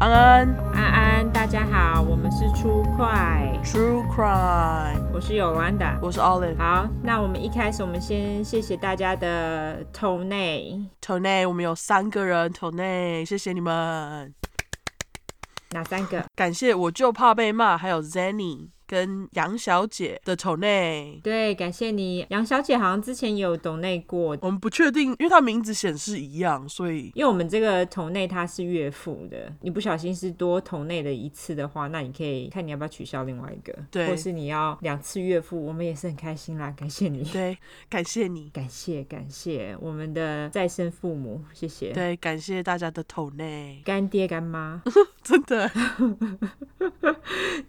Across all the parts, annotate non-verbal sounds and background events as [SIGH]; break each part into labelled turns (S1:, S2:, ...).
S1: 安安
S2: 安安，大家好，我们是出快，
S1: True Crime，
S2: 我是有兰达。
S1: 我是 Olive。
S2: 好，那我们一开始，我们先谢谢大家的投内。
S1: Tony，我们有三个人，Tony，谢谢你们，
S2: 哪三个？
S1: 感谢我就怕被骂，还有 Zenny 跟杨小姐的 Tony。
S2: 对，感谢你，杨小姐好像之前也有投内过，
S1: 我们不确定，因为他名字显示一样，所以
S2: 因为我们这个投内它是月付的，你不小心是多投内的一次的话，那你可以看你要不要取消另外一个，
S1: 对
S2: 或是你要两次月付，我们也是很开心啦，感谢你。
S1: 对，感谢你，
S2: 感谢感谢我们的再生父母，谢谢。
S1: 对，感谢大家的 Tony。
S2: 干爹
S1: [LAUGHS]
S2: 干妈，
S1: 真的，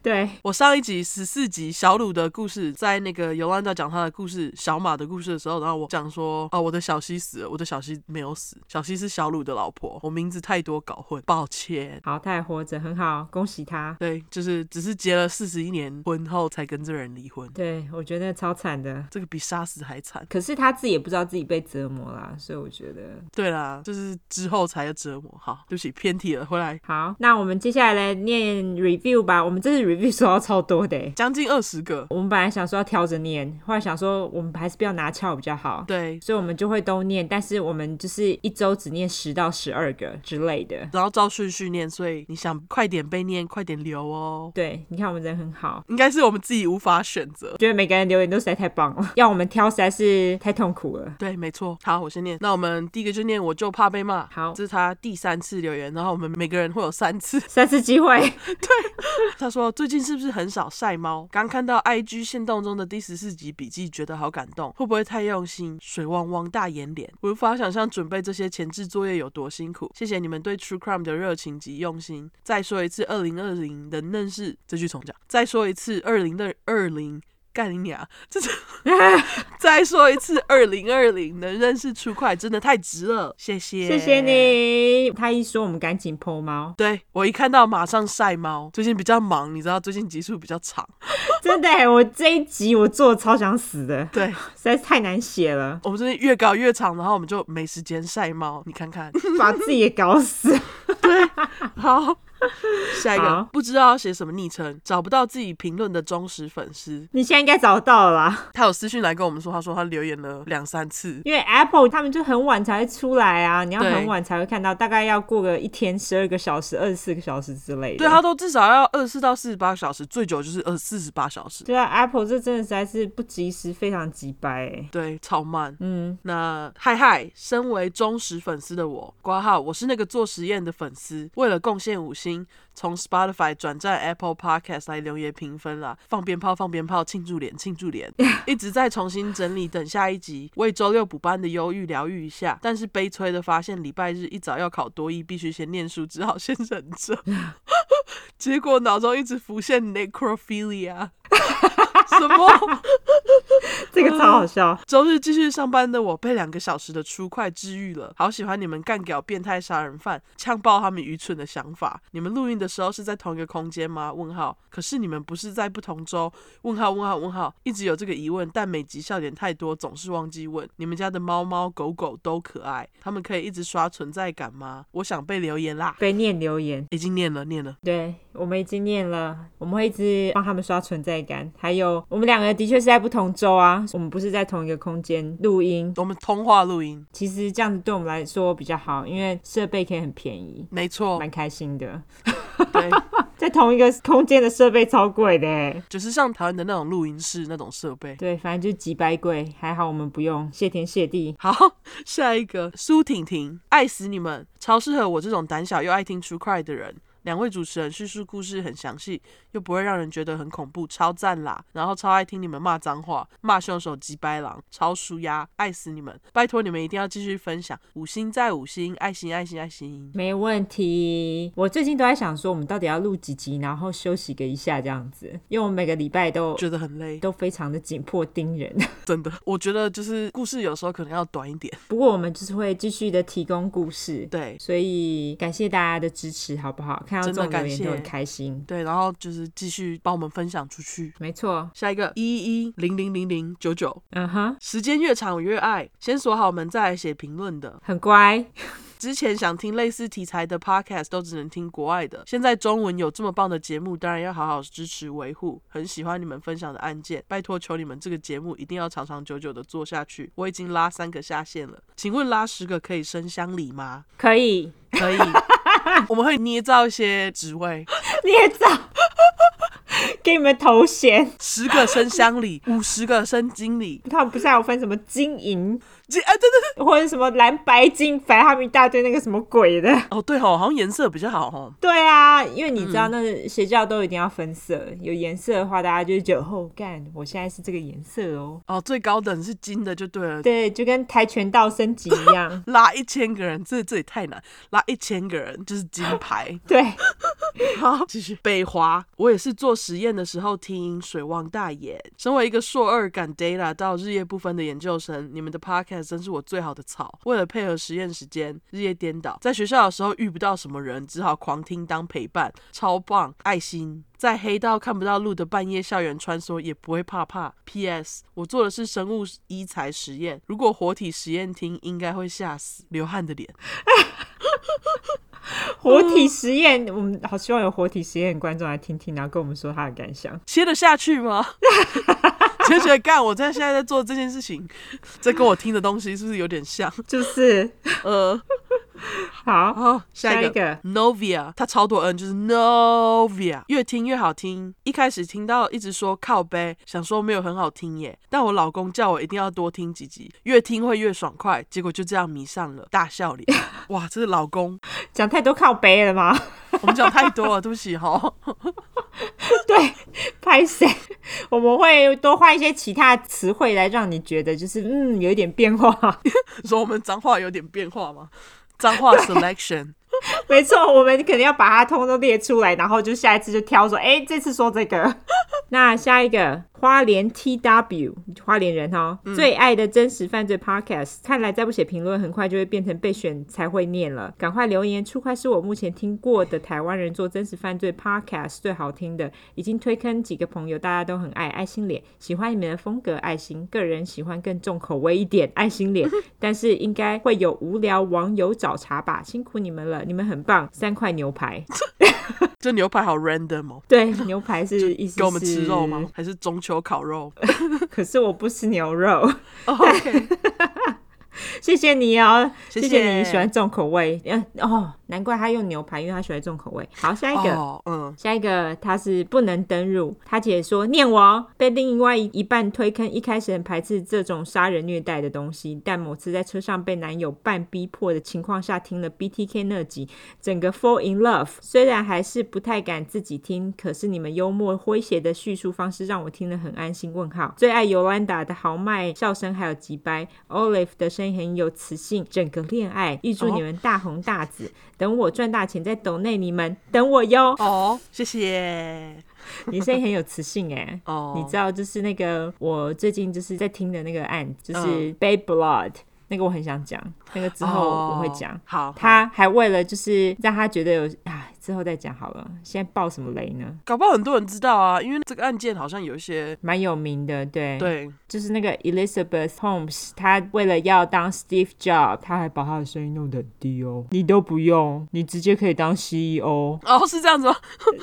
S2: 对，
S1: 我上一集十四集小鲁的故事，在那个尤兰达讲他的故事，小马的故事的时候，然后我讲说，哦，我的小西死了，我的小西没有死，小西是小鲁的老婆，我名字太多搞混，抱歉。
S2: 好，他还活着，很好，恭喜他。
S1: 对，就是只是结了四十一年婚后才跟这个人离婚，
S2: 对我觉得超惨的，
S1: 这个比杀死还惨。
S2: 可是他自己也不知道自己被折磨啦，所以我觉得
S1: 对啦，就是之后才有折磨。好，对不起，偏题了，回来
S2: 好。那我们接下来来念 review 吧，我们这次 review 收到超多的欸。
S1: 将近二十个。
S2: 我们本来想说要挑着念，后来想说我们还是不要拿翘比较好，
S1: 对，
S2: 所以我们就会都念，但是我们就是一周只念十到十二个之类的。
S1: 然后照顺序念，所以你想快点被念，快点留哦。
S2: 对，你看我们人很好，
S1: 应该是我们自己无法选择。
S2: 觉得每个人留言都实在太棒了，要我们挑实在是太痛苦了。
S1: 对，没错。好，我先念。那我们第一个就念，我就怕被骂。
S2: 好
S1: 这是他第三次留言，然后我们每个人会有三次。
S2: 三次机会，
S1: 他说最近是不是很少晒猫？刚看到 IG 线动中的第十四集笔记，觉得好感动。会不会太用心？水汪汪大眼脸，无法想象准备这些前置作业有多辛苦。谢谢你们对 True Crime 的热情及用心。再说一次，二零二零的认识，这句重讲。再说一次，二零的二零。干你娘！这
S2: [LAUGHS]
S1: 是再说一次，二零二零能认识出快真的太值了，谢谢，
S2: 谢谢。你。他一说我们赶紧剖猫， [LAUGHS]
S1: 对我一看到马上晒猫，最近比较忙，你知道最近集数比较长，
S2: 真的欸，我这一集我做的超想死的，
S1: 对，
S2: 实在是太难
S1: [LAUGHS]
S2: 写了，
S1: 我们最近越搞越长，然后我们就没时间晒猫。你看看，
S2: 把自己也搞死。
S1: 好，下一
S2: 好
S1: 个不知道要写什么昵称，找不到自己评论的忠实粉丝，
S2: 你现在应该找到了啦，
S1: 他有私讯来跟我们说，他说他留言了两三次，
S2: 因为 Apple 他们就很晚才会出来啊，你要
S1: 对
S2: 很晚才会看到，大概要过个一天十二个小时、二十四个小时之类的。
S1: 对他都至少要二十四到四十八小时，最久就是二四十八小时，
S2: 对啊，Apple 这真的实在是不及时，非常急掰、欸。
S1: 对，超慢。
S2: 嗯，
S1: 那嗨嗨，身为忠实粉丝的我，挂号我是那个做实验的粉丝，为了贡献五星，从 Spotify 转战 Apple Podcast 来留言评分啦，放鞭炮放鞭炮，庆祝脸庆祝脸， [LAUGHS] 一直在重新整理，等下一集为周六补班的忧郁疗愈一下，但是悲催的发现礼拜日一早要考多一，必须先念书，只好先忍着， [LAUGHS] 结果脑中一直浮现 necrophilia，什么？
S2: 这
S1: 嗯
S2: 个超好笑。
S1: 周日继续上班的我被两个小时的出快治愈了，好喜欢你们干掉变态杀人犯，呛爆他们愚蠢的想法。你们录音的时候是在同一个空间吗？问号。可是你们不是在不同州？问号问号问号，一直有这个疑问，但每集笑点太多，总是忘记问。你们家的猫猫狗狗都可爱，他们可以一直刷存在感吗？我想被留言啦，
S2: 被念留言，
S1: 已经念了念了，
S2: 对我们已经念了，我们会一直帮他们刷存在感。还有，我们两个的确是在不同州啊，我们不是在同一个空间录音。
S1: 我们通话录音，
S2: 其实这样子对我们来说比较好，因为设备可以很便宜，
S1: 没错，
S2: 蛮开心的。
S1: 对，
S2: 在同一个空间的设备超贵的欸，
S1: 就是像台湾的那种录音室那种设备。
S2: 对，反正就是几百贵，还好我们不用，谢天谢地。
S1: 好， [LAUGHS] 下一个苏婷婷，爱死你们，超适合我这种胆小又爱听 True Crime 的人。两位主持人叙述故事很详细，又不会让人觉得很恐怖，超赞啦！然后超爱听你们骂脏话，骂凶手鸡掰狼，超舒压，爱死你们！拜托你们一定要继续分享，五星再五星，爱心爱心爱心。
S2: 没问题，我最近都在想说，我们到底要录几集，然后休息个一下这样子，因为我们每个礼拜都
S1: 觉得很累，
S2: 都非常的紧迫盯人。
S1: 真的。我觉得就是故事有时候可能要短一点。
S2: 不过我们就是会继续的提供故事，
S1: 对
S2: 所以感谢大家的支持，好不好？看到这种
S1: 真的
S2: 留
S1: 感
S2: 言
S1: 谢
S2: 都很开心。
S1: 对，然后就是继续帮我们分享出去。
S2: 没错，
S1: 下一个一一零零零零九九，
S2: 嗯哼，
S1: 时间越长我越爱，先锁好门再来写评论的。
S2: 很乖，
S1: 之前想听类似题材的 podcast 都只能听国外的，现在中文有这么棒的节目，当然要好好支持维护。很喜欢你们分享的案件，拜托求你们这个节目一定要长长久久的做下去。我已经拉三个下线了，请问拉十个可以升乡里吗？[LAUGHS]
S2: 可以
S1: 可以，我们会捏造一些职位，
S2: 捏造，给你们头衔。
S1: 十个升乡里，五十个升经理。
S2: 他们不是还有分什么金银
S1: 这哎，对对对，
S2: 或者什么蓝白金，反正他们一大堆那个什么鬼的。 [LAUGHS]
S1: 哦对吼，好像颜色比较好哦吼。
S2: 对啊，因为你知
S1: 嗯
S2: 道，那邪教都一定要分色，有颜色的话，大家就会觉得哦，干，我现在是这个颜色哦。
S1: 哦，最高等是金的就对了。。
S2: 对，就跟跆拳道升级一样 [LAUGHS]
S1: 拉一千个人，这这也太难，拉一千个人就是金 [LAUGHS] 牌。
S2: 对，
S1: 好，哦继续。北华，我也是做实验的时候听水汪大眼。身为一个硕二赶 data 到日夜不分的研究生，你们的 podcast 真是我最好的草。为了配合实验时间，日夜颠倒，在学校的时候遇不到什么人，只好狂听当陪伴，超棒，爱心。在黑到看不到路的半夜校园穿梭也不会怕怕。P.S. 我做的是生物医材实验，如果活体实验厅应该会吓死，流汗的脸。
S2: [LAUGHS] 活体实验，我们好希望有活体实验的观众来听听，然后跟我们说他的感想。
S1: 切得下去吗？ [LAUGHS] 就觉得干，我在现在在做这件事情，这跟我听的东西是不是有点像？
S2: 就是
S1: 呃，
S2: 好，
S1: 好，下一个
S2: 一个
S1: Novia，它超多 N，就是 Novia，越听越好听。一开始听到一直说靠背，想说没有很好听耶，但我老公叫我一定要多听几集，越听会越爽快，结果就这样迷上了，大笑 [LAUGHS] 脸。哇，这是老公，
S2: 讲太多靠背了吗？
S1: 我们讲太多了，对不起哈。 [LAUGHS]
S2: 对，拍谁？我们会多换一些其他词汇来让你觉得就是嗯有一点变化。 [LAUGHS]
S1: 说我们脏话有点变化吗？脏 [LAUGHS] 话 selection。
S2: 没错，我们肯定要把它通通列出来，然后就下一次就挑说，哎、这次说这个。那下一个花莲 T W 花莲人哦，
S1: 嗯
S2: 最爱的真实犯罪 Podcast，看来再不写评论，很快就会变成被选才会念了。赶快留言，初快是我目前听过的台湾人做真实犯罪 Podcast 最好听的，已经推坑几个朋友，大家都很爱爱心脸，喜欢你们的风格，爱心。个人喜欢更重口味一点，爱心
S1: [LAUGHS]
S2: 脸，但是应该会有无聊网友找茬吧，辛苦你们了，你们很棒。三块牛排，
S1: 这牛排好 random 哦，
S2: 对，牛排是意思
S1: 给我们吃
S2: 是
S1: 肉吗？？还是中秋烤
S2: [LAUGHS]
S1: 肉
S2: 可是我不吃牛肉， [LAUGHS]
S1: 哦？OK，
S2: 谢谢你哦，
S1: 谢谢
S2: 谢你喜欢重口味。嗯哦，难怪他用牛排，因为他喜欢重口味。好，下一个。
S1: 哦，嗯，
S2: 下一个他是不能登入，他姐说念我哦被另外一半推坑，一开始很排斥这种杀人虐待的东西，但某次在车上被男友半逼迫的情况下听了 BTK 那集，整个 fall in love。虽然还是不太敢自己听，可是你们幽默诙谐的叙述方式让我听了很安心。问号，最爱尤兰达的豪迈笑声，还有吉白 Olive 的声音很有磁性，整个恋爱。预祝你们大红大紫，等我赚大钱再抖内你们，等我哟。
S1: 哦，谢谢， [LAUGHS]
S2: 你声音很有磁性哎、
S1: 哦，
S2: 你知道，就是那个我最近就是在听的那个案，就是
S1: 嗯
S2: 《Babe Blood》，那个我很想讲，那个之后我会讲。
S1: 哦好，他
S2: 他还为了就是让他觉得有啊，之后再讲好了。现在爆什么雷呢？
S1: 搞不好很多人知道啊，因为这个案件好像有一些
S2: 蛮有名的，对，
S1: 对，
S2: 就是那个 Elizabeth Holmes，她为了要当 Steve Jobs，她还把她的声音弄得很低哦。你都不用，你直接可以当 E CEO。
S1: 哦，是这样子吗？ [LAUGHS]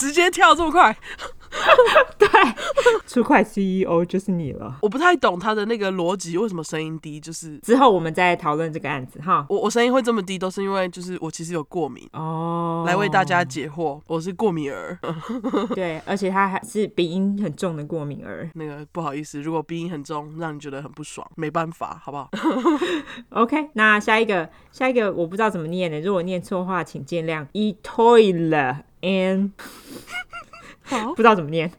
S1: 直接跳这么快，
S2: 出块 CEO 就是你了。
S1: 我不太懂他的那个逻辑，为什么声音低？就是
S2: 之后我们再讨论这个案子哈。
S1: 我我声音会这么低，都是因为就是我其实有过敏，
S2: 哦，
S1: 来为大家解惑，我是过敏儿。 [LAUGHS]
S2: [LAUGHS] 对，而且他还是鼻音很重的过敏儿。
S1: 那个不好意思，如果鼻音很重，让你觉得很不爽，没办法，好不好？
S2: OK，那下一个，下一个我不知道怎么念的，如果念错的话，请见谅。E toilet and
S1: 好
S2: 不知道怎么念。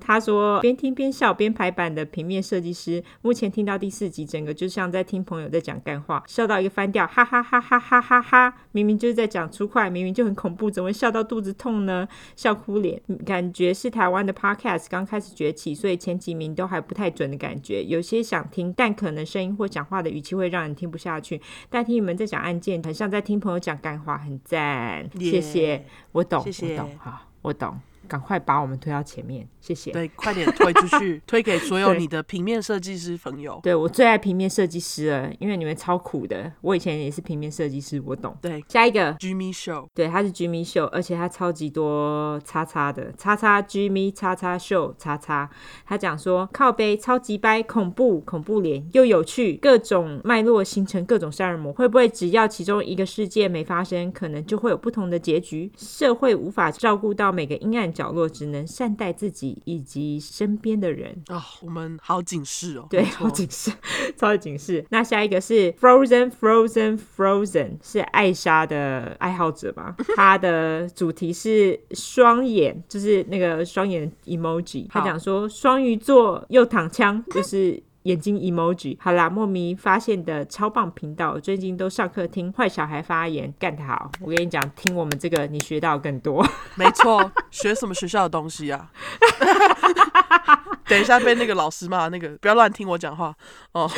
S2: 他说边听边笑边排版的平面设计师，目前听到第四集，整个就像在听朋友在讲干话，笑到一个翻掉，哈哈哈哈哈哈哈！明明就是在讲粗快，明明就很恐怖，怎么会笑到肚子痛呢？笑哭脸，嗯感觉是台湾的 podcast 刚开始崛起，所以前几名都还不太准的感觉。有些想听，但可能声音或讲话的语气会让人听不下去。但听你们在讲案件，很像在听朋友讲干话，很赞
S1: Yeah
S2: 谢谢，我懂，
S1: 谢谢
S2: 我懂，好，我懂。赶快把我们推到前面，谢谢。
S1: 对，快点推出
S2: [LAUGHS]
S1: 去，推给所有
S2: 对
S1: 你的平面设计师朋友。
S2: 对我最爱平面设计师了，因为你们超苦的。我以前也是平面设计师，我懂。
S1: 对
S2: 下一个，
S1: ，Jimmy Show，
S2: 对，他是 Jimmy 秀，而且他超级多叉叉的，叉叉 Jimmy 叉叉秀叉叉。他讲说靠背超级掰，恐怖恐怖脸又有趣，各种脉络形成各种杀人魔，会不会只要其中一个世界没发生，可能就会有不同的结局？社会无法照顾到每个阴暗角落，只能善待自己以及身边的人。
S1: 哦，我们好警示哦。
S2: 对，
S1: 没错
S2: 好警示，超级警示。 [LAUGHS] 那下一个是 Frozen Frozen Frozen，是艾莎的爱好者
S1: [LAUGHS]
S2: 嘛？它的主题是双眼，就是那个双眼 emoji。他
S1: 好
S2: 讲说双鱼座又躺枪， [LAUGHS] 就是。眼睛 emoji，好啦，莫名发现的超棒频道，最近都上课听坏小孩发言，干得好！我跟你讲，听我们这个，你学到更多。
S1: 没错，学什么学校的东西啊？ [LAUGHS] 等一下被那个老师骂，那个不要乱听我讲话哦， [LAUGHS]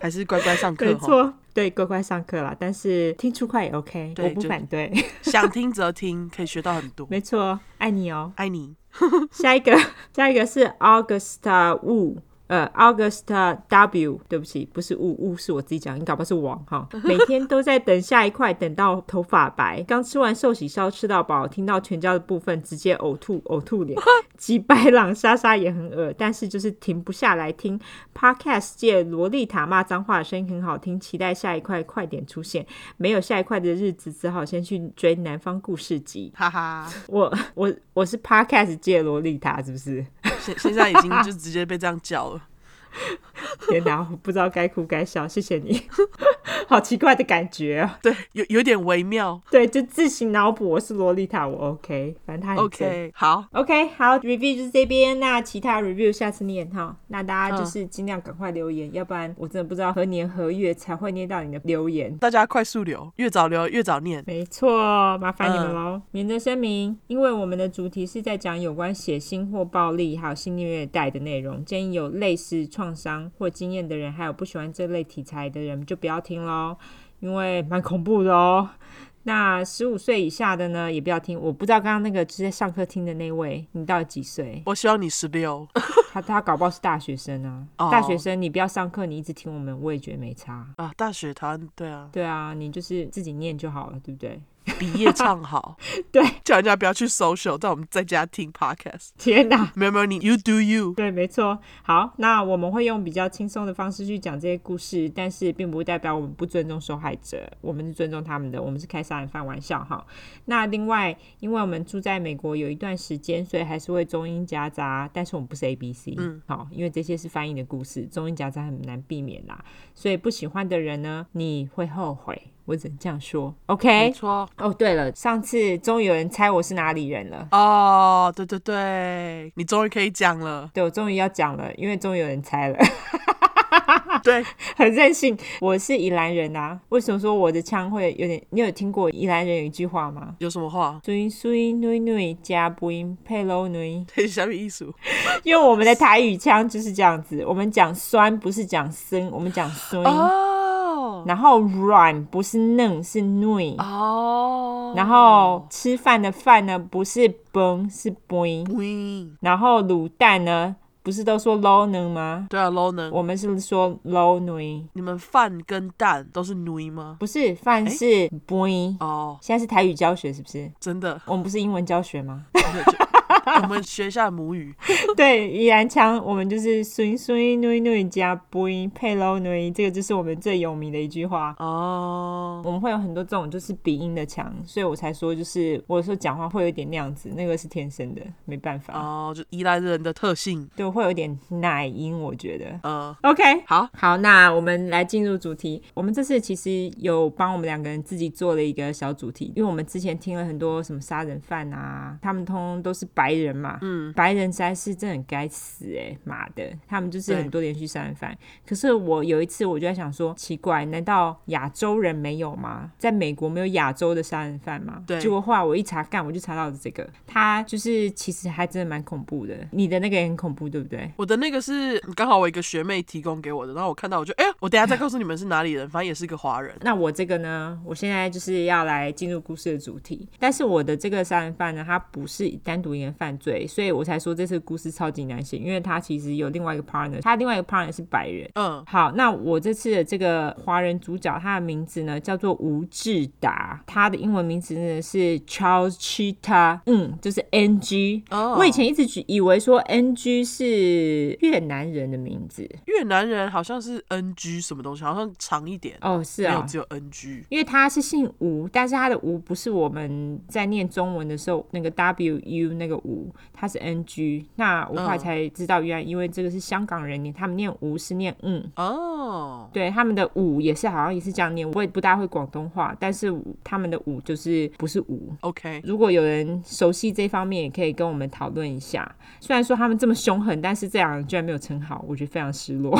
S1: 还是乖乖上 [LAUGHS] 课
S2: 没
S1: 哈。
S2: 错，对，乖乖上课啦，但是听出快也 OK，
S1: 对
S2: 我不
S1: 就
S2: 反对。 [LAUGHS]
S1: 想听则听，可以学到很多。
S2: 没错，爱你哦。
S1: 爱你，
S2: 下一个， [LAUGHS] 下一个是 Augusta Wu。呃，Augusta W，对不起，不是 Wu Wu 是我自己讲，你搞不好是王哈。每天都在等下一块，等到头发白。刚吃完寿喜烧吃到饱，听到全家的部分直接呕吐，呕吐脸。吉白朗莎莎也很恶，但是就是停不下来听。Podcast 界萝莉塔骂脏话的声音很好听，期待下一块快点出现。没有下一块的日子，只好先去追南方故事集。
S1: 哈哈。
S2: 我我我是 podcast 界的萝莉塔，是不是？
S1: 现现在已经就直接被这样叫
S2: [LAUGHS]
S1: 了。
S2: 天哪，我不知道该哭该笑，谢谢你， [LAUGHS] 好奇怪的感觉哦。
S1: 对，有有点微妙。
S2: 对，就自行脑补我是萝莉塔，我 OK，反正他很正
S1: OK，好，
S2: OK，好，review 就是这边，那其他 review 下次念哈。那大家
S1: 嗯
S2: 就是尽量赶快留言，要不然我真的不知道何年何月才会念到你的留言。
S1: 大家快速留，越早留越早念。
S2: 没错，麻烦你们
S1: 嗯？
S2: 喽。免责声明：因为我们的主题是在讲有关血腥或暴力，还有性虐待的内容，建议有类似创伤或经验的人，还有不喜欢这类题材的人就不要听喽，因为蛮恐怖的哦。那十五岁以下的呢，也不要听。我不知道刚刚那个就是在上课听的那位，你到底几岁
S1: 我希望你十六，
S2: 他他搞不好是大学生啊。
S1: 哦
S2: 大学生，你不要上课，你一直听我们，我也觉得没差。
S1: 啊，大学台湾对啊，
S2: 对啊，你就是自己念就好了，对不对？
S1: 毕业唱好，
S2: [LAUGHS] 对，
S1: [LAUGHS] 叫人家不要去 social，但我们在家听 podcast。
S2: 天哪！
S1: 没有没有，你 you do you，
S2: 对，没错。好，那我们会用比较轻松的方式去讲这些故事，但是并不代表我们不尊重受害者，我们是尊重他们的，我们是开杀人犯玩笑哈。那另外，因为我们住在美国有一段时间，所以还是会中英夹杂，但是我们不是 A B C，嗯，好，因为这些是翻译的故事，中英夹杂很难避免啦。所以不喜欢的人呢，你会后悔，我只能这样说。
S1: 没
S2: OK。
S1: 错。
S2: 哦，对了，上次终于有人猜我是哪里人了。
S1: 哦，对对对，你终于可以讲了。
S2: 对，我终于要讲了，因为终于有人猜了。啊
S1: 对，
S2: [LAUGHS] 很任性。我是宜兰人啊，为什么说我的腔会有点？你有听过宜兰人有一句话吗？
S1: 有什么话？
S2: 水水女女加不音配喽 [LAUGHS] 女，
S1: 对，下面艺术。
S2: 因为我们的台语腔就是这样子，我们讲酸不是讲生，我们讲酸，
S1: 哦
S2: 然后软不是嫩是女，
S1: 哦，
S2: 然后吃饭的饭呢不是崩是崩，
S1: 喂，
S2: 然后卤蛋呢不是都说喽呢吗？
S1: 对啊，low 呢？
S2: 我们是说喽女，
S1: 你们饭跟蛋都是女吗？
S2: 不是饭是崩。
S1: 哦，
S2: 现在是台语教学是不是？
S1: 真的，
S2: [LAUGHS] 我们不是英文教学吗？
S1: 我们学一下母语。
S2: 对，宜兰腔我们就是孙孙女女加不音配喽女，这个就是我们最有名的一句话。
S1: 哦，
S2: 我们会有很多这种就是鼻音的腔，所以我才说就是我有时候讲话会有一点那样子，那个是天生的，没办法。
S1: 哦，就宜兰人的特性。
S2: 对，会有点奶音，我觉得。
S1: 呃，
S2: OK，
S1: 好，
S2: 好，那我们来进入主题。我们这次其实有帮我们两个人自己做了一个小主题，因为我们之前听了很多什么杀人犯啊，他们通通都是白白人嘛，嗯，白人实在是真的很该死哎、妈的，他们就是
S1: 对
S2: 很多连续杀人犯。可是我有一次我就在想说，奇怪，难道亚洲人没有吗？在美国没有亚洲的杀人犯吗？
S1: 对
S2: 结果后来我一查干，我就查到了这个，他就是其实还真的蛮恐怖的。你的那个也很恐怖，对不对？
S1: 我的那个是刚好我一个学妹提供给我的，然后我看到我就哎、呀，我等一下再告诉你们是哪里人，反正也是个华人。
S2: 那我这个呢，我现在就是要来进入故事的主题。但是我的这个杀人犯呢，他不是单独一个人犯罪，所以我才说这次故事超级难写，因为他其实有另外一个 partner，他另外一个 partner 是白人。
S1: 嗯，
S2: 好，那我这次的这个华人主角，他的名字呢叫做吴志达，他的英文名字呢是 Charles Chita，嗯，就是 N G。
S1: 哦
S2: 我以前一直以为说 N G 是越南人的名字，
S1: 越南人好像是 NG 什么东西，好像长一点，
S2: 哦，是
S1: 没
S2: 啊、
S1: 有只有 NG。
S2: 因为他是姓吴，但是他的吴不是我们在念中文的时候那个 W U 那个吴，他是 N G。那我后来
S1: 嗯
S2: 才知道，原来因为这个是香港人念，他们念吴是念嗯，
S1: 哦，
S2: 对，他们的吴也是好像也是这样念。我也不大会广东话，但是他们的吴就是不是吴。 [LAUGHS]
S1: OK，
S2: 如果有人熟悉这方面，也可以跟我们讨论一下。虽然说他们这么凶狠，但是这两人居然没有称好，我觉得非常失落。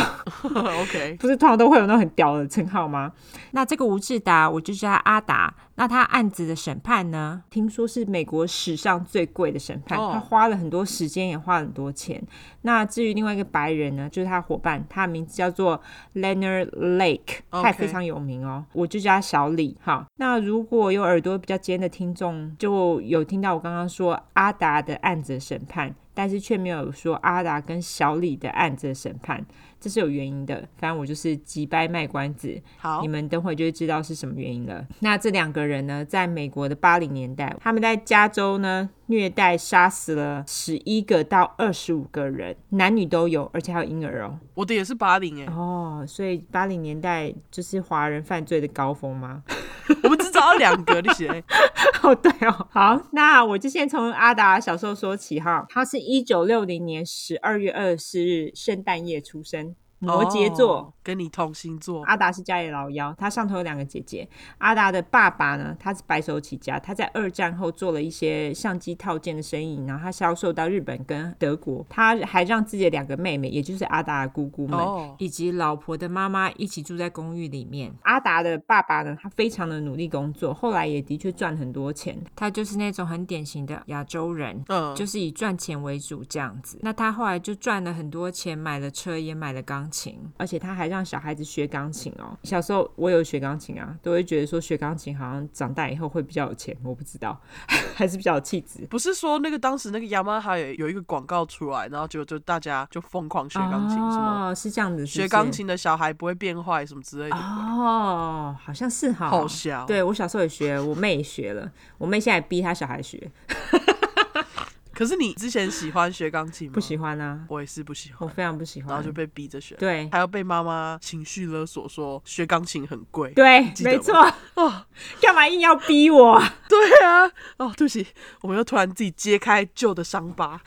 S1: OK，
S2: 不是通常都会有那种很屌的称号吗？那这个吴志达，我就叫他阿达。那他案子的审判呢，听说是美国史上最贵的审判，
S1: 哦
S2: 他花了很多时间，也花了很多钱。那至于另外一个白人呢，就是他伙伴，他的名字叫做 Leonard Lake，他也
S1: OK
S2: 非常有名哦。我就叫他小李。好，那如果有耳朵比较尖的听众，就有听到我刚刚说阿达的案子的审判，但是却没有说阿达跟小李的案子的审判，这是有原因的。反正我就是急掰卖关子，
S1: [LAUGHS] 好
S2: 你，们等会就会知道是什么原因了。那这两个人呢，在美国的八零年代，他们在加州呢虐待杀死了十一个到二十五个人，男女都有，而且还有婴儿哦。
S1: 我的也是八零哎，
S2: 哦，所以八零年代就是华人犯罪的高峰吗？ [LAUGHS]
S1: 我们只找到两个，你写
S2: 哦，对哦，好，那我就先从阿达小时候说起哈。他是一九六零年十二月二十四日圣诞夜出生， [LAUGHS] 摩羯座。啊
S1: 哦跟你同星座，
S2: 阿达是家里老幺，他上头有两个姐姐。阿达的爸爸呢，他是白手起家，他在二战后做了一些相机套件的生意，然后他销售到日本跟德国。他还让自己的两个妹妹，也就是阿达的姑姑们
S1: 哦
S2: 以及老婆的妈妈一起住在公寓里面。阿达的爸爸呢，他非常的努力工作，后来也的确赚很多钱。他就是那种很典型的亚洲人，
S1: 嗯，
S2: 就是以赚钱为主这样子。那他后来就赚了很多钱，买了车，也买了钢琴，而且他还让小孩子学钢琴哦。小时候我有学钢琴啊，都会觉得说学钢琴好像长大以后会比较有钱，我不知道， [LAUGHS] 还是比较有气质。
S1: 不是说那个当时那个雅马哈有有一个广告出来，然后结果就大家就疯狂学钢琴，什么
S2: 哦，是这样子是不是
S1: 学钢琴的小孩不会变坏什么之类的，
S2: 哦，好像是哈，
S1: 好笑。
S2: 对我小时候也学，我妹也学了，我妹现在也逼她小孩学，
S1: 可是你之前喜欢学钢琴吗？
S2: 不，喜欢啊，
S1: 我也是不喜欢，
S2: 我非常不喜
S1: 嗯然后
S2: 欢
S1: 就。被逼着学，
S2: 对
S1: 还要被妈妈情绪勒索说学钢琴很贵。
S2: 对，
S1: 记得
S2: 没
S1: 吗
S2: 错， [LAUGHS] 干嘛硬要逼我啊？
S1: 对啊，哦，对不起，我们又突然自己揭开旧的伤疤。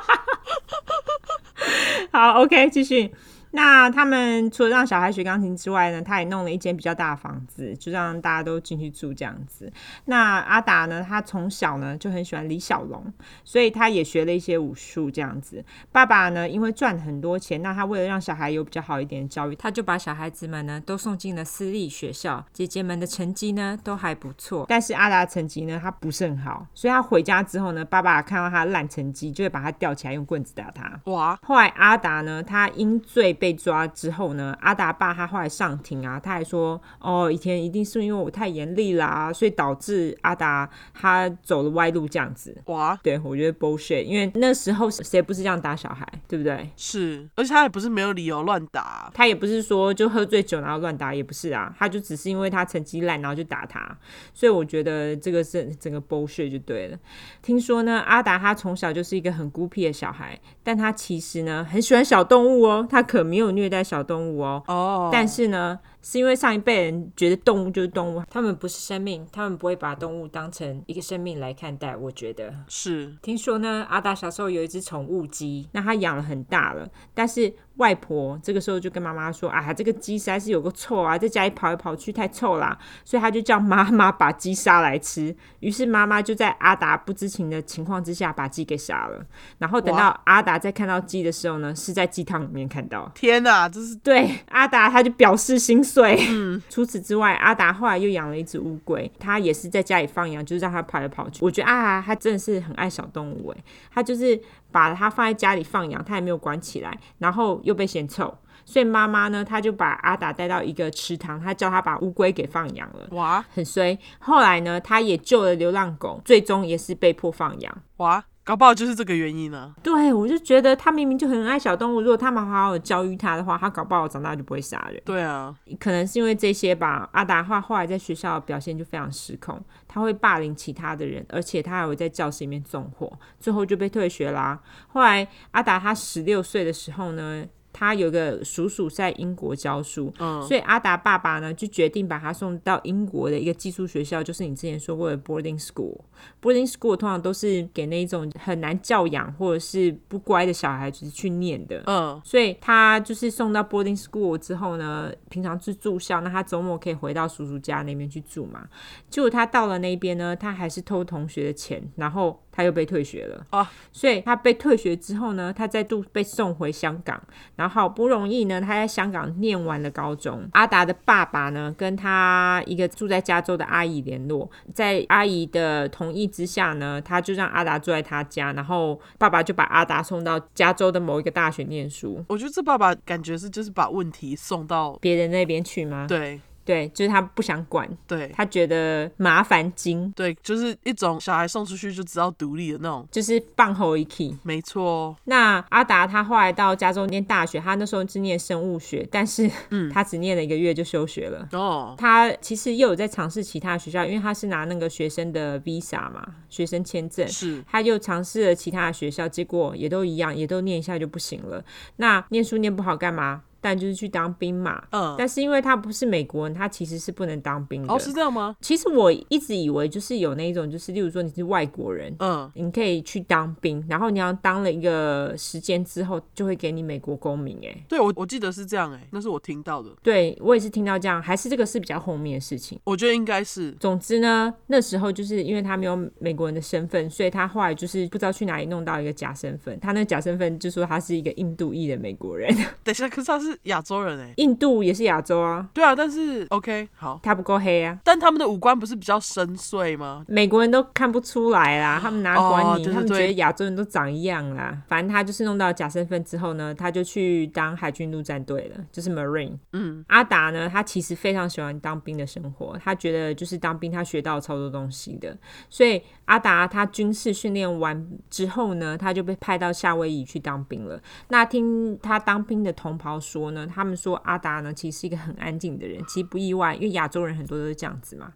S2: [LAUGHS] 好，OK，继续。那他们除了让小孩学钢琴之外呢，他也弄了一间比较大的房子，就让大家都进去住这样子。那阿达呢，他从小呢就很喜欢李小龙，所以他也学了一些武术这样子。爸爸呢，因为赚很多钱，那他为了让小孩有比较好一点的教育，他就把小孩子们呢都送进了私立学校。姐姐们的成绩呢都还不错，但是阿达的成绩呢他不是很好，所以他回家之后呢，爸爸看到他烂成绩，就会把他吊起来用棍子打他。
S1: 哇，
S2: 后来阿达呢，他因罪被抓之后呢，阿达爸他后来上庭啊，他还说哦，以前一定是因为我太严厉啦，所以导致阿达他走了歪路这样子。
S1: 哇，
S2: 对，我觉得 bullshit，因为那时候谁不是这样打小孩，对不对？
S1: 是，而且他也不是没有理由乱打啊、
S2: 他也不是说就喝醉酒然后乱打，也不是啊，他就只是因为他成绩烂然后就打他，所以我觉得这个是整个 bullshit 就对了。听说呢，阿达他从小就是一个很孤僻的小孩，但他其实呢很喜欢小动物哦，他可没有虐待小动物哦。
S1: 哦，
S2: 但是呢，是因为上一辈人觉得动物就是动物，他们不是生命，他们不会把动物当成一个生命来看待。我觉得，
S1: 是
S2: 听说呢，阿达小时候有一只宠物鸡，那他养了很大了，但是外婆这个时候就跟妈妈说：“啊，这个鸡实在是有个臭啊，在家里跑来跑去太臭啦。”所以他就叫妈妈把鸡杀来吃。于是妈妈就在阿达不知情的情况之下把鸡给杀了。然后等到阿达再看到鸡的时候呢，是在鸡汤里面看到。
S1: 天哪，这是
S2: 对阿达，他就表示心碎。嗯，除此之外，阿达后来又养了一只乌龟，他也是在家里放养，就是让它跑来跑去。我觉得啊，他真的是很爱小动物哎，他就是把它放在家里放养，他也没有管起来，然后又被嫌臭。所以妈妈呢，她就把阿达带到一个池塘，她叫他把乌龟给放养了，
S1: 哇
S2: 很衰。后来呢，他也救了流浪狗，最终也是被迫放养。
S1: 哇，搞不好就是这个原因啊呢、
S2: 对，我就觉得他明明就很爱小动物，如果他们好好地教育他的话，他搞不好长大就不会杀人。
S1: 对啊，
S2: 可能是因为这些吧，阿达话后来在学校的表现就非常失控，他会霸凌其他的人，而且他还会在教室里面纵火，最后就被退学啦。后来阿达他十六岁的时候呢，他有个叔叔在英国教书，
S1: 嗯
S2: 所以阿达爸爸呢就决定把他送到英国的一个寄宿学校，就是你之前说过的 boarding school。boarding school 通常都是给那一种很难教养或者是不乖的小孩子去念的，
S1: 嗯，
S2: 所以他就是送到 boarding school 之后呢，平常是住校，那他周末可以回到叔叔家那边去住嘛。结果他到了那边呢，他还是偷同学的钱，然后他又被退学了。
S1: 啊
S2: 所以他被退学之后呢，他再度被送回香港，然后好不容易呢，他在香港念完了高中。阿达的爸爸呢，跟他一个住在加州的阿姨联络，在阿姨的同意之下呢，他就让阿达住在他家，然后爸爸就把阿达送到加州的某一个大学念书。
S1: 我觉得这爸爸感觉是就是把问题送到
S2: 别人那边去吗？
S1: 对
S2: 对，就是他不想管，
S1: 对
S2: 他觉得麻烦精，
S1: 对，就是一种小孩送出去就知道独立的那种，
S2: 就是放后一气。
S1: 没错哦，
S2: 那阿达他后来到加州念大学，他那时候是念生物学，但是他只念了一个月就休学了。
S1: 哦
S2: 他其实又有在尝试其他学校，因为他是拿那个学生的 visa 嘛，学生签证。
S1: 是
S2: 他又尝试了其他的学校，结果也都一样，也都念一下就不行了。那念书念不好干嘛？但就是去当兵嘛。
S1: 嗯，
S2: 但是因为他不是美国人，他其实是不能当兵的。
S1: 哦是这样吗？
S2: 其实我一直以为就是有那一种，就是例如说你是外国人，
S1: 嗯，
S2: 你可以去当兵，然后你要当了一个时间之后，就会给你美国公民。哎，
S1: 对我我记得是这样哎、那是我听到的，
S2: 对我也是听到这样，还是这个是比较后面的事情。
S1: 我觉得应该是
S2: 总之呢，那时候就是因为他没有美国人的身份，所以他后来就是不知道去哪里弄到一个假身份。他那个假身份就说他是一个印度裔的美国人， [LAUGHS]
S1: 等一下，可是他是亚洲人哎、
S2: 印度也是亚洲啊，
S1: 对啊，但是 OK 好，
S2: 他不够黑啊。
S1: 但他们的五官不是比较深邃吗？
S2: 美国人都看不出来啦，他们哪管你？
S1: 哦对对
S2: 他们觉
S1: 对
S2: 得亚洲人都长一样啦。反正他就是弄到假身份之后呢，他就去当海军陆战队了，就是 Marine。嗯，阿达呢，他其实非常喜欢当兵的生活，他觉得就是当兵他学到超多东西的。所以阿达他军事训练完之后呢，他就被派到夏威夷去当兵了。那听他当兵的同袍说呢，他们说阿达呢其实是一个很安静的人，其实不意外，因为亚洲人很多都是这样子嘛。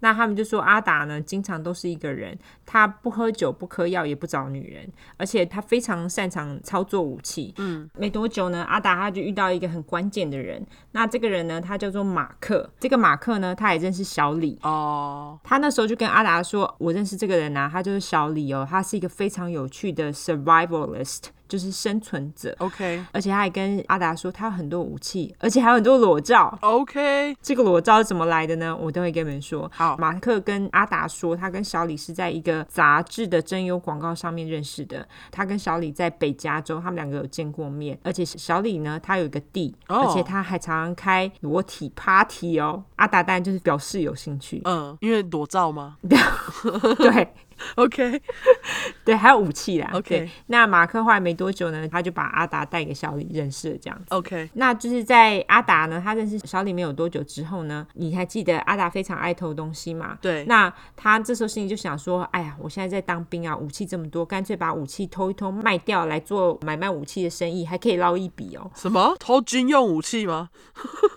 S2: 那他们就说阿达呢，经常都是一个人，他不喝酒、不嗑药，也不找女人，而且他非常擅长操作武器。嗯，没多久呢，阿达他就遇到一个很关键的人，那这个人呢，他叫做马克。这个马克呢，他也认识小李。
S1: 哦，
S2: 他那时候就跟阿达说：“我认识这个人啊，他就是小李哦，他是一个非常有趣的 survivalist，就是生存者。
S1: OK
S2: 而且他还跟阿达说，他有很多武器，而且还有很多裸照。
S1: OK，
S2: 这个裸照是怎么来的呢？我都会跟你们说。
S1: 好
S2: 马克跟阿达说，他跟小李是在一个杂志的征友广告上面认识的。他跟小李在北加州，他们两个有见过面，而且小李呢，他有一个弟，
S1: 哦，
S2: 而且他还常常开裸体 party 哦。阿达当然就是表示有兴趣 [LAUGHS]
S1: 嗯，因为裸照吗
S2: 对。
S1: ？OK [LAUGHS]
S2: 对，还有武器啦。
S1: OK
S2: 对那马克后来没多久呢，他就把阿达带给小李认识了，这样。
S1: OK，
S2: 那就是在阿达呢，他认识小李没有多久之后呢，你还记得阿达非常爱偷东西嘛？
S1: 对
S2: 那他这时候心里就想说，哎呀，我现在在当兵啊，武器这么多，干脆把武器偷一偷卖掉来做买卖武器的生意，还可以捞一
S1: [LAUGHS]
S2: 笔哦。
S1: 什么偷军用武器吗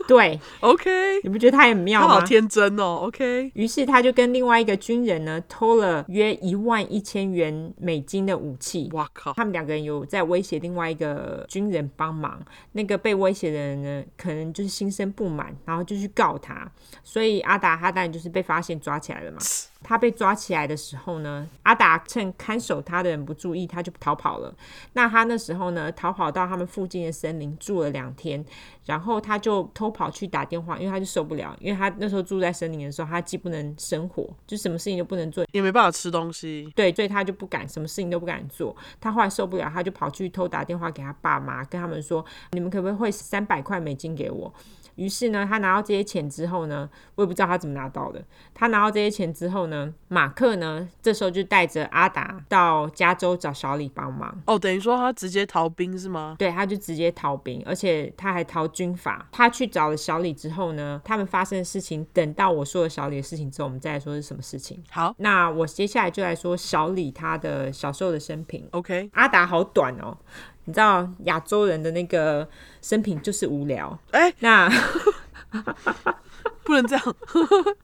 S2: 对，
S1: ？OK，
S2: 你不觉得他很妙
S1: 他好
S2: 吗？
S1: 天真哦。OK，
S2: 于是他就跟另外一个军人呢偷了约约一万一千元美金的武器。
S1: 哇靠！
S2: 他们两个人有在威胁另外一个军人帮忙，那个被威胁的人呢，可能就是心生不满，然后就去告他，所以阿达哈当然就是被发现抓起来了嘛。他被抓起来的时候呢，阿达趁看守他的人不注意，他就逃跑了。那他那时候呢，逃跑到他们附近的森林住了两天，然后他就偷跑去打电话，因为他就受不了，因为他那时候住在森林的时候，他既不能生火，就什么事情都不能做，
S1: 也没办法吃东西，
S2: 对，所以他就不敢，什么事情都不敢做。他后来受不了，他就跑去偷打电话给他爸妈，跟他们说：“你们可不可以汇三百块美金给我？”于是呢，他拿到这些钱之后呢，我也不知道他怎么拿到的。他拿到这些钱之后呢，马克呢，这时候就带着阿达到加州找小李帮忙。
S1: 哦，等于说他直接逃兵是吗？
S2: 对，他就直接逃兵，而且他还逃军法。他去找了小李之后呢，他们发生的事情，等到我说了小李的事情之后，我们再来说是什么事情。
S1: 好
S2: 那我接下来就来说小李他的小时候的生平。
S1: ，OK，
S2: 阿达好短哦，你知道亚洲人的那个生平就是无聊。
S1: 哎
S2: 那 [LAUGHS]
S1: 不能这样， [LAUGHS]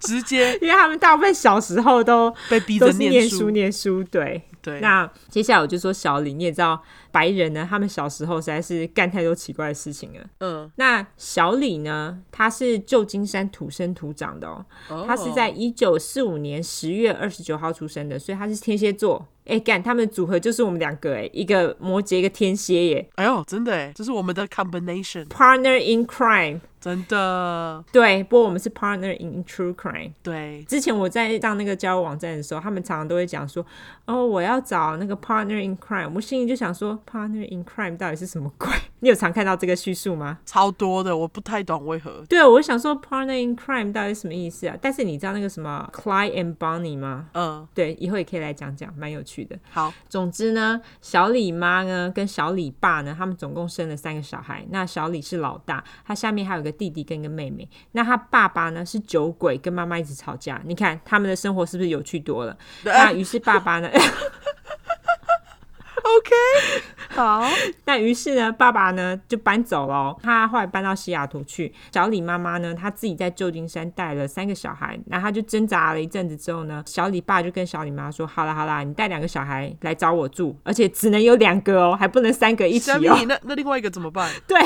S1: 直接
S2: 因为他们大部分小时候都
S1: 被逼
S2: 都
S1: 着
S2: 是念
S1: 书。
S2: 念书，对。
S1: 对，
S2: 那接下来我就说小李，你也知道白人呢，他们小时候实在是干太多奇怪的事情了。
S1: 嗯，
S2: 那小李呢，他是旧金山土生土长的哦，
S1: 哦
S2: 他是在一九四五年十月二十九号出生的，所以他是天蝎座。哎、干，他们的组合就是我们两个，哎，一个摩羯，一个天蝎耶
S1: 哎呦，真的哎，这是我们的 combination，
S2: ，partner in crime。
S1: 真的，
S2: 对，不过我们是 partner in true crime。
S1: 对，
S2: 之前我在上那个交友网站的时候，他们常常都会讲说，哦，我要找那个 partner in crime。我心里就想说，partner in crime 到底是什么鬼？ [LAUGHS] 你有常看到这个叙述吗？
S1: 超多的，我不太懂为何。
S2: 对，我想说 partner in crime 到底是什么意思啊？但是你知道那个什么 Clyde and Bonnie 吗？
S1: 嗯，
S2: 对，以后也可以来讲讲，蛮有趣的。
S1: 好，
S2: 总之呢，小李妈呢跟小李爸呢，他们总共生了三个小孩。那小李是老大，他下面还有个弟弟跟一个妹妹。那他爸爸呢是酒鬼，跟妈妈一直吵架。你看他们的生活是不是有趣多了？
S1: 哎
S2: 那于是爸爸呢，
S1: 好，
S2: 那于是呢，爸爸呢就搬走了哦、他后来搬到西雅图去。小李妈妈呢，她自己在旧金山带了三个小孩，然后她就挣扎了一阵子之后呢，小李爸就跟小李妈说：“好啦好啦，你带两个小孩来找我住，而且只能有两个哦，还不能三个一起
S1: 小米
S2: 哦。”，
S1: 那那另外一个怎么办？
S2: [LAUGHS] 对，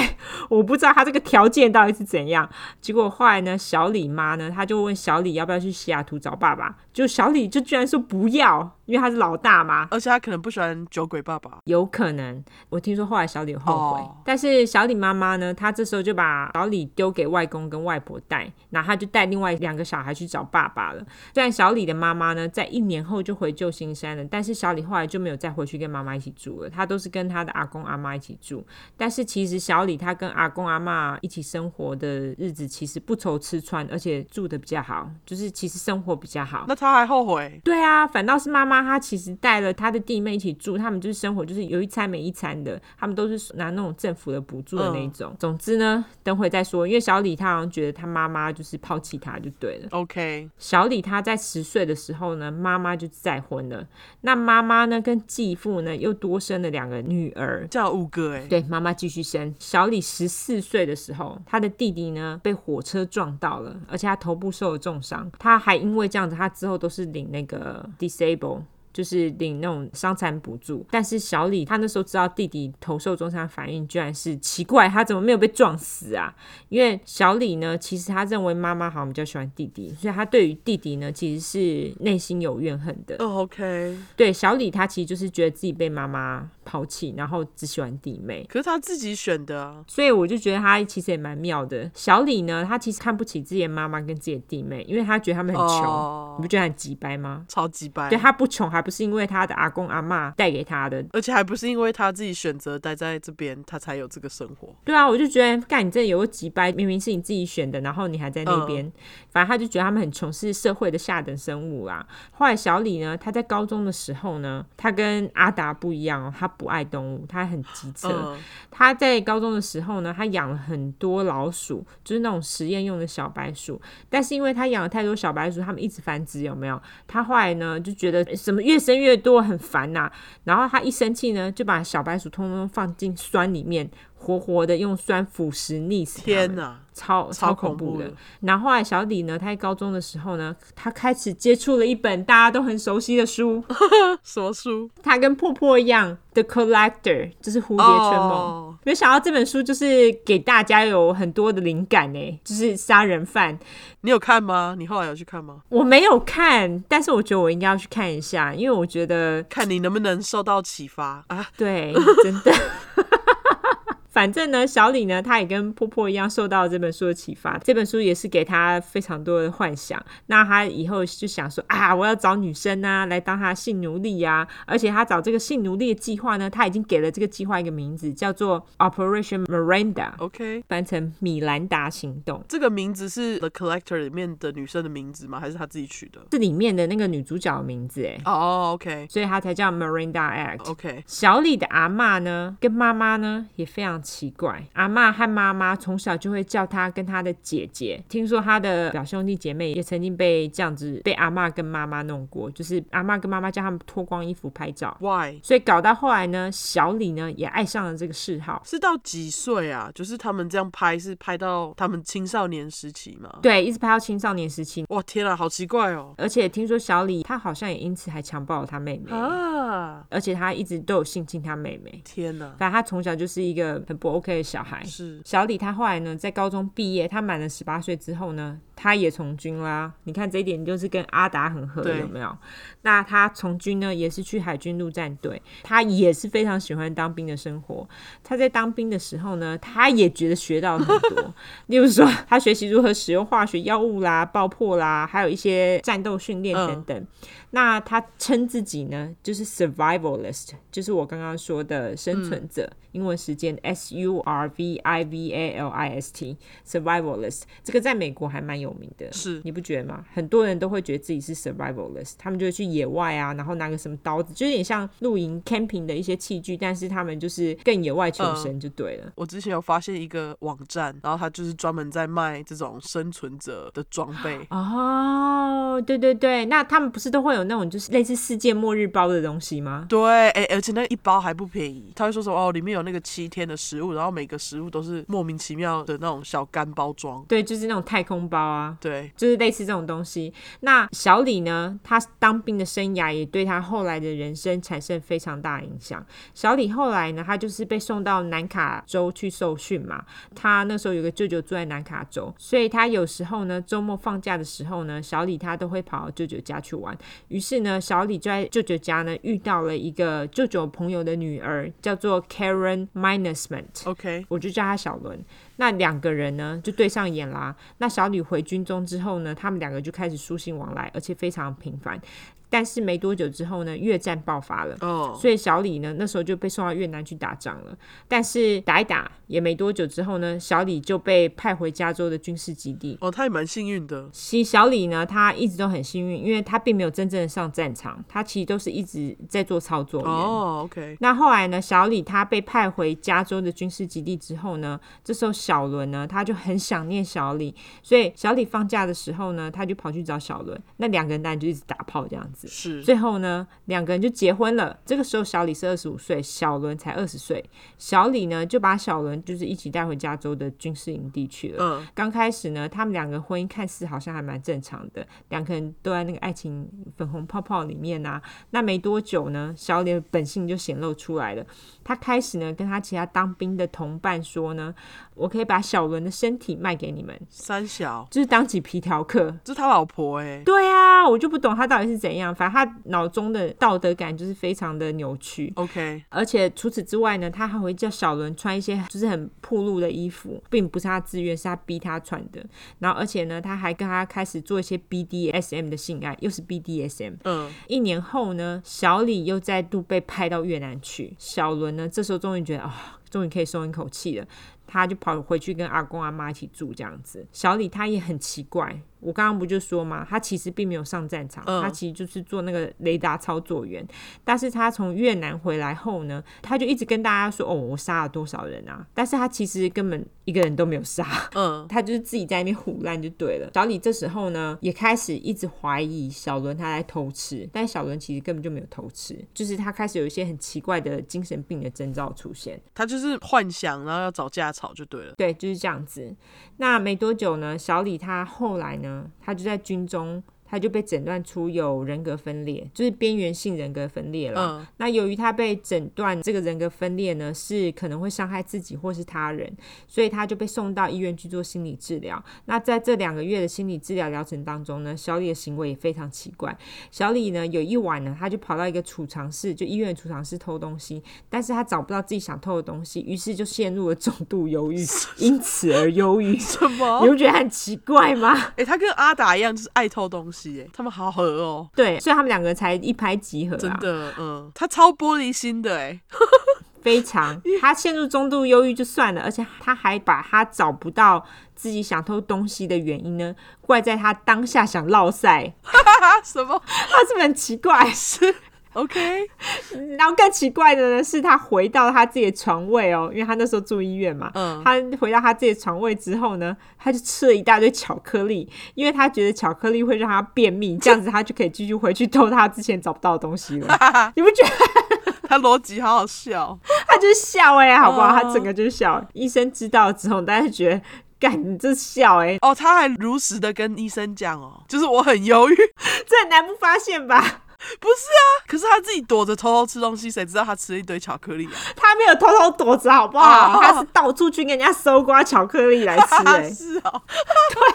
S2: 我不知道他这个条件到底是怎样。结果后来呢，小李妈呢，她就问小李要不要去西雅图找爸爸，就小李就居然说不要，因为他是老大嘛。
S1: 而且他可能不喜欢酒鬼爸爸。
S2: 有可能，我听说后来小李有后悔
S1: 哦
S2: 但是小李妈妈呢，她这时候就把小李丢给外公跟外婆带，然后她就带另外两个小孩去找爸爸了。虽然小李的妈妈呢，在一年后就回旧金山了，但是小李后来就没有再回去跟妈妈一起住了，他都是跟他的阿公阿妈一起住。但是其实小李他跟阿公阿妈一起生活的日子，其实不愁吃穿，而且住的比较好，就是其实生活比较好。
S1: 那他还后悔，
S2: 对啊，反倒是妈妈她其实带了她的弟妹一起住，他们就是生活就是有一餐没一餐的，他们都是拿那种政府的补助的那一种。总之呢，等会再说，因为小李他好像觉得他妈妈就是抛弃他就对了。
S1: OK，
S2: 小李他在十岁的时候呢，妈妈就再婚了，那妈妈呢跟继父呢又多生了两个女儿。
S1: 这样有五个哎，
S2: 对，妈妈继续生。小李十四岁的时候，他的弟弟呢被火车撞到了，而且他头部受了重伤。他还因为这样子，他之后都是领那个 disable。就是领那种伤残补助，但是小李他那时候知道弟弟头受重伤，反应居然是奇怪，他怎么没有被撞死啊？因为小李呢，其实他认为妈妈好像比较喜欢弟弟，所以他对于弟弟呢，其实是内心有怨恨的。
S1: 嗯 OK，
S2: 对小李，他其实就是觉得自己被妈妈抛弃，然后只喜欢弟妹。
S1: 可是他自己选的啊，
S2: 所以我就觉得他其实也蛮妙的。小李呢，他其实看不起自己的妈妈跟自己的弟妹，因为他觉得他们很穷，
S1: 哦
S2: 你不觉得很鸡掰吗？
S1: 超级白
S2: 对，他不穷，还不是因为他的阿公阿妈带给他的。
S1: 而且还不是因为他自己选择待在这边，他才有这个生活。
S2: 对啊，我就觉得，干你这有个鸡掰，明明是你自己选的，然后你还在那边。
S1: 嗯
S2: 反正他就觉得他们很穷，是社会的下等生物啦。后来小李呢，他在高中的时候呢，他跟阿达不一样哦，他不爱动物，他很机车。
S1: 嗯，
S2: 他在高中的时候呢，他养了很多老鼠，就是那种实验用的小白鼠。但是因为他养了太多小白鼠，他们一直繁殖，有没有？他后来呢就觉得诶什么越生越多，很烦呐、然后他一生气呢，就把小白鼠通通放进酸里面，活活的用酸腐蚀溺死它们。
S1: 天哪，
S2: 超
S1: 超
S2: 恐
S1: 恐怖
S2: 的
S1: 的。
S2: 然后后来小李呢，他在高中的时候呢，他开始接触了一本大家都很熟悉的书，
S1: 什么书？
S2: 他跟破破一样，《The Collector》就是蝴蝶圈梦。
S1: 哦
S2: 没想到这本书就是给大家有很多的灵感呢，就是杀人犯。
S1: 你有看吗？你后来有去看吗？
S2: 我没有看，但是我觉得我应该要去看一下，因为我觉得
S1: 看你能不能受到启发啊！
S2: 对，真的。 [LAUGHS] 反正呢，小李呢，他也跟婆婆一样受到这本书的启发。这本书也是给他非常多的幻想。那他以后就想说啊，我要找女生啊，来当他的性奴隶啊。而且他找这个性奴隶的计划呢，他已经给了这个计划一个名字，叫做 Operation Miranda，
S1: OK，
S2: 翻成米兰达行动。
S1: 这个名字是《The Collector》里面的女生的名字吗？还是她自己取的？
S2: 是里面的那个女主角的名字，哎，
S1: 哦，OK，OK、
S2: 所以他才叫 Miranda Act。
S1: o k OK，
S2: 小李的阿嬷呢，跟妈妈呢也非常奇怪。阿嬷和妈妈从小就会叫她跟她的姐姐。听说她的表兄弟姐妹也曾经被这样子被阿嬷跟妈妈弄过，就是阿嬷跟妈妈叫他们脱光衣服拍照。
S1: Why？
S2: 所以搞到后来呢，小李呢也爱上了这个嗜好。
S1: 是到几岁啊？就是他们这样拍，是拍到他们青少年时期吗？
S2: 对，一直拍到青少年时期，
S1: 哇，天啊，好奇怪哦！
S2: 而且听说小李他好像也因此还强暴了他妹妹，
S1: 啊，
S2: 而且他一直都有性侵他妹妹。
S1: 天哪，
S2: 反正他从小就是一个很不 OK 的小孩。
S1: 是
S2: 小李他后来呢，在高中毕业，他满了十八岁之后呢，他也从军啦。你看这一点就是跟阿达很合，
S1: 对
S2: 有没有？那他从军呢，也是去海军陆战队，他也是非常喜欢当兵的生活。他在当兵的时候呢，他也觉得学到了很多， [LAUGHS] 例如说他学习如何使用化学药物啦、爆破啦，还有一些战斗训练等等。那他称自己呢，就是 survivalist，就是我刚刚说的生存者，英文时间 S U R V I V A L I S T，survivalist，这个在美国还蛮有名的，
S1: 是
S2: 你不觉得吗？很多人都会觉得自己是 survivalist，他们就会去野外啊，然后拿个什么刀子，就有点像露营 camping 的一些器具，但是他们就是更野外求生就对了。。
S1: 我之前有发现一个网站，然后它就是专门在卖这种生存者的装备
S2: 哦，对对对，那他们不是都会有那种就是类似世界末日包的东西吗？
S1: 对，哎、而且那一包还不便宜。他会说什么哦，里面有那个七天的食物，然后每个食物都是莫名其妙的那种小干包装。
S2: 对，就是那种太空包啊。
S1: 对，
S2: 就是类似这种东西。那小李呢，他当兵的生涯也对他后来的人生产生非常大影响。小李后来呢，他就是被送到南卡州去受训嘛。他那时候有个舅舅住在南卡州，所以他有时候呢，周末放假的时候呢，小李他都会跑到舅舅家去玩。于是呢，小李就在舅舅家呢遇到了一个舅舅朋友的女儿，叫做 Karen Minusment。
S1: OK，
S2: 我就叫他小伦。那两个人呢，就对上眼啦。那小李回军中之后呢，他们两个就开始书信往来，而且非常频繁。但是没多久之后呢，越战爆发了。
S1: 哦，
S2: 所以小李呢，那时候就被送到越南去打仗了。但是打一打也没多久之后呢，小李就被派回加州的军事基地。
S1: 哦，他也蛮幸运的。
S2: 其实小李呢，他一直都很幸运，因为他并没有真正的上战场，他其实都是一直在做操作员。
S1: 哦，OK，
S2: 那后来呢，小李他被派回加州的军事基地之后呢，这时候小伦呢，他就很想念小李，所以小李放假的时候呢，他就跑去找小伦，那两个人当然就一直打炮这样子。
S1: 是
S2: 最后呢，两个人就结婚了。这个时候，小李是二十五岁，小伦才二十岁。小李呢，就把小伦就是一起带回加州的军事营地去了。
S1: 嗯，
S2: 刚开始呢，他们两个婚姻看似好像还蛮正常的，两个人都在那个爱情粉红泡泡里面啊。那没多久呢，小李的本性就显露出来了。他开始呢，跟他其他当兵的同伴说呢，我可以把小伦的身体卖给你们，
S1: 三小，
S2: 就是当起皮条客。
S1: 这是他老婆哎、
S2: 对啊，我就不懂他到底是怎样，反正他脑中的道德感就是非常的扭曲。
S1: OK，
S2: 而且除此之外呢，他还会叫小伦穿一些就是很暴露的衣服，并不是他自愿，是他逼他穿的。然后而且呢，他还跟他开始做一些 BDSM 的性爱，又是 BDSM。
S1: 嗯，
S2: 一年后呢，小李又再度被派到越南去。小伦呢，这时候终于觉得啊、终于可以松一口气了。他就跑回去跟阿公阿妈一起住这样子。小李他也很奇怪，我刚刚不就说嘛，他其实并没有上战场，
S1: 嗯
S2: 他其实就是做那个雷达操作员。但是他从越南回来后呢，他就一直跟大家说：“哦，我杀了多少人啊！”但是他其实根本一个人都没有杀。
S1: 嗯，
S2: 他就是自己在那边胡乱就对了。小李这时候呢，也开始一直怀疑小伦他在偷吃，但小伦其实根本就没有偷吃，就是他开始有一些很奇怪的精神病的征兆出现。
S1: 他就是幻想，然后要找架草就对了。
S2: 对，就是这样子。那没多久呢，小李他后来呢，他就在军中，他就被诊断出有人格分裂，就是边缘性人格分裂了。
S1: 嗯
S2: 那由于他被诊断这个人格分裂呢，是可能会伤害自己或是他人，所以他就被送到医院去做心理治疗。那在这两个月的心理治疗疗程当中呢，小李的行为也非常奇怪。小李呢，有一晚呢，他就跑到一个储藏室，就医院的储藏室偷东西，但是他找不到自己想偷的东西，于是就陷入了重
S1: [LAUGHS]
S2: 度忧郁，因此而忧郁。
S1: 什么
S2: 你？不觉得很奇怪吗？
S1: 哎、他跟阿达一样，就是爱偷东西、哎，他们好合哦、
S2: 对，所以他们两个才一拍即合、啊，
S1: 真的，嗯，他超玻璃心的、哎，
S2: 非常，他陷入中度忧郁就算了，而且他还把他找不到自己想偷东西的原因呢，怪在他当下想落塞， [LAUGHS]
S1: 啊，什么？
S2: 他是不是很奇怪？
S1: 是 OK，
S2: 然后更奇怪的呢，是他回到他自己的床位哦，因为他那时候住医院嘛，
S1: 嗯，
S2: 他回到他自己的床位之后呢，他就吃了一大堆巧克力，因为他觉得巧克力会让他便秘，这样子他就可以继续回去偷他之前找不到的东西了。你不觉得
S1: 他逻辑好好笑，
S2: [LAUGHS] 他就是笑哎、好不好？
S1: 哦
S2: 他整个就是笑、医生知道之后，大家就觉得，干你这笑哎、
S1: 哦，他还如实的跟医生讲哦，就是我很犹豫， [LAUGHS]
S2: 这很难不发现吧？ [LAUGHS]
S1: 不是啊，可是他自己躲着偷偷吃东西，谁知道他吃了一堆巧克力啊？
S2: 他没有偷偷躲着，好不好？
S1: 哦
S2: 他是到处去跟人家搜刮巧克力来吃、
S1: 啊 [LAUGHS]
S2: 哎，
S1: 是哦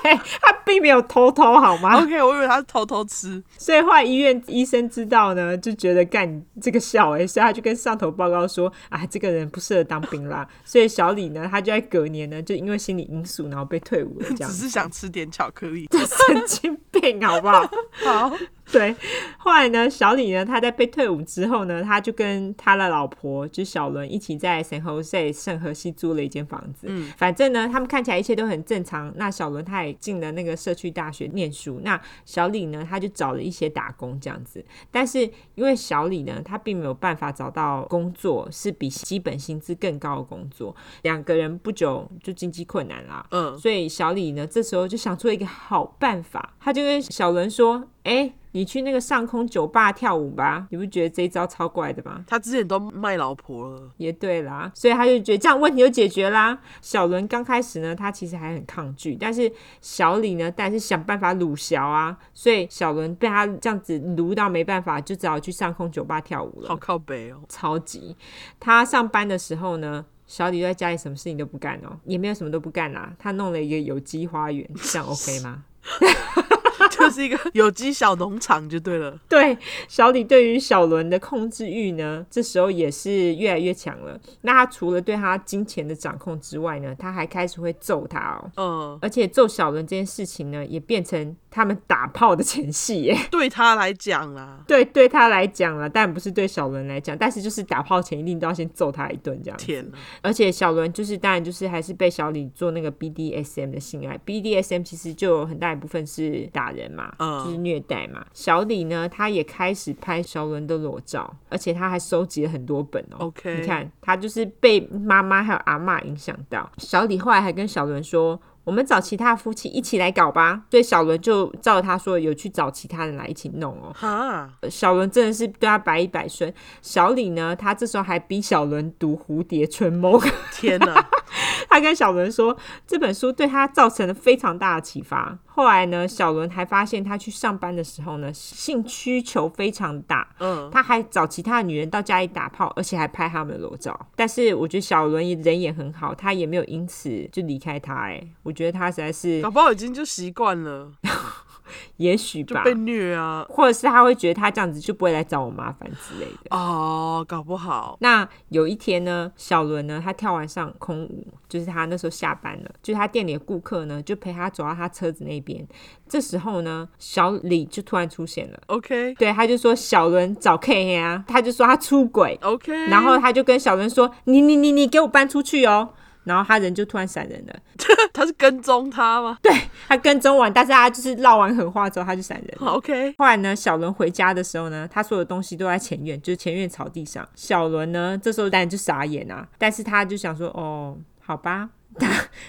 S2: 对他并没有偷偷，好吗？
S1: ，OK，我以为他是偷偷吃，
S2: 所以后来医院医生知道呢，就觉得干这个笑哎、所以他就跟上头报告说，啊，这个人不适合当兵啦。所以小李呢，他就在隔年呢，就因为心理因素，然后被退伍了，这样
S1: [LAUGHS] 只
S2: 子。
S1: 是想吃点巧克力。
S2: 神经病，好不好？ [LAUGHS]
S1: 好，
S2: 对，后来呢，小李呢，他在被退伍之后呢，他就跟他的老婆就是小伦一起在 San Jose 圣河西租了一间房子。嗯，反正呢，他们看起来一切都很正常。那小伦他也进了那个社区大学念书，那小李呢，他就找了一些打工这样子。但是因为小李呢，他并没有办法找到工作，是比基本薪资更高的工作，两个人不久就经济困难啦。
S1: 嗯，
S2: 所以小李呢，这时候就想出一个好办法，他就跟小伦说：“哎、你去那个上空酒吧跳舞吧。”你不觉得这一招超怪的吗？
S1: 他之前都卖老婆了，
S2: 也对啦，所以他就觉得这样问题就解决啦。小伦刚开始呢，他其实还很抗拒，但是小李呢，但是想办法鲁小啊，所以小伦被他这样子撸到没办法，就只好去上空酒吧跳舞了
S1: 好。靠北哦。
S2: [LAUGHS] 超级。他上班的时候呢，小李就在家里什么事情都不干哦，也没有什么都不干啦、他弄了一个有机花园，这样 OK 吗？
S1: 就是一个有机小农场就对了。
S2: [LAUGHS] 对，小李对于小伦的控制欲呢，这时候也是越来越强了。那他除了对他金钱的掌控之外呢，他还开始会揍他哦。
S1: 嗯，
S2: 而且揍小伦这件事情呢，也变成他们打炮的前戏耶。 [LAUGHS]
S1: 对他来讲啦，
S2: 对，对他来讲了，但不是对小伦来讲。但是就是打炮前一定都要先揍他一顿这样子。
S1: 天哪，
S2: 而且小伦就是当然就是还是被小李做那个 BDSM 的性爱，BDSM 其实就有很大一部分是打人嘛，
S1: 嗯
S2: 就是虐待嘛。小李呢，他也开始拍小伦的裸照，而且他还收集了很多本哦。
S1: OK
S2: 你看他就是被妈妈还有阿嬷影响到。小李后来还跟小伦说。我们找其他夫妻一起来搞吧，所以小伦就照他说的有去找其他人来一起弄哦。
S1: 哈，
S2: 小伦真的是对他百依百顺。小李呢，他这时候还逼小伦读《蝴蝶春梦》，
S1: 天哪，
S2: 他跟小伦说这本书对他造成了非常大的启发。后来呢，小伦还发现他去上班的时候呢，性需求非常大。 [LAUGHS]
S1: 嗯，
S2: 他还找其他的女人到家里打炮，而且还拍他们的裸照。但是我觉得小伦也人也很好，他也没有因此就离开他、哎，我觉得他实在是
S1: 搞，不好已经就习惯了，
S2: 也许
S1: 就
S2: 吧，
S1: 被虐啊。
S2: 或者是他会觉得他这样子就不会来找我麻烦之类的。
S1: 哦，搞不好，
S2: 那有一天呢，小伦呢，他跳完上空舞，就是他那时候下班了，就是他店里的顾客呢，就陪他走到他车子那边。这时候呢，小李就突然出现了，
S1: OK
S2: 对，他就说小伦找 K 呀、他就说他出轨，
S1: OK，
S2: 然后他就跟小伦说，你你你你给我搬出去哦。然后他人就突然闪人了，
S1: [LAUGHS] 他是跟踪他吗
S2: 他跟踪完，但是他就是唠完狠话之后，他就闪人了。
S1: ？OK，
S2: 后来呢，小伦回家的时候呢，他所有东西都在前院，就是前院草地上。小伦呢，这时候当然就傻眼啊，但是他就想说，哦，好吧， [LAUGHS]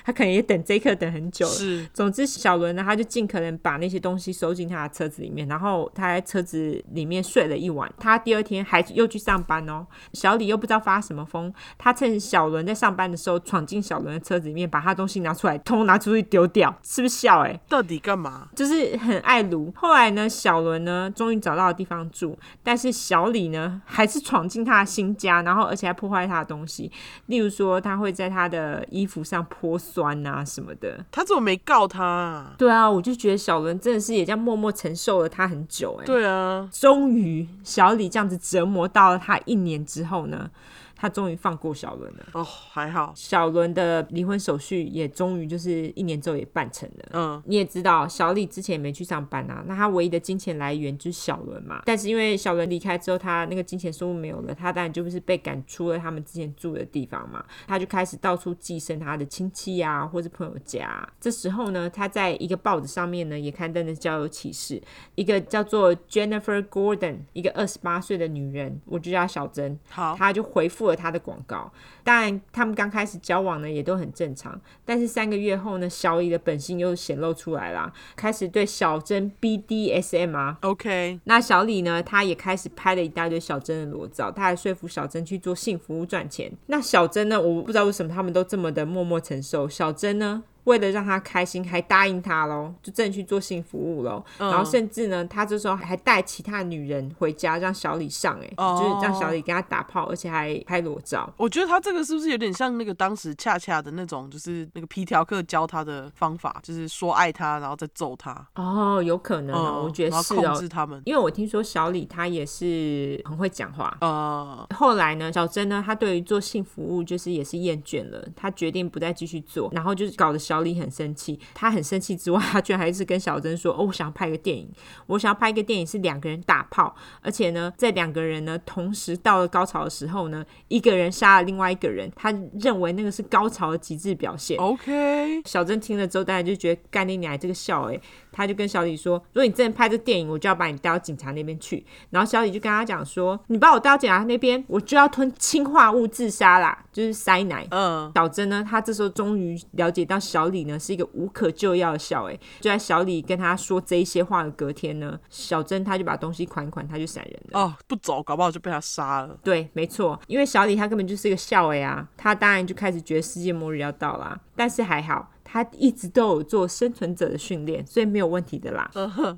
S2: 他可能也等这一刻等很久了。
S1: 是
S2: 总之，小伦呢，他就尽可能把那些东西收进他的车子里面，然后他在车子里面睡了一晚。他第二天还又去上班哦。小李又不知道发什么疯，他趁小伦在上班的时候闯进小伦的车子里面，把他东西拿出来，通通拿出去丢掉，是不是笑、欸？哎，
S1: 到底干嘛？
S2: 就是很爱撸。后来呢，小伦呢终于找到地方住，但是小李呢还是闯进他的新家，然后而且还破坏他的东西，例如说他会在他的衣服上泼酸啊什么的。
S1: 他怎么没告他、啊？
S2: 对啊，我就觉得小伦真的是也这样默默承受了他很久哎、
S1: 对啊，
S2: 终于，小李这样子折磨到了他一年之后呢，他终于放过小伦了。
S1: 哦，还好，
S2: 小伦的离婚手续也终于就是一年之后也办成了。
S1: 嗯，
S2: 你也知道，小李之前也没去上班啊，那他唯一的金钱来源就是小伦嘛。但是因为小伦离开之后，他那个金钱收入没有了，他当然就是被赶出了他们之前住的地方嘛。他就开始到处寄生他的亲戚啊，或是朋友家啊、这时候呢，他在一个报纸上面呢也刊登了交友启事，一个叫做 Jennifer Gordon，一个二十八岁的女人，我就叫她小珍。
S1: 好，
S2: 他就回复了他的广告。当然，他们刚开始交往呢也都很正常，但是三个月后呢，小李的本性又显露出来啦，开始对小珍 BDSM 啊。
S1: ，OK，
S2: 那小李呢，他也开始拍了一大堆小珍的裸照，他还说服小珍去做性服务赚钱。那小珍呢，我不知道为什么他们都这么的默默承受。小珍呢？为了让他开心，还答应他喽，就真的去做性服务喽。然后甚至呢，他这时候还带其他女人回家，让小李上、欸，哎、
S1: 哦
S2: 就是让小李给他打炮，而且还拍裸照。
S1: 我觉得他这个是不是有点像那个当时恰恰的那种，就是那个皮条客教他的方法，就是说爱他，然后再揍他。
S2: 哦，有可能、哦，
S1: 嗯，
S2: 我觉得
S1: 然
S2: 是
S1: 后
S2: 哦
S1: 控，制他们。
S2: 因为我听说小李他也是很会讲话。
S1: 呃，
S2: 后来呢，小珍呢，她对于做性服务就是也是厌倦了，她决定不再继续做，然后就是搞得小李很生气。她很生气之外，她居然还是跟小珍说：“哦，我想要拍个电影，我想要拍一个电影是两个人打炮，而且呢，在两个人呢同时到了高潮的时候呢，一个人杀了另外一个人，她认为那个是高潮的极致表现。
S1: OK，
S2: 小珍听了之后，当然就觉得干你娘这个笑哎、欸，她就跟小李说，如果你真的拍这电影，我就要把你带到警察那边去。然后小李就跟他讲说，你把我带到警察那边，我就要吞氰化物自杀啦， [LAUGHS] 就是塞奶。
S1: 嗯，
S2: 小珍呢，她这时候终于了解到小李呢是一个无可救药的笑哎、欸，就在小李跟他说这一些话的隔天呢，小珍她就把东西款一款，她就闪人了。
S1: 哦，不走，搞不好就被他杀了。
S2: 对，没错，因为小李他根本就是个笑哎啊，他当然就开始觉得世界末日要到啦。但是还好，他一直都有做生存者的训练，所以没有问题的啦。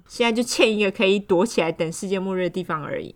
S2: 现在就欠一个可以躲起来等世界末日的地方而已。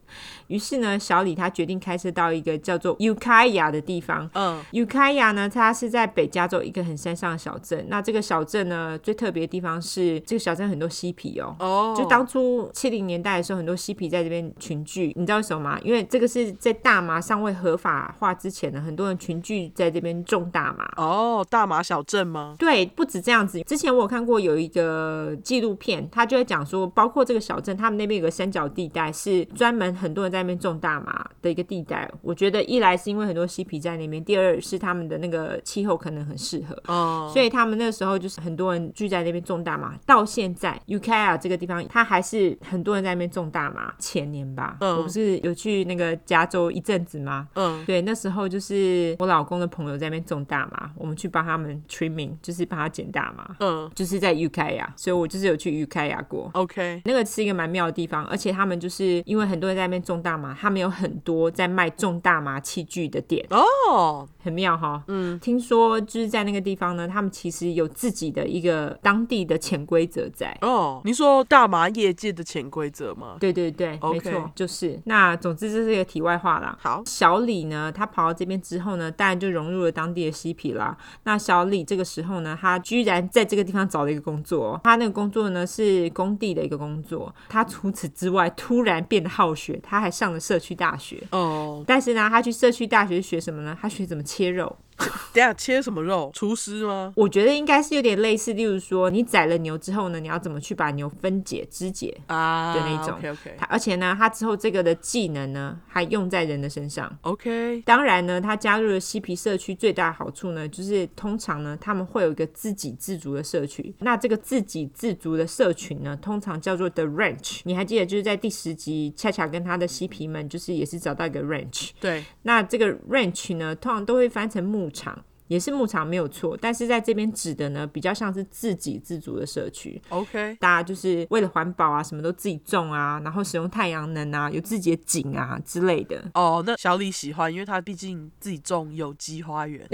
S2: 于是呢，小李他决定开车到一个叫做 Ukiah 的地方，
S1: 嗯，
S2: u k i a 呢，它是在北加州一个很山上的小镇。那这个小镇呢，最特别的地方是这个小镇很多嬉皮哦。
S1: 哦
S2: 就当初七零年代的时候，很多嬉皮在这边群聚，你知道为什么吗？因为这个是在大麻尚未合法化之前呢，很多人群聚在这边种大麻。
S1: 哦，大马小镇吗？
S2: 对，不止这样子。之前我有看过有一个纪录片，他就会讲说，包括这个小镇，他们那边有个三角地带，是专门很多人在那边种大麻的一个地带。我觉得一来是因为很多嬉皮在那边，第二是他们的那个气候可能很适合。
S1: 嗯，
S2: 所以他们那时候就是很多人聚在那边种大麻，到现在 Ukiah 这个地方，他还是很多人在那边种大麻。前年吧，
S1: 嗯
S2: 我不是有去那个加州一阵子吗？
S1: 嗯，
S2: 对，那时候就是我老公的朋友在那边种大麻，我们去帮他们 trimming，就是帮他剪大麻，
S1: 嗯
S2: 就是在 Ukiah，所以我就是有去 Ukiah 过。
S1: ，OK，
S2: 那个是一个蛮妙的地方，而且他们就是因为很多人在那边种大麻，他们有很多在卖种大麻器具的店，
S1: 哦，
S2: 很妙哈。嗯，听说就是在那个地方呢，他们其实有自己的一个当地的潜规则在。
S1: 哦，你说大麻业界的潜规则吗？
S2: 对对对
S1: OK
S2: 没错，就是。那总之这是一个题外话啦。
S1: 好，
S2: 小李呢，他跑到这边之后呢，当然就融入了当地的嬉皮啦。那小李这个时候呢，他居然在这个地方找了一个工作哦，他那个工作呢是工地的一个工作。他除此之外，突然变得好学，他还上了社区大学。
S1: 哦，
S2: 但是呢，他去社区大学学什么呢？他学怎么切肉。
S1: 等一下切什么肉？厨师吗？
S2: 我觉得应该是有点类似，例如说你宰了牛之后呢，你要怎么去把牛分解、肢解？
S1: 啊
S2: 的那种
S1: OK OK
S2: 它而且呢，它之后这个的技能呢，还用在人的身上。
S1: OK，
S2: 当然呢，它加入了嬉皮社区最大的好处呢，就是通常呢，他们会有一个自给自足的社区。那这个自给自足的社群呢，通常叫做 The Ranch。你还记得就是在第十集，恰恰跟他的嬉皮们就是也是找到一个 Ranch。
S1: 对，
S2: 那这个 ranch 呢，通常都会翻成牧场。也也是牧场没有错，但是在这边指的呢，比较像是自给自足的社区。
S1: OK，
S2: 大家就是为了环保啊，什么都自己种啊，然后使用太阳能啊，有自己的井啊之类的。
S1: 哦，那小李喜欢，因为他毕竟自己种有机花
S2: [LAUGHS]
S1: 园，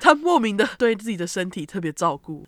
S1: 他莫名的对自己的身体特别照顾。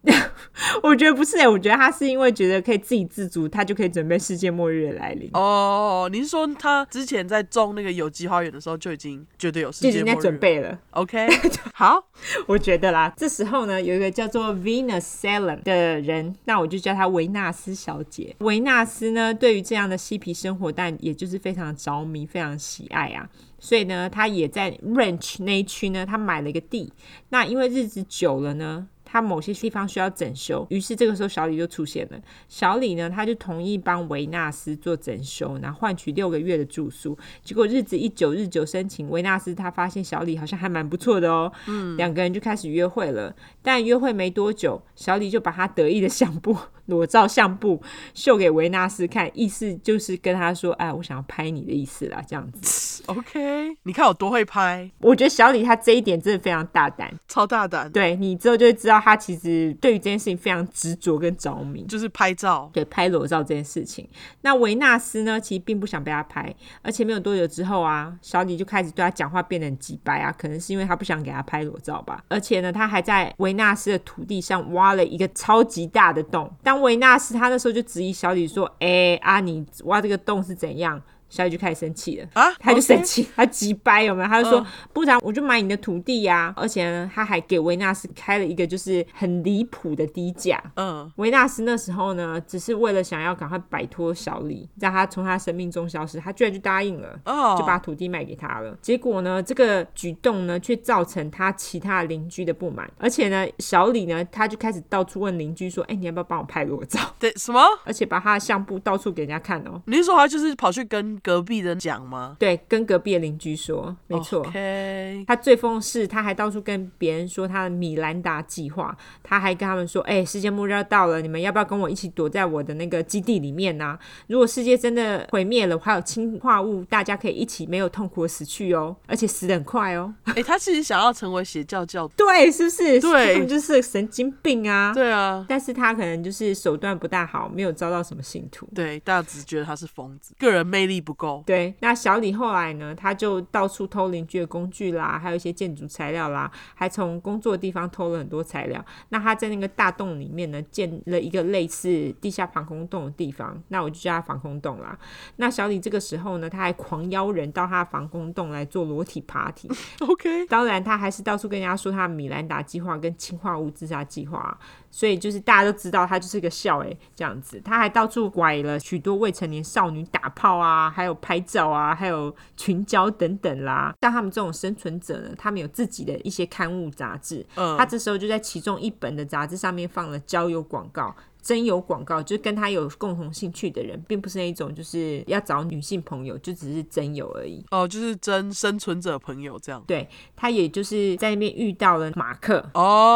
S2: 我觉得不是、欸，我觉得他是因为觉得可以自给自足，他就可以准备世界末日的来临。
S1: 哦，你是说他之前在种那个有机花园的时候就已经觉得有世
S2: 就已
S1: 界
S2: 经
S1: 末
S2: 在
S1: 日
S2: 准
S1: 了
S2: 备了，
S1: ？OK，好，
S2: [LAUGHS] 我觉得啦。这时候呢，有一个叫做 Venus Salem 的人，那我就叫她维纳斯小姐。维纳斯呢，对于这样的嬉皮生活，但也就是非常着迷，非常喜爱啊。所以呢，她也在 Ranch 那一区呢，她买了一个地。那因为日子久了呢，他某些地方需要整修，于是这个时候小李就出现了。小李呢，他就同意帮维纳斯做整修，然后换取六个月的住宿。结果日子一久日久生情，维纳斯他发现小李好像还蛮不错的哦，嗯，两个人就开始约会了。但约会没多久，小李就把他得意的相簿、 [LAUGHS] 裸照相簿秀给维纳斯看，意思就是跟他说：“哎，我想要拍你的意思啦。”这样子，
S1: OK，你看我多会拍，
S2: 我觉得小李他这一点真的非常大胆，
S1: 超大胆，
S2: 对你之后就会知道，他其实对于这件事情非常执着跟着迷。
S1: 就是拍照。
S2: 对拍裸照这件事情，那维纳斯呢，其实并不想被他拍，而且没有多久之后啊，小李就开始对他讲话变得很急白啊，可能是因为他不想给他拍裸照吧。而且呢，他还在维纳斯的土地上挖了一个超级大的洞。当维纳斯他那时候就质疑小李说：“哎、啊，你挖这个洞是怎样？”小李就开始生气了。
S1: 啊，
S2: 他就
S1: OK
S2: 生气，他急掰有没有？他就说，
S1: 嗯
S2: 不然我就买你的土地呀、而且呢，他还给维纳斯开了一个就是很离谱的低价。
S1: 嗯，
S2: 维纳斯那时候呢，只是为了想要赶快摆脱小李，让他从他生命中消失，他居然就答应了。
S1: 哦，
S2: 就把土地卖给他了。结果呢，这个举动呢，却造成他其他邻居的不满。而且呢，小李呢，他就开始到处问邻居说：“哎、你要不要帮我拍裸照
S1: 对什么？”？
S2: 而且把他的相簿到处给人家看哦。
S1: 你是说他就是跑去跟隔壁人讲吗？
S2: 对，跟隔壁的邻居说，没错。
S1: 哦 OK， [LAUGHS]
S2: 他最疯的是，他还到处跟别人说他的米兰达计划，他还跟他们说：“哎、世界末日要到了，你们要不要跟我一起躲在我的那个基地里面呢、啊如果世界真的毁灭了，我还有氰化物，大家可以一起没有痛苦的死去哦，而且死得很快哦。 [LAUGHS]
S1: 哎、他其实想要成为邪教教，
S2: 对，是不
S1: 对
S2: 是？根本就是个神经病啊！
S1: 对啊，
S2: 但是他可能就是手段不大好，没有招到什么信徒。
S1: 对，大家只觉得他是疯子，个人魅力不够。
S2: 对，那小李后来呢，他就到处偷邻居的工具啦，还有一些建筑材料啦，还从工作的地方偷了很多材料。那他在那个大洞里面呢，建了一个类似地下防空洞的地方，那我就叫它防空洞啦。那小李这个时候呢，他还狂邀人到他的防空洞来做裸体 party，
S1: OK，
S2: 当然，他还是到处跟人家说他米兰达计划跟氰化物自杀计划啊，所以就是大家都知道他就是个笑诶、这样子。他还到处拐了许多未成年少女打炮啊，还有拍照啊，还有群交等等啦。像他们这种生存者呢，他们有自己的一些刊物杂志，
S1: 嗯
S2: 他这时候就在其中一本的杂志上面放了交友广告。真友广告就是跟他有共同兴趣的人，并不是那一种就是要找女性朋友，就只是真友而已。
S1: 哦，就是真生存者朋友这样。
S2: 对他也就是在那边遇到了马克。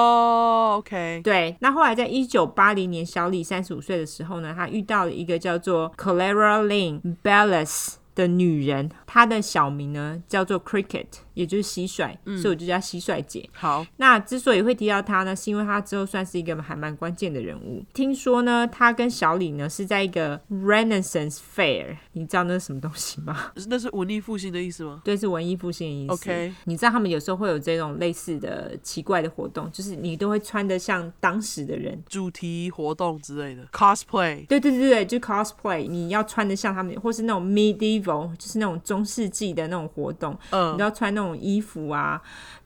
S1: 哦，OK，
S2: 对，那后来在一九八零年，小李三十五岁的时候呢，他遇到了一个叫做 Clara Lynn Ballas 的女人，她的小名呢叫做 Cricket，也就是蟋蟀，所以我就叫她蟋蟀姐。
S1: 好，
S2: 那之所以会提到他呢，是因为他之后算是一个还蛮关键的人物。听说呢，他跟小李呢是在一个 Renaissance Fair，你知道那是什么东西吗？
S1: 那是文艺复兴的意思吗
S2: 对，是文艺复兴的意思。
S1: ？OK，
S2: 你知道他们有时候会有这种类似的奇怪的活动，就是你都会穿得像当时的人。
S1: 主题活动之类的 cosplay。
S2: 对对对对，就 cosplay，你要穿得像他们，或是那种 medieval，就是那种中世纪的那种活动，你都
S1: 嗯，
S2: 要穿那种衣服啊。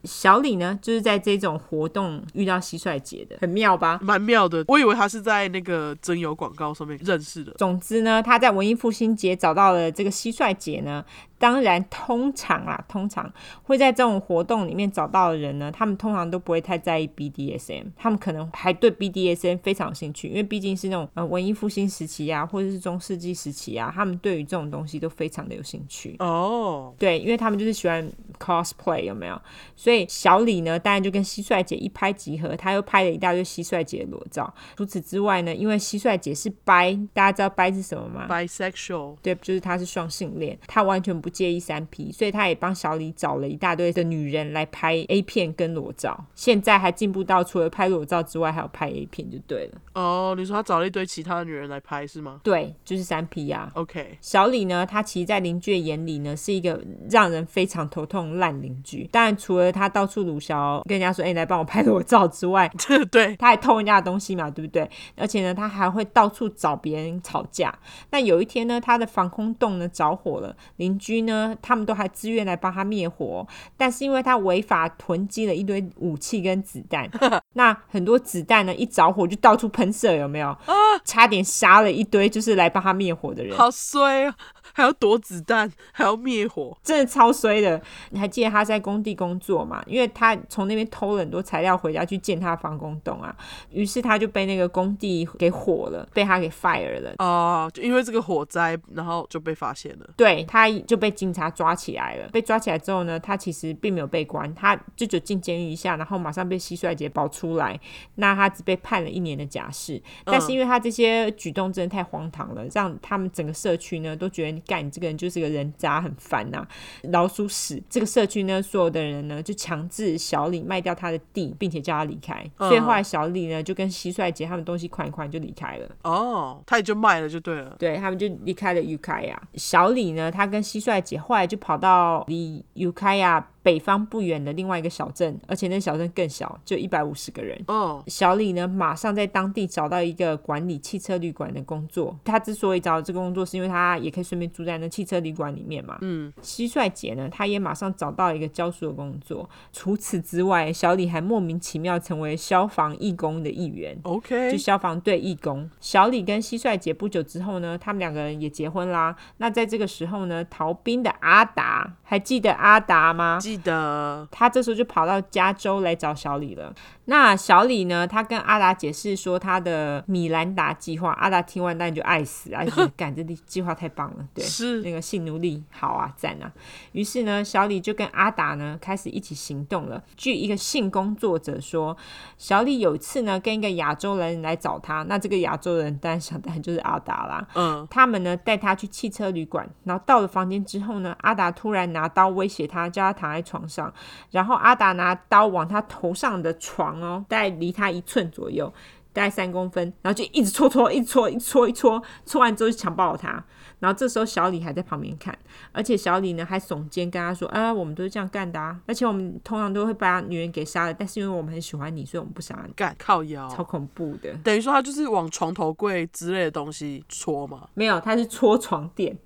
S2: 小李呢，就是在这种活动遇到蟋蟀姐的，很妙吧？
S1: 蛮妙的。我以为他是在那个真友广告上面认识的。
S2: 总之呢，他在文艺复兴节找到了这个蟋蟀姐呢。当然，通常啊，通常会在这种活动里面找到的人呢，他们通常都不会太在意 BDSM，他们可能还对 BDSM 非常有兴趣，因为毕竟是那种呃文艺复兴时期啊，或者是中世纪时期啊，他们对于这种东西都非常的有兴趣。
S1: 哦，
S2: 对，因为他们就是喜欢 cosplay 有没有？所以小李呢，当然就跟蟋蟀姐一拍即合，他又拍了一大堆蟋蟀姐的裸照。除此之外呢，因为蟋蟀姐是掰，大家知道掰是什么吗？
S1: bisexual，
S2: 对，就是他是双性恋，他完全不介意三 P，所以他也帮小李找了一大堆的女人来拍 A 片跟裸照。现在还进步到除了拍裸照之外，还有拍 A 片就对了。
S1: 哦，你说他找了一堆其他的女人来拍是吗
S2: 对，就是三 P 啊呀、
S1: ？OK， [LAUGHS]
S2: 小李呢，他其实，在邻居的眼里呢，是一个让人非常头痛的烂邻居。当然，除了他到处鲁小跟人家说：“哎、你来帮我拍裸照”之外，
S1: 对，
S2: 他还偷人家的东西嘛，对不对？而且呢，他还会到处找别人吵架。那有一天呢，他的防空洞呢着火了，邻居呢他们都还自愿来帮他灭火，但是因为他违法囤积了一堆武器跟子弹， [LAUGHS] 那很多子弹呢一着火就到处喷射，有没有？差点杀了一堆就是来帮他灭火的人。
S1: 好衰啊，还要躲子弹，还要灭火，
S2: 真的超衰的。你还记得他在工地工作嘛？因为他从那边偷了很多材料回家去建他的防空洞啊，于是他就被那个工地给火了，被他给 fire 了。
S1: 哦，就因为这个火灾，然后就被发现了。
S2: 对，他就被警察抓起来了。被抓起来之后呢，他其实并没有被关，他就只有进监狱一下，然后马上被蟋蟀姐保出来。那他只被判了一年的假释，但是因为他这些举动真的太荒唐了，让他们整个社区呢都觉得，干你这个人就是个人渣，很烦呐、老鼠屎。这个社区呢，所有的人呢就强制小李卖掉他的地，并且叫他离开。所以后来小李呢就跟蟋蟀姐他们东西款一款就离开了。
S1: 哦，他也就卖了就对了。
S2: 对他们就离开了 u k 亚。小李呢，他跟蟋蟀姐后来就跑到离 u k 亚北方不远的另外一个小镇，而且那小镇更小，就一百五十个人。
S1: 哦，
S2: 小李呢，马上在当地找到一个管理汽车旅馆的工作。他之所以找到这个工作，是因为他也可以顺便住在那汽车旅馆里面嘛。嗯，蟋蟀姐呢，她也马上找到一个教书的工作。除此之外，小李还莫名其妙成为消防义工的一员。就
S1: OK，
S2: 消防队义工小李跟蟋蟀姐不久之后呢，他们两个人也结婚啦。那在这个时候呢，逃兵的阿达还记得阿达吗？
S1: 记得
S2: 他这时候就跑到加州来找小李了。那小李呢，他跟阿达解释说他的米兰达计划，阿达听完当然就爱死，爱死，干这计划太棒了，对。
S1: 是
S2: 那个性奴隶，好啊，赞啊！于是呢，小李就跟阿达呢开始一起行动了。据一个性工作者说，小李有一次呢跟一个亚洲人来找他，那这个亚洲人当然想当然就是阿达啦。
S1: 嗯，
S2: 他们呢带他去汽车旅馆，然后到了房间之后呢，阿达突然拿刀威胁他，叫他躺在床上，然后阿达拿刀往他头上的床哦，大概离他一寸左右。大概三公分，然后就一直戳戳，一直戳，一直戳，一直戳，戳完之后就强暴他。然后这时候小李还在旁边看，而且小李呢还耸肩跟他说：“啊，我们都是这样干的啊，而且我们通常都会把女人给杀了，但是因为我们很喜欢你，所以我们不杀你。
S1: 干靠”
S2: 超
S1: 腰，
S2: 恐怖的，
S1: 等于说他就是往床头柜之类的东西戳嘛。
S2: 没有，他是戳床垫，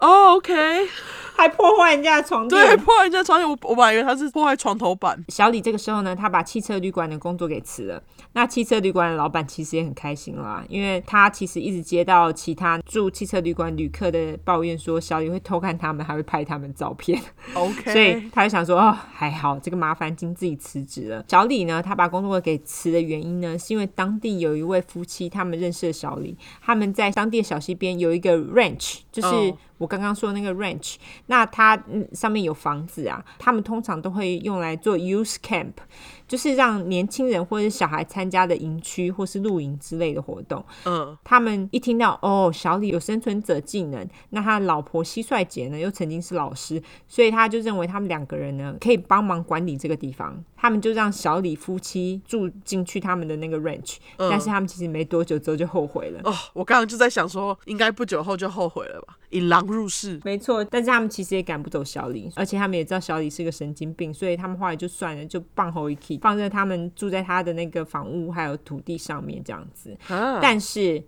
S1: 哦，OK，
S2: 还破坏人家的床垫。
S1: [LAUGHS] 对，破坏人家床垫，我我本来以为他是破坏床头板。
S2: 小李这个时候呢，他把汽车旅馆的工作给辞了。那汽车旅馆的老板其实也很开心啦，因为他其实一直接到其他住汽车旅馆旅客的抱怨说，小李会偷看他们，还会拍他们照片，
S1: OK，
S2: 所以他就想说，哦，还好这个麻烦经自己辞职了。小李呢，他把工作给辞的原因呢，是因为当地有一位夫妻，他们认识了小李，他们在当地的小溪边有一个 ranch，就是
S1: 哦
S2: 我刚刚说的那个 ranch，那它嗯上面有房子啊，他们通常都会用来做 youth camp，就是让年轻人或者小孩参加的营区或是露营之类的活动。
S1: 嗯，
S2: 他们一听到哦，小李有生存者技能，那他的老婆蟋蟀姐呢又曾经是老师，所以他就认为他们两个人呢可以帮忙管理这个地方。他们就让小李夫妻住进去他们的那个 ranch，、但
S1: 嗯
S2: 是他们其实没多久之后就后悔了。
S1: 哦，我刚刚就在想说，应该不久后就后悔了吧？引狼入室，
S2: 没错，但是他们其实也赶不走小李，而且他们也知道小李是个神经病，所以他们后来就算了，就放后一 k 放在他们住在他的那个房屋还有土地上面这样子。
S1: 啊，
S2: 但是，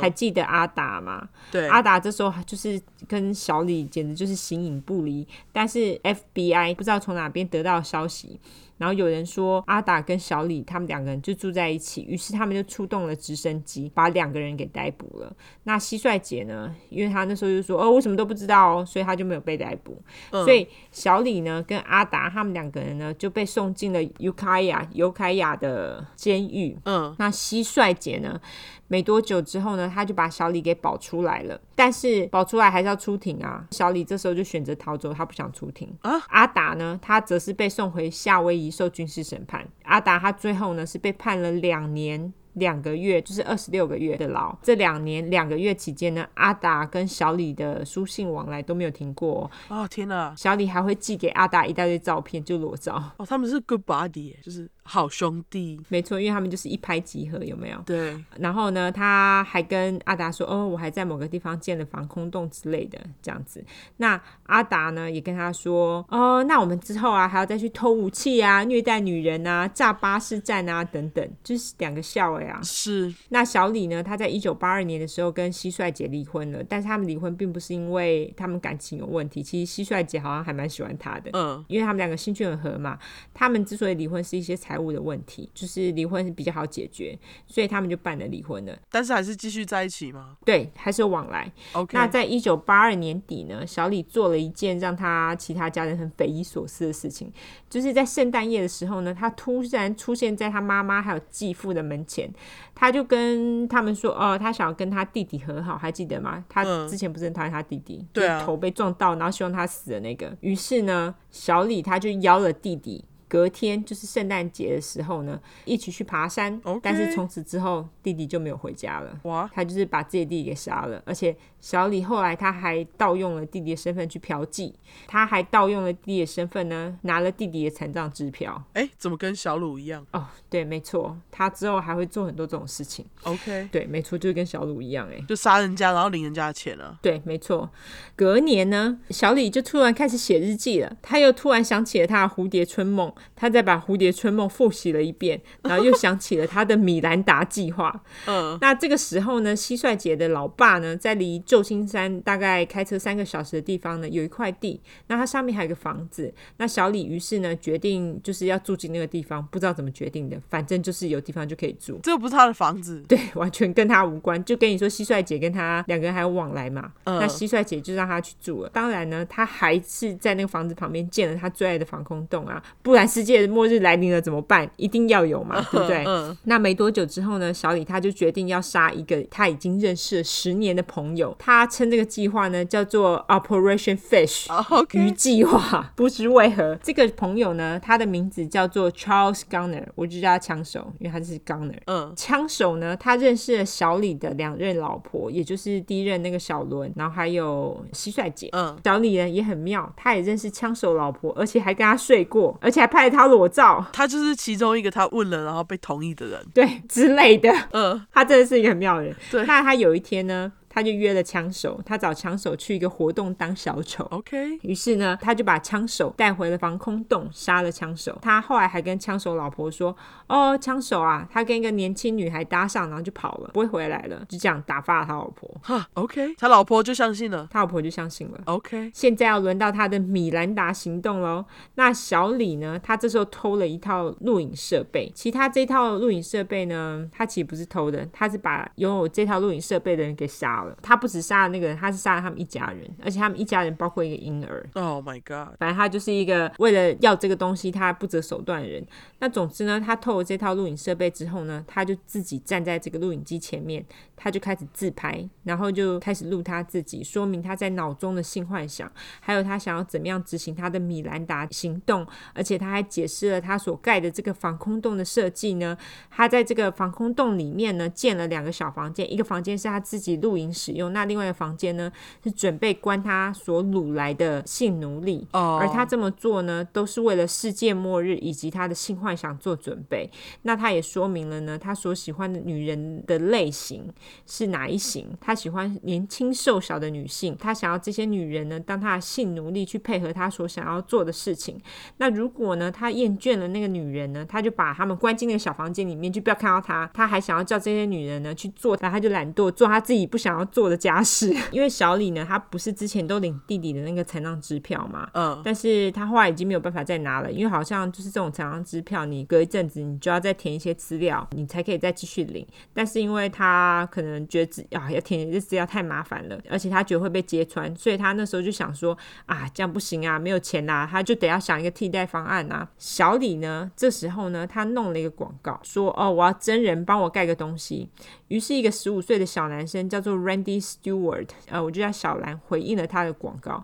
S2: 还记得阿达吗？
S1: 对，
S2: 阿达这时候就是跟小李简直就是形影不离，但是 FBI 不知道从哪边得到消息，然后有人说阿达跟小李他们两个人就住在一起，于是他们就出动了直升机，把两个人给逮捕了。那蟋蟀姐呢，因为她那时候就说哦，我什么都不知道哦，所以她就没有被逮捕。所以小李呢跟阿达他们两个人呢就被送进了尤卡亚尤卡亚的监狱。
S1: 嗯，
S2: 那蟋蟀姐呢？没多久之后呢，她就把小李给保出来了。但是保出来还是要出庭啊。小李这时候就选择逃走，他不想出庭。
S1: 啊
S2: 阿达呢，他则是被送回夏威夷受军事审判。阿达他最后呢是被判了两年。两个月就是二十六个月的牢。这两年两个月期间呢，阿达跟小李的书信往来都没有停过哦、
S1: 哦天哪，
S2: 小李还会寄给阿达一大堆照片，就裸照。
S1: 哦他们是 good buddy，耶就是好兄弟。
S2: 没错，因为他们就是一拍即合，有没有？ [LAUGHS]
S1: 对，
S2: 然后呢，他还跟阿达说：“哦，我还在某个地方建了防空洞之类的，这样子。”那阿达呢也跟他说：“哦，那我们之后啊还要再去偷武器啊、虐待女人啊、炸巴士站啊等等，就是两个笑哎啊。”
S1: 是
S2: [LAUGHS] 那小李呢，他在一九八二年的时候跟蟋蟀姐离婚了，但是他们离婚并不是因为他们感情有问题，其实蟋蟀姐好像还蛮喜欢他的。
S1: 嗯
S2: 因为他们两个兴趣很合嘛，他们之所以离婚是一些财务的问题，就是离婚是比较好解决，所以他们就办了离婚了。
S1: 但是还是继续在一起吗
S2: 对，还是有往来。
S1: ？OK，
S2: 那在一九八二年底呢，小李做了一件让他其他家人很匪夷所思的事情，就是在圣诞夜的时候呢，他突然出现在他妈妈还有继父的门前，他就跟他们说，哦，他想要跟他弟弟和好，还记得吗？他
S1: 嗯
S2: 之前不是很讨厌他弟弟，
S1: 对啊
S2: 就是头被撞到，然后希望他死的那个。于是呢，小李他就邀了弟弟。隔天就是圣诞节的时候呢，一起去爬山。
S1: OK
S2: 但是从此之后，弟弟就没有回家了。
S1: 哇，
S2: 他就是把自己的弟弟给杀了，而且小李后来他还盗用了弟弟的身份去嫖妓，他还盗用了弟弟的身份呢，拿了弟弟的残障支票。
S1: 哎，怎么跟小鲁一样
S2: 哦，对，没错，他之后还会做很多这种事情。
S1: ？OK，
S2: 对，没错，就是跟小鲁一样，哎，
S1: 就杀人家，然后领人家的钱啊。
S2: 对，没错。隔年呢，小李就突然开始写日记了。他又突然想起了他的蝴蝶春梦，他再把蝴蝶春梦复习了一遍，然后又想起了他的米兰达计划。
S1: 嗯，
S2: 那这个时候呢，蟋蟀姐的老爸呢，在离旧金山大概开车三个小时的地方呢，有一块地，那它上面还有一个房子。那小李于是呢，决定就是要住进那个地方，不知道怎么决定的，反正就是有地方就可以住。
S1: 这个不是他的房子。
S2: 对，完全跟他无关。就跟你说，蟋蟀姐跟他两个人还有往来嘛，
S1: 嗯
S2: 那蟋蟀姐就让他去住了。当然呢，他还是在那个房子旁边建了他最爱的防空洞啊，不然世界末日来临了怎么办？一定要有嘛，对不对？
S1: 嗯，
S2: 那没多久之后呢，小李他就决定要杀一个他已经认识了十年的朋友，他称这个计划呢叫做 Operation Fish。
S1: 啊
S2: 鱼
S1: OK，
S2: 计划不知为何，这个朋友呢，他的名字叫做 Charles Gunner，我就叫他枪手，因为他是 Gunner。
S1: 嗯，
S2: 枪手呢，他认识了小李的两任老婆，也就是第一任那个小伦，然后还有蟋蟀姐。
S1: 嗯，
S2: 小李呢也很妙，他也认识枪手老婆，而且还跟他睡过，而且还拍了他裸照， [LAUGHS]
S1: 他就是其中一个他问了然后被同意的人。
S2: 对之类的。
S1: 嗯，
S2: 他真的是一个很妙的人。
S1: 对
S2: 那他有一天呢，他就约了枪手，他找枪手去一个活动当小丑。 [LAUGHS]
S1: OK，
S2: 于是呢，他就把枪手带回了防空洞，杀了枪手。他后来还跟枪手老婆说：“哦，枪手啊，他跟一个年轻女孩搭上，然后就跑了，不会回来了。”就这样打发了他老婆，
S1: 哈，OK，他老婆就相信了。
S2: 他老婆就相信了。
S1: OK，
S2: 现在要轮到他的米兰达行动喽。那小李呢？他这时候偷了一套录影设备。其他这套录影设备呢，他其实不是偷的，他是把拥有这套录影设备的人给杀了。他不止杀了那个人，他是杀了他们一家人，而且他们一家人包括一个婴儿。
S1: Oh my god！
S2: 反正他就是一个为了要这个东西，他不择手段的人。那总之呢，他偷了这套录影设备之后呢，他就自己站在这个录影机前面，他就开始自拍，然后就开始录他自己，说明他在脑中的性幻想，还有他想要怎么样执行他的米兰达行动。而且他还解释了他所盖的这个防空洞的设计呢，他在这个防空洞里面呢建了两个小房间，一个房间是他自己露营使用，那另外一个房间呢是准备关他所掳来的性奴隶。
S1: 哦，
S2: 而他这么做呢，都是为了世界末日以及他的性幻想做准备。那他也说明了呢，他所喜欢的女人的类型是哪一型？他喜欢年轻瘦小的女性，他想要这些女人呢当他的性奴隶去配合他所想要做的事情。那如果呢，他厌倦了那个女人呢，他就把他们关进那个小房间里面，就不要看到她。他还想要叫这些女人呢去做他，他就懒惰做他自己不想要要做的家事。 [LAUGHS] 因为小李呢，他不是之前都领弟弟的那个残障支票嘛，
S1: 嗯，
S2: 但是他后来已经没有办法再拿了，因为好像就是这种残障支票，你隔一阵子你就要再填一些资料，你才可以再继续领。但是因为他可能觉得自啊要填这资料太麻烦了，而且他觉得会被揭穿，所以他那时候就想说啊这样不行啊，没有钱啦、他就得要想一个替代方案啊。小李呢，这时候呢，他弄了一个广告，说哦我要真人帮我盖个东西，于是，一个十五岁的小男生叫做 Randy Stewart，呃，我就叫小兰，回应了他的广告。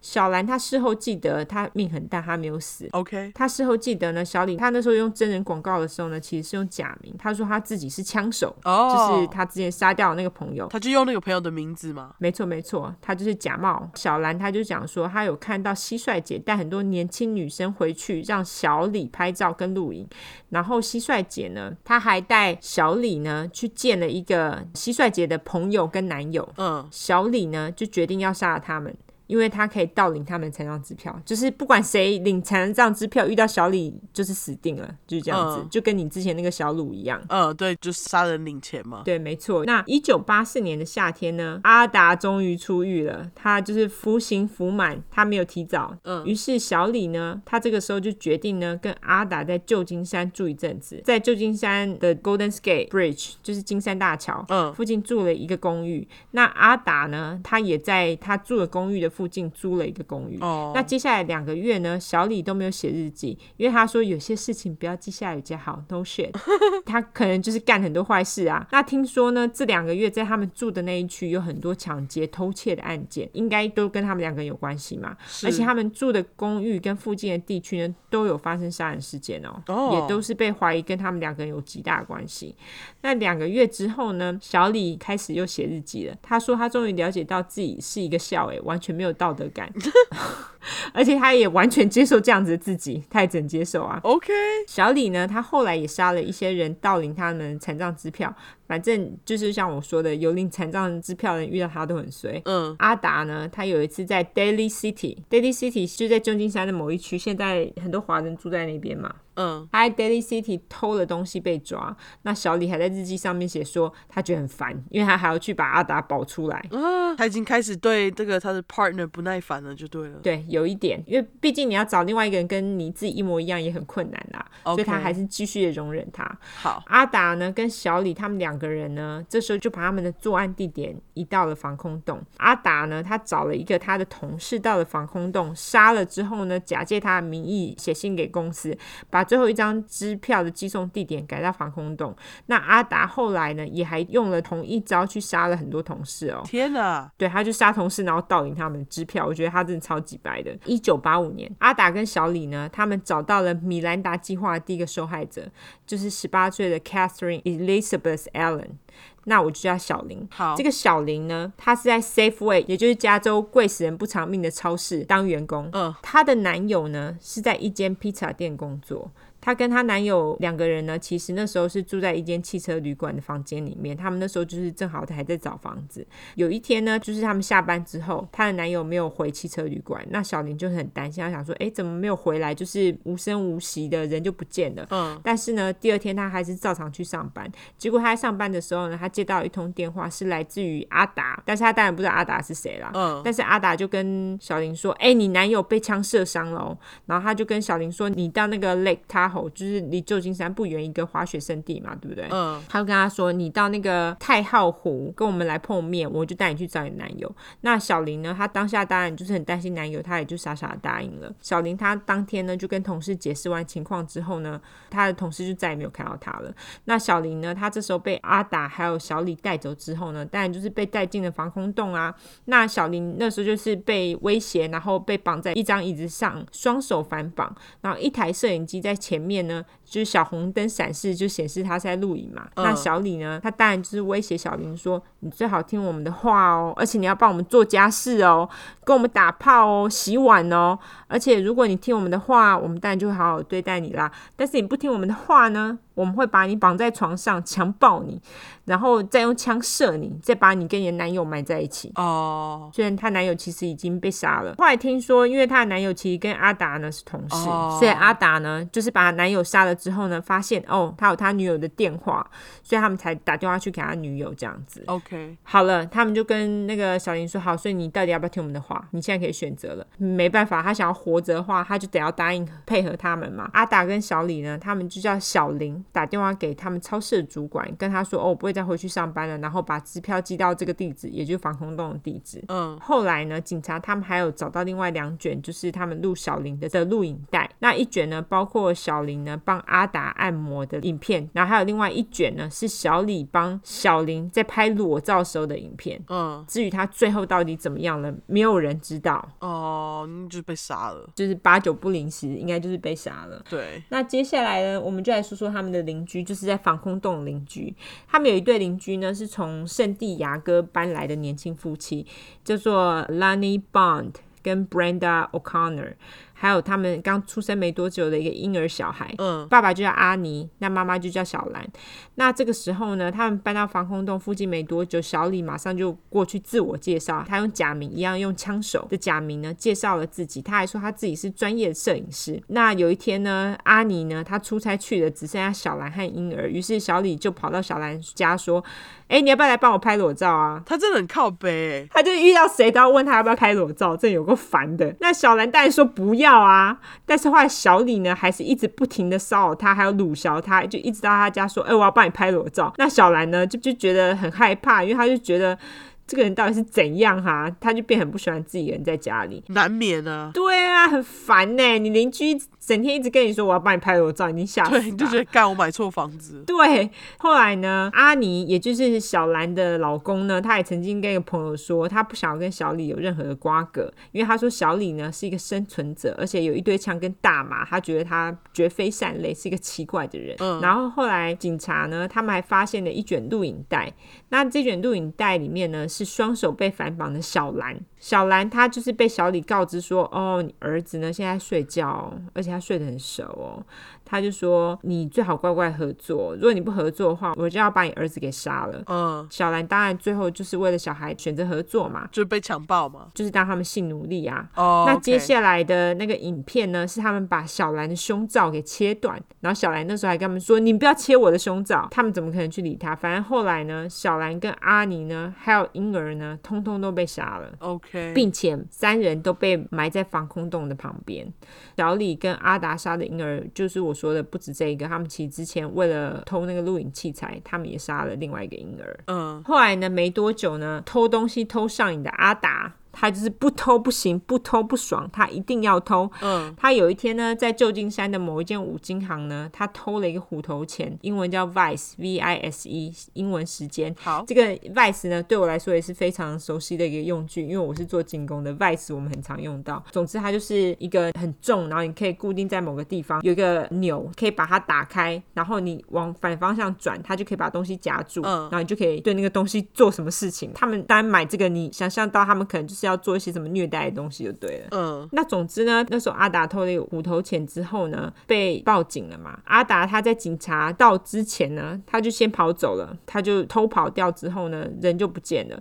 S2: 小兰她事后记得，她命很大，她没有死。
S1: OK，
S2: 她事后记得呢，小李他那时候用真人广告的时候呢，其实是用假名，他说他自己是枪手，
S1: 哦，
S2: 就是他之前杀掉的那个朋友。
S1: 他就用那个朋友的名字嘛，
S2: 没错，没错，他就是假冒小兰。他就讲说，他有看到蟋蟀姐带很多年轻女生回去让小李拍照跟录影，然后蟋蟀姐呢，她还带小李呢去见了一个蟋蟀姐的朋友跟男友。
S1: 嗯，
S2: 小李呢就决定要杀了他们，因为他可以盗领他们残障支票，就是不管谁领残障支票，遇到小李就是死定了，就是这样子，
S1: 嗯
S2: 就跟你之前那个小鲁一样。
S1: 嗯，对，就是杀人领钱嘛。
S2: 对，没错。那一九八四年的夏天呢，阿达终于出狱了，他就是服刑服满，他没有提早。
S1: 嗯
S2: 于是小李呢，他这个时候就决定呢，跟阿达在旧金山住一阵子，在旧金山的 Golden Gate Bridge，就是金山大桥。
S1: 嗯
S2: 附近住了一个公寓，那阿达呢？他也在他住的公寓的附近租了一个公寓。
S1: 哦，
S2: 那接下来两个月呢，小李都没有写日记，因为他说有些事情不要记下来比较好。No shit，他 [LAUGHS] 可能就是干很多坏事啊。那听说呢，这两个月在他们住的那一区有很多抢劫、偷窃的案件，应该都跟他们两个人有关系嘛。
S1: 是
S2: 而且他们住的公寓跟附近的地区呢，都有发生杀人事件哦，
S1: 哦
S2: 也都是被怀疑跟他们两个人有极大的关系。那两个月之后呢，小李开始又写日记了。他说他终于了解到自己是一个笑诶，完全没有道德感， [LAUGHS] 而且他也完全接受这样子的自己，他也只能接受啊。
S1: OK，
S2: 小李呢，他后来也杀了一些人，盗领他们残障支票。反正就是像我说的，有领残障支票的人遇到他都很衰。
S1: 嗯
S2: 阿达呢，他有一次在 Daily City，Daily City 就在旧金山的某一区，现在很多华人住在那边嘛。
S1: 嗯，
S2: 他在 Daily City 偷了东西被抓，那小李还在日记上面写说，他觉得很烦，因为他还要去把阿达保出来。
S1: 啊，他已经开始对这个他的 partner 不耐烦了，就对了。
S2: 对，有一点，因为毕竟你要找另外一个人跟你自己一模一样也很困难啦
S1: OK
S2: 所以他还是继续的容忍他。
S1: 好，
S2: 阿达呢跟小李他们两个人呢，这时候就把他们的作案地点移到了防空洞。阿达呢，他找了一个他的同事到了防空洞，杀了之后呢，假借他的名义写信给公司，把最后一张支票的寄送地点改到防空洞。那阿达后来呢，也还用了同一招去杀了很多同事哦。
S1: 天哪，
S2: 对，他就杀同事，然后盗领他们的支票。我觉得他真的超级白的。一九八五年，阿达跟小李呢，他们找到了米兰达计划的第一个受害者，就是十八岁的 Catherine Elizabeth Allen。那我就叫小林。
S1: 好
S2: 这个小林呢，她是在 Safeway，也就是加州贵死人不偿命的超市当员工。
S1: 嗯，
S2: 她的男友呢是在一间披萨店工作。她跟她男友两个人呢，其实那时候是住在一间汽车旅馆的房间里面。他们那时候就是正好还在找房子。有一天呢，就是他们下班之后，她的男友没有回汽车旅馆，那小林就很担心，她想说，诶，怎么没有回来？就是无声无息的人就不见了。
S1: 嗯，
S2: 但是呢，第二天她还是照常去上班。结果她在上班的时候呢，她接到一通电话，是来自于阿达，但是她当然不知道阿达是谁啦。
S1: 嗯
S2: 但是阿达就跟小林说：“哎、你男友被枪射伤了、哦。”然后他就跟小林说：“你到那个 Lake Tahoe，就是离旧金山不远一个滑雪胜地嘛，对不对？”
S1: 嗯，
S2: 他就跟他说：“你到那个太浩湖跟我们来碰面，我就带你去找你男友。”那小林呢，她当下当然就是很担心男友，她也就傻傻地答应了。小林她当天呢就跟同事解释完情况之后呢，她的同事就再也没有看到她了。那小林呢，她这时候被阿达还有小李带走之后呢，当然就是被带进了防空洞啊。那小林那时候就是被威胁，然后被绑在一张椅子上，双手反绑，然后一台摄影机在前面呢，就是小红灯闪示，就显示他在录影嘛。
S1: 嗯
S2: 那小李呢，他当然就是威胁小林说：“你最好听我们的话哦，而且你要帮我们做家事哦，跟我们打炮哦，洗碗哦。而且如果你听我们的话，我们当然就会好好对待你啦。但是你不听我们的话呢，我们会把你绑在床上强暴你，然后再用枪射你，再把你跟你的男友埋在一起。”
S1: 哦，
S2: 虽然她男友其实已经被杀了，后来听说，因为她的男友其实跟阿达呢是同事，
S1: 哦
S2: 所以阿达呢就是把把男友杀了之后呢，发现哦，他有他女友的电话，所以他们才打电话去给他女友这样子。
S1: OK，
S2: 好了，他们就跟那个小林说好，所以你到底要不要听我们的话？你现在可以选择了。没办法，他想要活着的话，他就得要答应配合他们 [LAUGHS] 嘛。阿达跟小李呢，他们就叫小林打电话给他们超市的主管，跟他说哦，我不会再回去上班了，然后把支票寄到这个地址，也就是防空洞的地址。
S1: 嗯，
S2: 后来呢，警察他们还有找到另外两卷，就是他们录小林的的录影带。那一卷呢，包括小林呢帮阿达按摩的影片，然后还有另外一卷呢是小李帮小林在拍裸照时候的影片。
S1: 嗯，
S2: 至于他最后到底怎么样了，没有人知道，
S1: 哦、你就被杀了。
S2: 就是八九不离十，应该就是被杀了。
S1: 对，
S2: 那接下来呢，我们就来说说他们的邻居，就是在防空洞的邻居。他们有一对邻居呢，是从圣地牙哥搬来的年轻夫妻，叫做 Lani Bond 跟 Brenda O'Connor，还有他们刚出生没多久的一个婴儿小孩。
S1: 嗯
S2: 爸爸就叫阿尼，那妈妈就叫小兰。那这个时候呢，他们搬到防空洞附近没多久，小李马上就过去自我介绍，他用假名一样用枪手的假名呢介绍了自己，他还说他自己是专业的摄影师。那有一天呢，阿尼呢他出差去了，只剩下小兰和婴儿，于是小李就跑到小兰家说：“哎、你要不要来帮我拍裸照啊？”
S1: 他真的很靠背、欸，
S2: 他就遇到谁都要问他要不要拍裸照，这有够烦的。那小兰当然说不要啊，但是后来小李呢，还是一直不停的骚扰他，还有鲁小他，就一直到他家说，哎、我要帮你拍裸照。那小兰呢，就就觉得很害怕，因为他就觉得这个人到底是怎样哈、他就变很不喜欢自己一个人在家里。
S1: 难免啊。
S2: 对啊，很烦呢、你邻居整天一直跟你说我要帮你拍裸照，你吓死吧。
S1: 对，你就觉得干我买错房子，
S2: 对，后来呢，阿尼也就是小兰的老公呢，他也曾经跟一个朋友说，他不想要跟小李有任何的瓜葛，因为他说小李呢是一个生存者，而且有一堆枪跟大麻，他觉得他绝非善类，是一个奇怪的人。
S1: 嗯
S2: 然后后来警察呢，他们还发现了一卷录影带，那这卷录影带里面呢，是双手被反绑的小兰。小兰她就是被小李告知说，哦，你儿子呢现在睡觉哦，而且他睡得很熟哦。他就说，你最好乖乖合作，如果你不合作的话，我就要把你儿子给杀了。
S1: 嗯，
S2: 小兰当然最后就是为了小孩选择合作嘛，
S1: 就被强暴嘛。
S2: 就是当他们性奴隶啊。
S1: 哦、
S2: 那接
S1: OK
S2: 下来的那个影片呢，是他们把小兰的胸罩给切断，然后小兰那时候还跟他们说：“你不要切我的胸罩。”他们怎么可能去理他？反正后来呢，小兰跟阿尼呢，还有婴儿呢，通通都被杀了。
S1: OK，
S2: 并且三人都被埋在防空洞的旁边。小李跟阿达杀的婴儿，就是我说的，不止这一个。他们其实之前为了偷那个录影器材，他们也杀了另外一个婴儿。
S1: 嗯，
S2: 后来呢，没多久呢，偷东西偷上瘾的阿达，他就是不偷不行，不偷不爽，他一定要偷。
S1: 嗯，
S2: 他有一天呢，在旧金山的某一间五金行呢，他偷了一个虎头钳，英文叫 Vice V I S E，英文时间。
S1: 好，
S2: 这个 Vice 呢，对我来说也是非常熟悉的一个用具，因为我是做精工的，Vice 我们很常用到。总之，它就是一个很重，然后你可以固定在某个地方，有一个钮可以把它打开，然后你往反方向转，它就可以把东西夹住，
S1: 嗯
S2: 然后你就可以对那个东西做什么事情。他们单买这个，你想象到他们可能就是要做一些什么虐待的东西就对了。
S1: 嗯，
S2: 那总之呢，那时候阿达偷了一个虎头钳之后呢，被报警了嘛。阿达他在警察到之前呢，他就先跑走了，他就偷跑掉之后呢，人就不见了。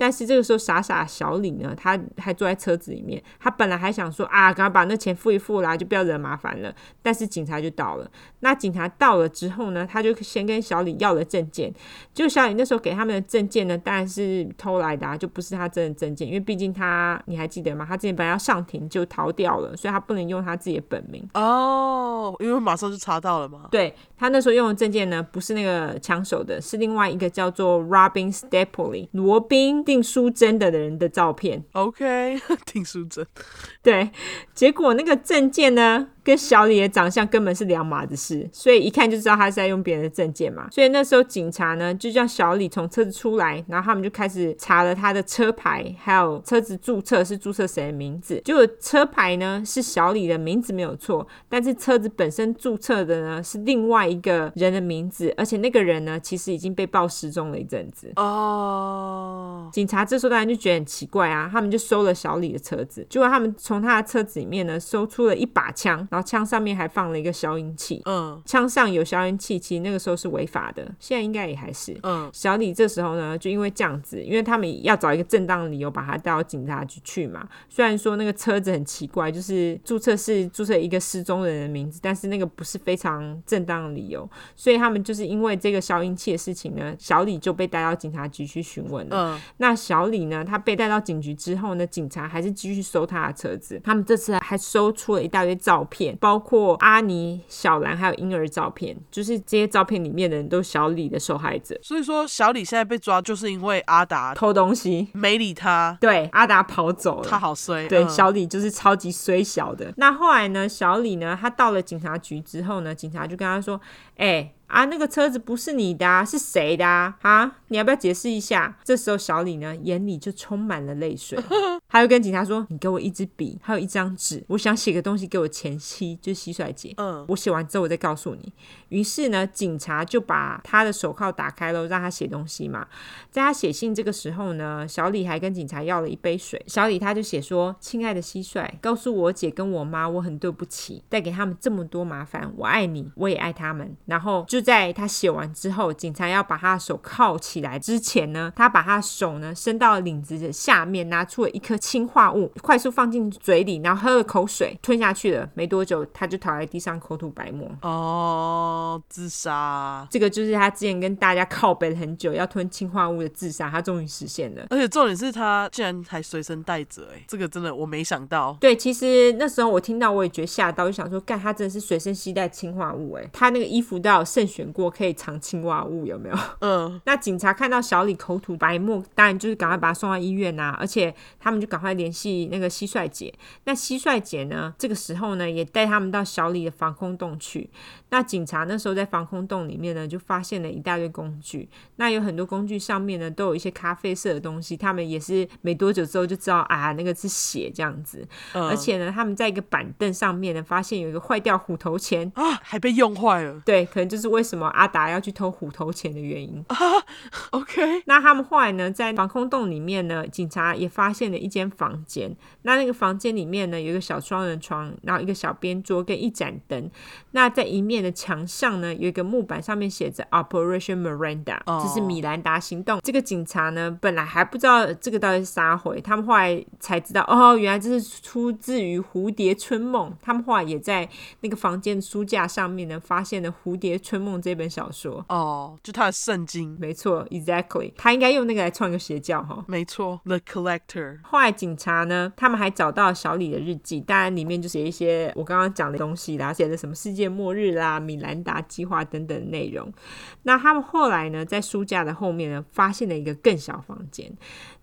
S2: 但是这个时候，傻傻小李呢，他还坐在车子里面。他本来还想说啊，赶快把那钱付一付啦，就不要惹麻烦了。但是警察就到了。那警察到了之后呢，他就先跟小李要了证件。就小李那时候给他们的证件呢，当然是偷来的、啊，就不是他真的证件，因为毕竟他你还记得吗？他之前本来要上庭就逃掉了，所以他不能用他自己的本名。
S1: 哦，因为马上就查到了嘛。
S2: 对他那时候用的证件呢，不是那个枪手的，是另外一个叫做 Robin Stapley 罗宾定书针的人的照片。
S1: OK，挺 [LAUGHS] 淑珍，
S2: 对，结果那个证件呢，跟小李的长相根本是两码子事，所以一看就知道他是在用别人的证件嘛。所以那时候警察呢，就叫小李从车子出来，然后他们就开始查了他的车牌，还有车子注册是注册谁的名字。结果车牌呢是小李的名字没有错，但是车子本身注册的呢是另外一个人的名字，而且那个人呢其实已经被报失踪了一阵子。
S1: 哦，
S2: 警察这时候当然就觉得很奇怪啊，他们就搜了小李的车子，结果他们从他的车子里面呢搜出了一把枪，然后然后枪上面还放了一个消音器，
S1: 嗯
S2: 枪上有消音器，其实那个时候是违法的，现在应该也还是。
S1: 嗯
S2: 小李这时候呢，就因为这样子，因为他们要找一个正当的理由把他带到警察局去嘛。虽然说那个车子很奇怪，就是注册是注册一个失踪人的名字，但是那个不是非常正当的理由，所以他们就是因为这个消音器的事情呢，小李就被带到警察局去询问了。
S1: 嗯
S2: 那小李呢，他被带到警局之后呢，警察还是继续搜他的车子。他们这次还搜出了一大堆照片，包括阿尼、小兰还有婴儿照片，就是这些照片里面的人都是小李的受害者，
S1: 所以说小李现在被抓，就是因为阿达
S2: 偷东西。
S1: 没理他，
S2: 对，阿达跑走
S1: 他
S2: 了。
S1: 好衰。
S2: 对，
S1: 嗯
S2: 小李就是超级衰小的。那后来呢，小李呢，他到了警察局之后呢，警察就跟他说：“哎、啊，那个车子不是你的、啊，是谁的啊？啊，你要不要解释一下？”这时候小李呢，眼里就充满了
S1: [LAUGHS]
S2: 泪水，他就跟警察说：“你给我一支笔，还有一张纸，我想写个东西给我前妻，就是蟋蟀姐。
S1: 嗯
S2: 我写完之后我再告诉你。”于是呢，警察就把他的手铐打开喽，让他写东西嘛。在他写信这个时候呢，小李还跟警察要了一杯水。小李他就写说：“亲爱的蟋蟀，告诉我姐跟我妈，我很对不起，带给他们这么多麻烦。我爱你，我也爱他们。”然后就在他写完之后，警察要把他的手铐起来之前呢，他把他的手呢伸到领子的下面，拿出了一颗氰化物，快速放进嘴里，然后喝了口水，吞下去了。没多久，他就躺在地上口吐白沫。
S1: 哦，自杀。
S2: 这个就是他之前跟大家靠北了很久，要吞氰化物的自杀，他终于实现了。
S1: 而且重点是他竟然还随身带着，哎，这个真的我没想到。
S2: 对，其实那时候我听到我也觉得吓到，就想说，干，他真的是随身携带氰化物，哎，他那个衣服都要有慎选过，可以藏氰化物，有没有？
S1: 嗯，
S2: [LAUGHS] 那警察看到小李口吐白沫，当然就是赶快把他送到医院啊呐、而且他们就赶快联系那个蟋蟀姐。那蟋蟀姐呢，这个时候呢，也带他们到小李的防空洞去。那警察那时候在防空洞里面呢，就发现了一大堆工具。那有很多工具上面呢，都有一些咖啡色的东西，他们也是没多久之后就知道啊，那个是血这样子。
S1: 嗯
S2: 而且呢，他们在一个板凳上面呢，发现有一个坏掉虎头钳。
S1: 啊，还被用坏了。
S2: 对，可能就是为什么阿达要去偷虎头钳的原因。
S1: OK， [LAUGHS]
S2: 那他们后来呢，在防空洞里面呢，警察也发现了一间房间。那那个房间里面呢，有一个小双人床，然后一个小边桌跟一盏灯。那在一面的墙上呢，有一个木板，上面写着 Operation Miranda，、
S1: 哦
S2: 这是米兰达行动。这个警察呢，本来还不知道这个到底是啥回，他们后来才知道，哦，原来这是出自于蝴蝶春梦。他们后来也在那个房间书架上面呢，发现了《蝴蝶春梦》这本小说。
S1: 哦，就他的圣经，
S2: 没错，exactly，他应该用那个来创个邪教哈。
S1: 没错，The Collector。
S2: 后来警察呢，他们还找到小李的日记，当然里面就写一些我刚刚讲的东西啦，写的什么世界末日啦、米兰达计划等等的内容。那他们后来呢，在书架的后面呢，发现了一个更小房间。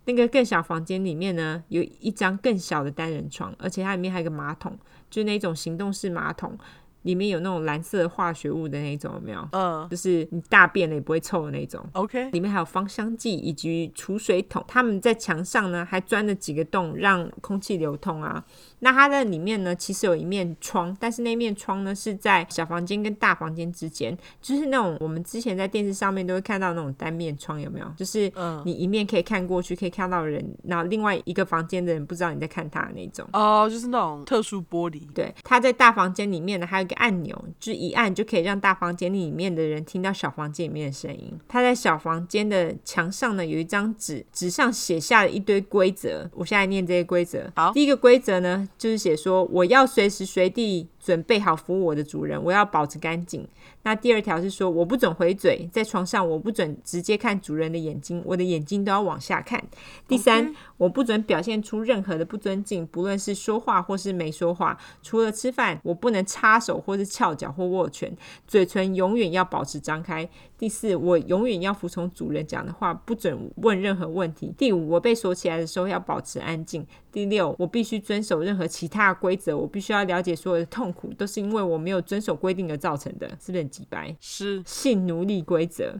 S2: 那个更小房间里面呢，有一张更小的单人床，而且它里面还有一个马桶，就是那种行动式马桶，里面有那种蓝色的化学物的那种，有没有？
S1: 嗯
S2: 就是你大便了也不会臭的那种。
S1: ，OK，
S2: 里面还有芳香剂以及储水桶。他们在墙上呢还钻了几个洞，让空气流通啊。那它在里面呢，其实有一面窗，但是那面窗呢是在小房间跟大房间之间，就是那种我们之前在电视上面都会看到那种单面窗，有没有？就是
S1: 嗯
S2: 你一面可以看过去，可以看到人，然后另外一个房间的人不知道你在看他的那种。
S1: 哦，就是那种特殊玻璃。
S2: 对，它在大房间里面呢，还有一个按钮，就是一按就可以让大房间里面的人听到小房间里面的声音。它在小房间的墙上呢，有一张纸，纸上写下了一堆规则。我现在念这些规则。
S1: 好
S2: 第一个规则呢，就是写说我要随时随地准备好服务我的主人，我要保持干净。那第二条是说我不准回嘴，在床上我不准直接看主人的眼睛，我的眼睛都要往下看。第三
S1: OK
S2: 我不准表现出任何的不尊敬，不论是说话或是没说话。除了吃饭，我不能插手或是翘脚或握拳，嘴唇永远要保持张开。第四，我永远要服从主人讲的话，不准问任何问题。第五，我被锁起来的时候要保持安静。第六，我必须遵守任何其他的规则，我必须要了解所有的痛苦都是因为我没有遵守规定而造成的，是不是很鸡白？
S1: 是
S2: 性奴隶规则。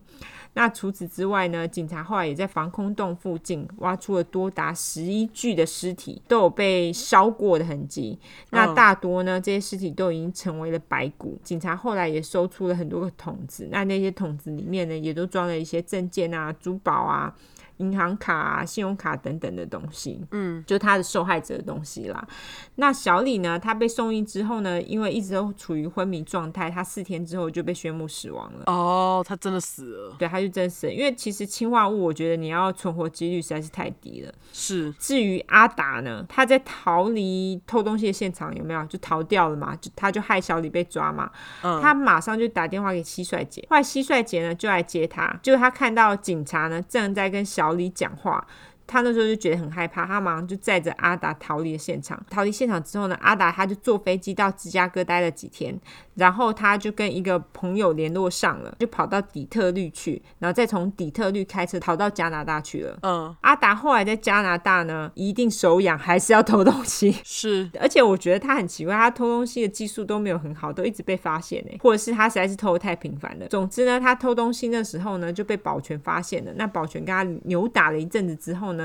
S2: 那除此之外呢，警察后来也在防空洞附近挖出了多达十一具的尸体，都有被烧过的痕迹。那大多呢，这些尸体都已经成为了白骨。警察后来也搜出了很多个桶子，那那些桶子里面呢，也都装了一些证件啊、珠宝啊。银行卡、啊、信用卡等等的东西，
S1: 嗯，
S2: 就他的受害者的东西啦。那小李呢，他被送医之后呢，因为一直都处于昏迷状态，他四天之后就被宣布死亡了。
S1: 哦，他真的死了，
S2: 对，他就真死了，因为其实氰化物，我觉得你要存活几率实在是太低了。
S1: 是
S2: 至于阿达呢，他在逃离偷东西的现场有没有就逃掉了嘛？就他就害小李被抓嘛。
S1: 嗯
S2: 他马上就打电话给蟋蟀姐，后来蟋蟀姐呢就来接他，结果他看到警察呢正在跟小李讲话。他那时候就觉得很害怕，他马上就载着阿达逃离了现场。逃离现场之后呢，阿达他就坐飞机到芝加哥待了几天，然后他就跟一个朋友联络上了，就跑到底特律去，然后再从底特律开车逃到加拿大去了。
S1: 嗯
S2: 阿达后来在加拿大呢，一定手痒，还是要偷东西。 [LAUGHS]
S1: 是
S2: 而且我觉得他很奇怪，他偷东西的技术都没有很好，都一直被发现欸呢，或者是他实在是偷的太频繁了。总之呢，他偷东西那时候呢就被保全发现了，那保全跟他扭打了一阵子之后呢，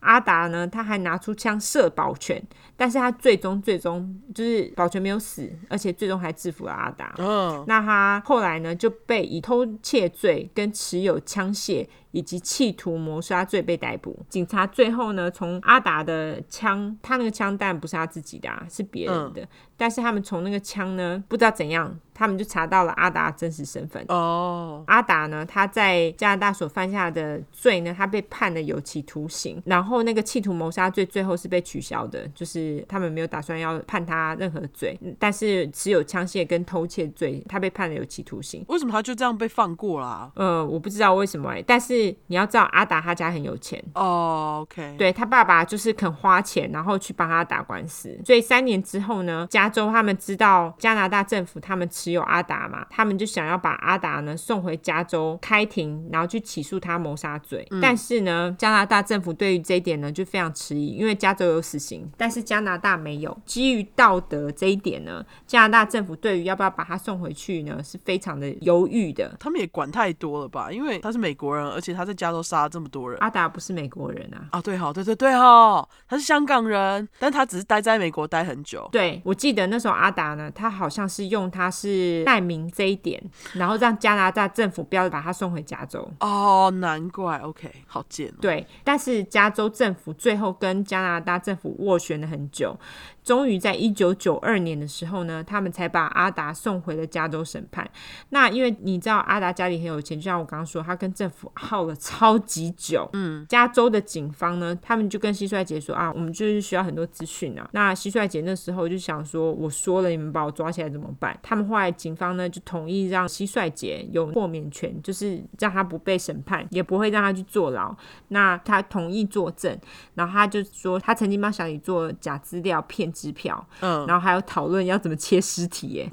S2: 阿达呢他还拿出枪射保全，但是他最终最终就是保全没有死，而且最终还制服了阿达。
S1: 嗯
S2: 那他后来呢就被以偷窃罪跟持有枪械以及企图谋杀罪被逮捕。警察最后呢从阿达的枪，他那个枪弹不是他自己的、啊，是别人的，但是他们从那个枪呢不知道怎样，他们就查到了阿达的真实身份。
S1: 哦
S2: 阿达呢，他在加拿大所犯下的罪呢，他被判了有期徒刑，然后那个企图谋杀罪最后是被取消的，就是他们没有打算要判他任何罪，嗯但是持有枪械跟偷窃罪，他被判了有期徒刑。
S1: 为什么他就这样被放过啦？
S2: 呃，我不知道为什么、欸，但是你要知道，阿达他家很有钱，
S1: 哦，OK，，
S2: 对他爸爸就是肯花钱，然后去帮他打官司。所以三年之后呢，加州他们知道加拿大政府他们持有阿达嘛，他们就想要把阿达呢送回加州开庭，然后去起诉他谋杀罪。但是呢，加拿大政府对于这一点呢就非常迟疑，因为加州有死刑，但是加拿大没有。基于道德这一点呢，加拿大政府对于要不要把他送回去呢是非常的犹豫的。
S1: 他们也管太多了吧？因为他是美国人，而且他在加州杀了这么多人。
S2: 阿达不是美国人啊，
S1: 啊，对好，对对对哦，他是香港人，但他只是待在美国待很久。
S2: 对，我记得那时候阿达呢，他好像是用他是难民这一点，然后让加拿大政府不要把他送回加州。
S1: 哦，难怪，OK，好贱哦。
S2: 对，但是加州政府最后跟加拿大政府斡旋了很久，终于在一九九二年的时候呢，他们才把阿达送回了加州审判。那因为你知道阿达家里很有钱，就像我刚刚说，他跟政府耗了超级久。嗯，加州的警方呢，他们就跟蟋蟀姐说啊，我们就是需要很多资讯啊。那蟋蟀姐那时候就想说，啊我说了，你们把我抓起来怎么办？他们后来警方呢就同意让蟋蟀姐有豁免权，就是让她不被审判，也不会让她去坐牢。那她同意作证，然后她就说她曾经帮小李做假资料骗支票，
S1: 嗯，啊
S2: 然后还有讨论要怎么切尸体耶。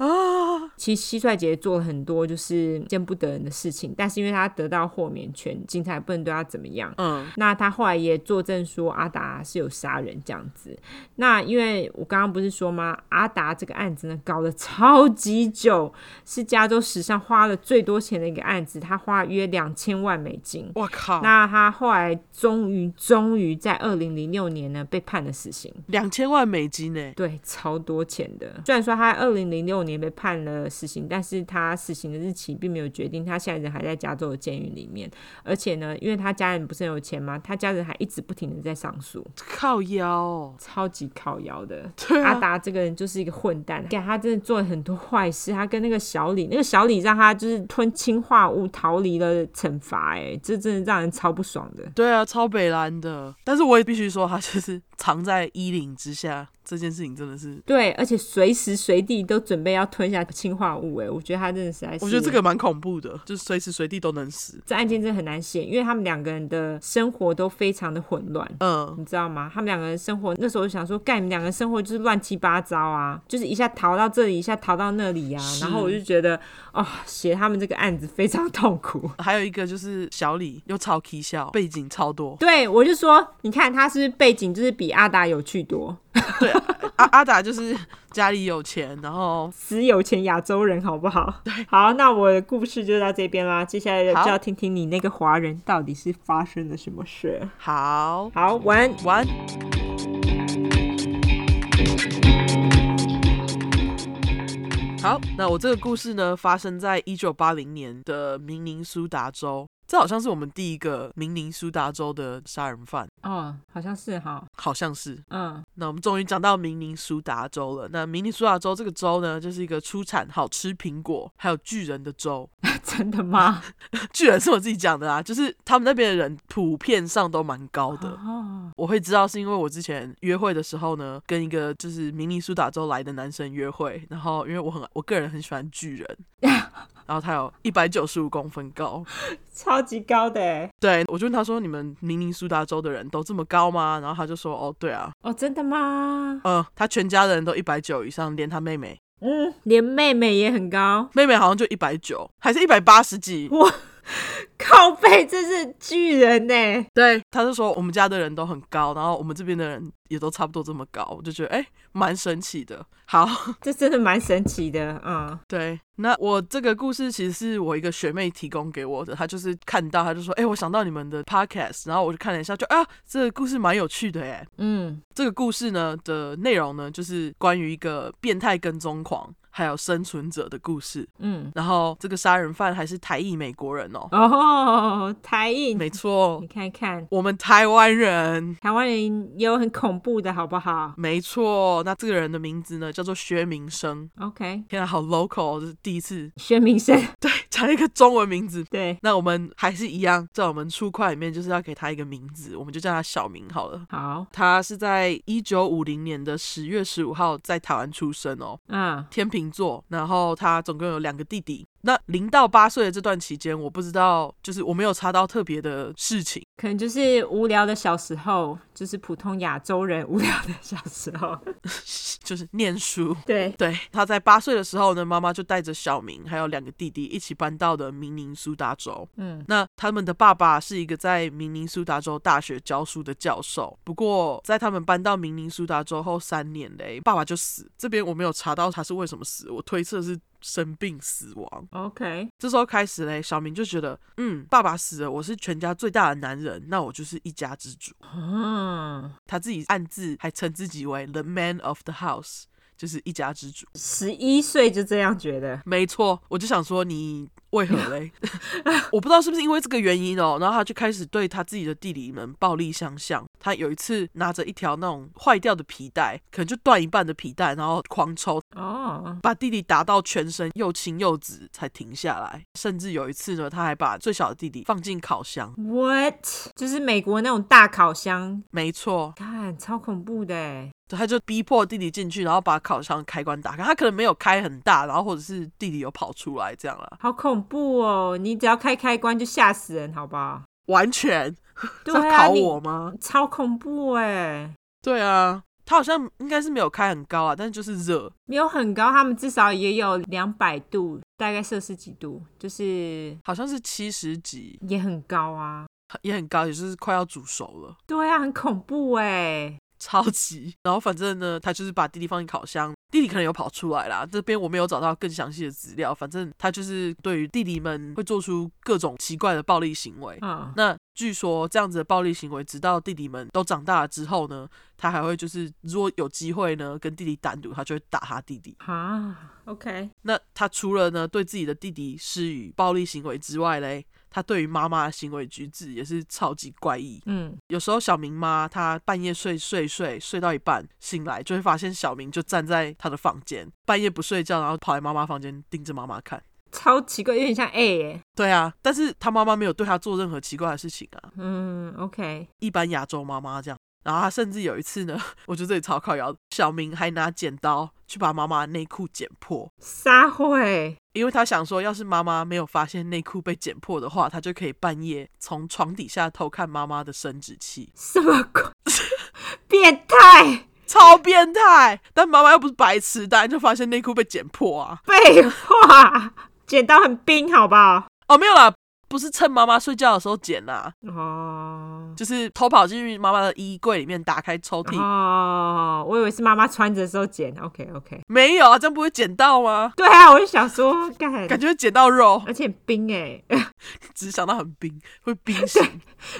S2: 其实蟋蟀姐做了很多就是见不得人的事情，但是因为她得到豁免权，警察也不能对她怎么样。
S1: 嗯，
S2: 那她后来也作证说阿达是有杀人这样子。那因为我刚刚不是说吗？阿达这个案子呢，搞了超级久，是加州史上花了最多钱的一个案子，他花约两千万美金。
S1: 我靠，
S2: 那他后来终于终于在二零零六年呢被判了死刑。
S1: 两千万美金呢？
S2: 对，超多钱的。虽然说他二零零六年被判了死刑，但是他死刑的日期并没有决定，他现在人还在加州的监狱里面。而且呢，因为他家人不是很有钱嘛，他家人还一直不停的在上诉，
S1: 靠腰哦，
S2: 超级靠摇的。
S1: 对
S2: 阿
S1: 啊，
S2: 达这个人就是一个混蛋，给他真的做了很多坏事。他跟那个小李，那个小李让他就是吞氰化物逃离了惩罚，哎，这真的让人超不爽的。
S1: 对啊，超北蓝的。但是我也必须说，他就是藏在衣领之下，这件事情真的是，
S2: 对，而且随时随地都准备要吞下氰化物，哎，我觉得他真的实在是，
S1: 我觉得这个蛮恐怖的，就是随时随地都能死。
S2: 这案件真的很难写，因为他们两个人的生活都非常的混乱。
S1: 嗯，
S2: 你知道吗？他们两个人生活那时候就想说，干你们两个生活就是乱七八糟啊，就是一下逃到这里，一下逃到那里呀、
S1: 是
S2: 然后我就觉得，哦，写他们这个案子非常痛苦。 [LAUGHS]
S1: 还有一个就是小李又超 K 笑，背景超
S2: [LAUGHS]
S1: 多。
S2: 对我就说，你看他是不是背景就是比阿达有趣多，
S1: 对，阿阿达就是家里有钱，然后
S2: 死有钱亚洲人好不好？好，那我的故事就到这边啦，接下来
S1: 好
S2: 就要听听你那个华人到底是发生了什么事。
S1: 好
S2: 好，晚安。
S1: 玩。好，那我这个故事呢，发生在一九八零年的明尼苏达州。这好像是我们第一个明尼苏达州的杀人犯，
S2: 哦，好像是哈，
S1: 好像是。
S2: 嗯，
S1: 那我们终于讲到明尼苏达州了。那明尼苏达州这个州呢，就是一个出产好吃苹果还有巨人的州。
S2: [LAUGHS] 真的吗？
S1: 巨人是我自己讲的啊， [LAUGHS] 就是他们那边的人普遍上都蛮高的。
S2: 哦，
S1: 我会知道是因为我之前约会的时候呢，跟一个就是明尼苏达州来的男生约会，然后因为我很我个人很喜欢巨人，然后他有一百九十五公分高，
S2: 超级高的欸，
S1: 对我就问他说你们明尼苏达州的人都这么高吗？然后他就说哦对啊，
S2: 哦，真的吗？
S1: 嗯、他全家的人都一百九以上，连他妹妹，
S2: 嗯，连妹妹也很高，
S1: 妹妹好像就一百九，还是一百八十几。
S2: 靠背真是巨人欸呢，
S1: 对，他就说我们家的人都很高，然后我们这边的人也都差不多这么高，我就觉得哎，蛮神奇的。好， [LAUGHS]
S2: 这真的蛮神奇的，嗯，
S1: 对，那我这个故事其实是我一个学妹提供给我的，她就是看到，她就说：“哎、我想到你们的 podcast。”然后我就看了一下，就啊，这个故事蛮有趣的耶。
S2: 嗯，
S1: 这个故事呢的内容呢，就是关于一个变态跟踪狂还有生存者的故事。
S2: 嗯，
S1: 然后这个杀人犯还是台裔美国人哦，
S2: 哦，台印，
S1: 没错哦
S2: 你，看看
S1: 我们台湾人。
S2: 台湾人也有很恐怖的好不好
S1: 没错，那这个人的名字呢叫做薛明生。
S2: ？OK，
S1: 天啊，好 local，哦这是第一次 [LAUGHS]
S2: 薛明生，
S1: 讲一个中文名字。
S2: [LAUGHS] 对，
S1: 那我们还是一样，在我们初快里面就是要给他一个名字，我们就叫他小明好了。
S2: 好，
S1: 他是在一九五零年的十月十五号在台湾出生哦，
S2: 嗯，
S1: 天秤座。然后他总共有两个弟弟。那零到八岁的这段期间，我不知道，就是我没有查到特别的事情。
S2: 可能就是无聊的小时候，就是普通亚洲人无聊的小时候， [LAUGHS]
S1: 就是念书。
S2: 对，
S1: 对，他在八岁的时候呢，妈妈就带着小明还有两个弟弟一起搬到的明尼苏达州。
S2: 嗯，
S1: 那他们的爸爸是一个在明尼苏达州大学教书的教授，不过在他们搬到明尼苏达州后三年嘞，爸爸就死。这边我没有查到他是为什么死，我推测是。生病死亡，
S2: OK，
S1: 这时候开始嘞，小明就觉得，嗯，爸爸死了，我是全家最大的男人，那我就是一家之主。
S2: 嗯，
S1: 他自己暗自还称自己为 the man of the house，就是一家之主。
S2: 十一岁就这样觉得，
S1: 没错，我就想说你为何嘞？ [LAUGHS] 我不知道是不是因为这个原因哦，然后他就开始对他自己的弟弟们暴力相向。他有一次拿着一条那种坏掉的皮带，可能就断一半的皮带，然后狂抽，
S2: 哦，
S1: 把弟弟打到全身又青又紫才停下来。甚至有一次呢，他还把最小的弟弟放进烤箱。
S2: What？就是美国那种大烤箱，
S1: 没错，
S2: 看超恐怖的欸，
S1: 他就逼迫弟弟进去，然后把烤箱开关打开。他可能没有开很大，然后或者是弟弟有跑出来这样啦，
S2: 好恐怖哦！你只要开开关就吓死人，好不好？
S1: 完全
S2: 对
S1: 在考
S2: 啊，你
S1: 我吗？
S2: 超恐怖哎，
S1: 对啊，他好像应该是没有开很高啊，但是就是热。
S2: 没有很高，他们至少也有两百度，大概摄氏几度，就是
S1: 好像是七十几，
S2: 也很高啊。
S1: 也很高，也就是快要煮熟了，
S2: 对啊，很恐怖哎。
S1: 超级。然后反正呢，他就是把弟弟放进烤箱，弟弟可能有跑出来啦。这边我没有找到更详细的资料，反正他就是对于弟弟们会做出各种奇怪的暴力行为。
S2: 嗯，
S1: 那据说这样子的暴力行为，直到弟弟们都长大了之后呢，他还会就是如果有机会呢，跟弟弟单独，他就会打他弟弟。
S2: 啊，OK，
S1: 那他除了呢对自己的弟弟施予暴力行为之外嘞，他对于妈妈的行为举止也是超级怪异。
S2: 嗯，
S1: 有时候小明妈她半夜睡睡睡睡到一半醒来，就会发现小明就站在她的房间，半夜不睡觉，然后跑来妈妈房间盯着妈妈看。
S2: 超奇怪，有点像 A 耶。
S1: 对啊，但是他妈妈没有对他做任何奇怪的事情啊，
S2: 嗯，OK，
S1: 一般亚洲妈妈这样。然后他甚至有一次呢， [LAUGHS] 我觉得这里超靠摇，小明还拿剪刀去把妈妈的内裤剪破，
S2: 撒欸会
S1: 因为他想说，要是妈妈没有发现内裤被剪破的话，他就可以半夜从床底下偷看妈妈的生殖器，
S2: 什么鬼？ [LAUGHS] 变态！
S1: 超变态。但妈妈又不是白痴，当然就发现内裤被剪破啊。
S2: 废话，剪刀很冰，好不好？
S1: 哦，没有啦，不是趁妈妈睡觉的时候剪啦、
S2: 哦
S1: 就是偷跑进去妈妈的衣柜里面，打开抽屉。
S2: 哦，我以为是妈妈穿着的时候剪。OK OK，
S1: 没有啊，这样不会剪到吗？
S2: 对啊，我就想说，干，
S1: 感觉会剪到肉，
S2: 而且很冰哎，
S1: 只是想到很冰，会冰醒。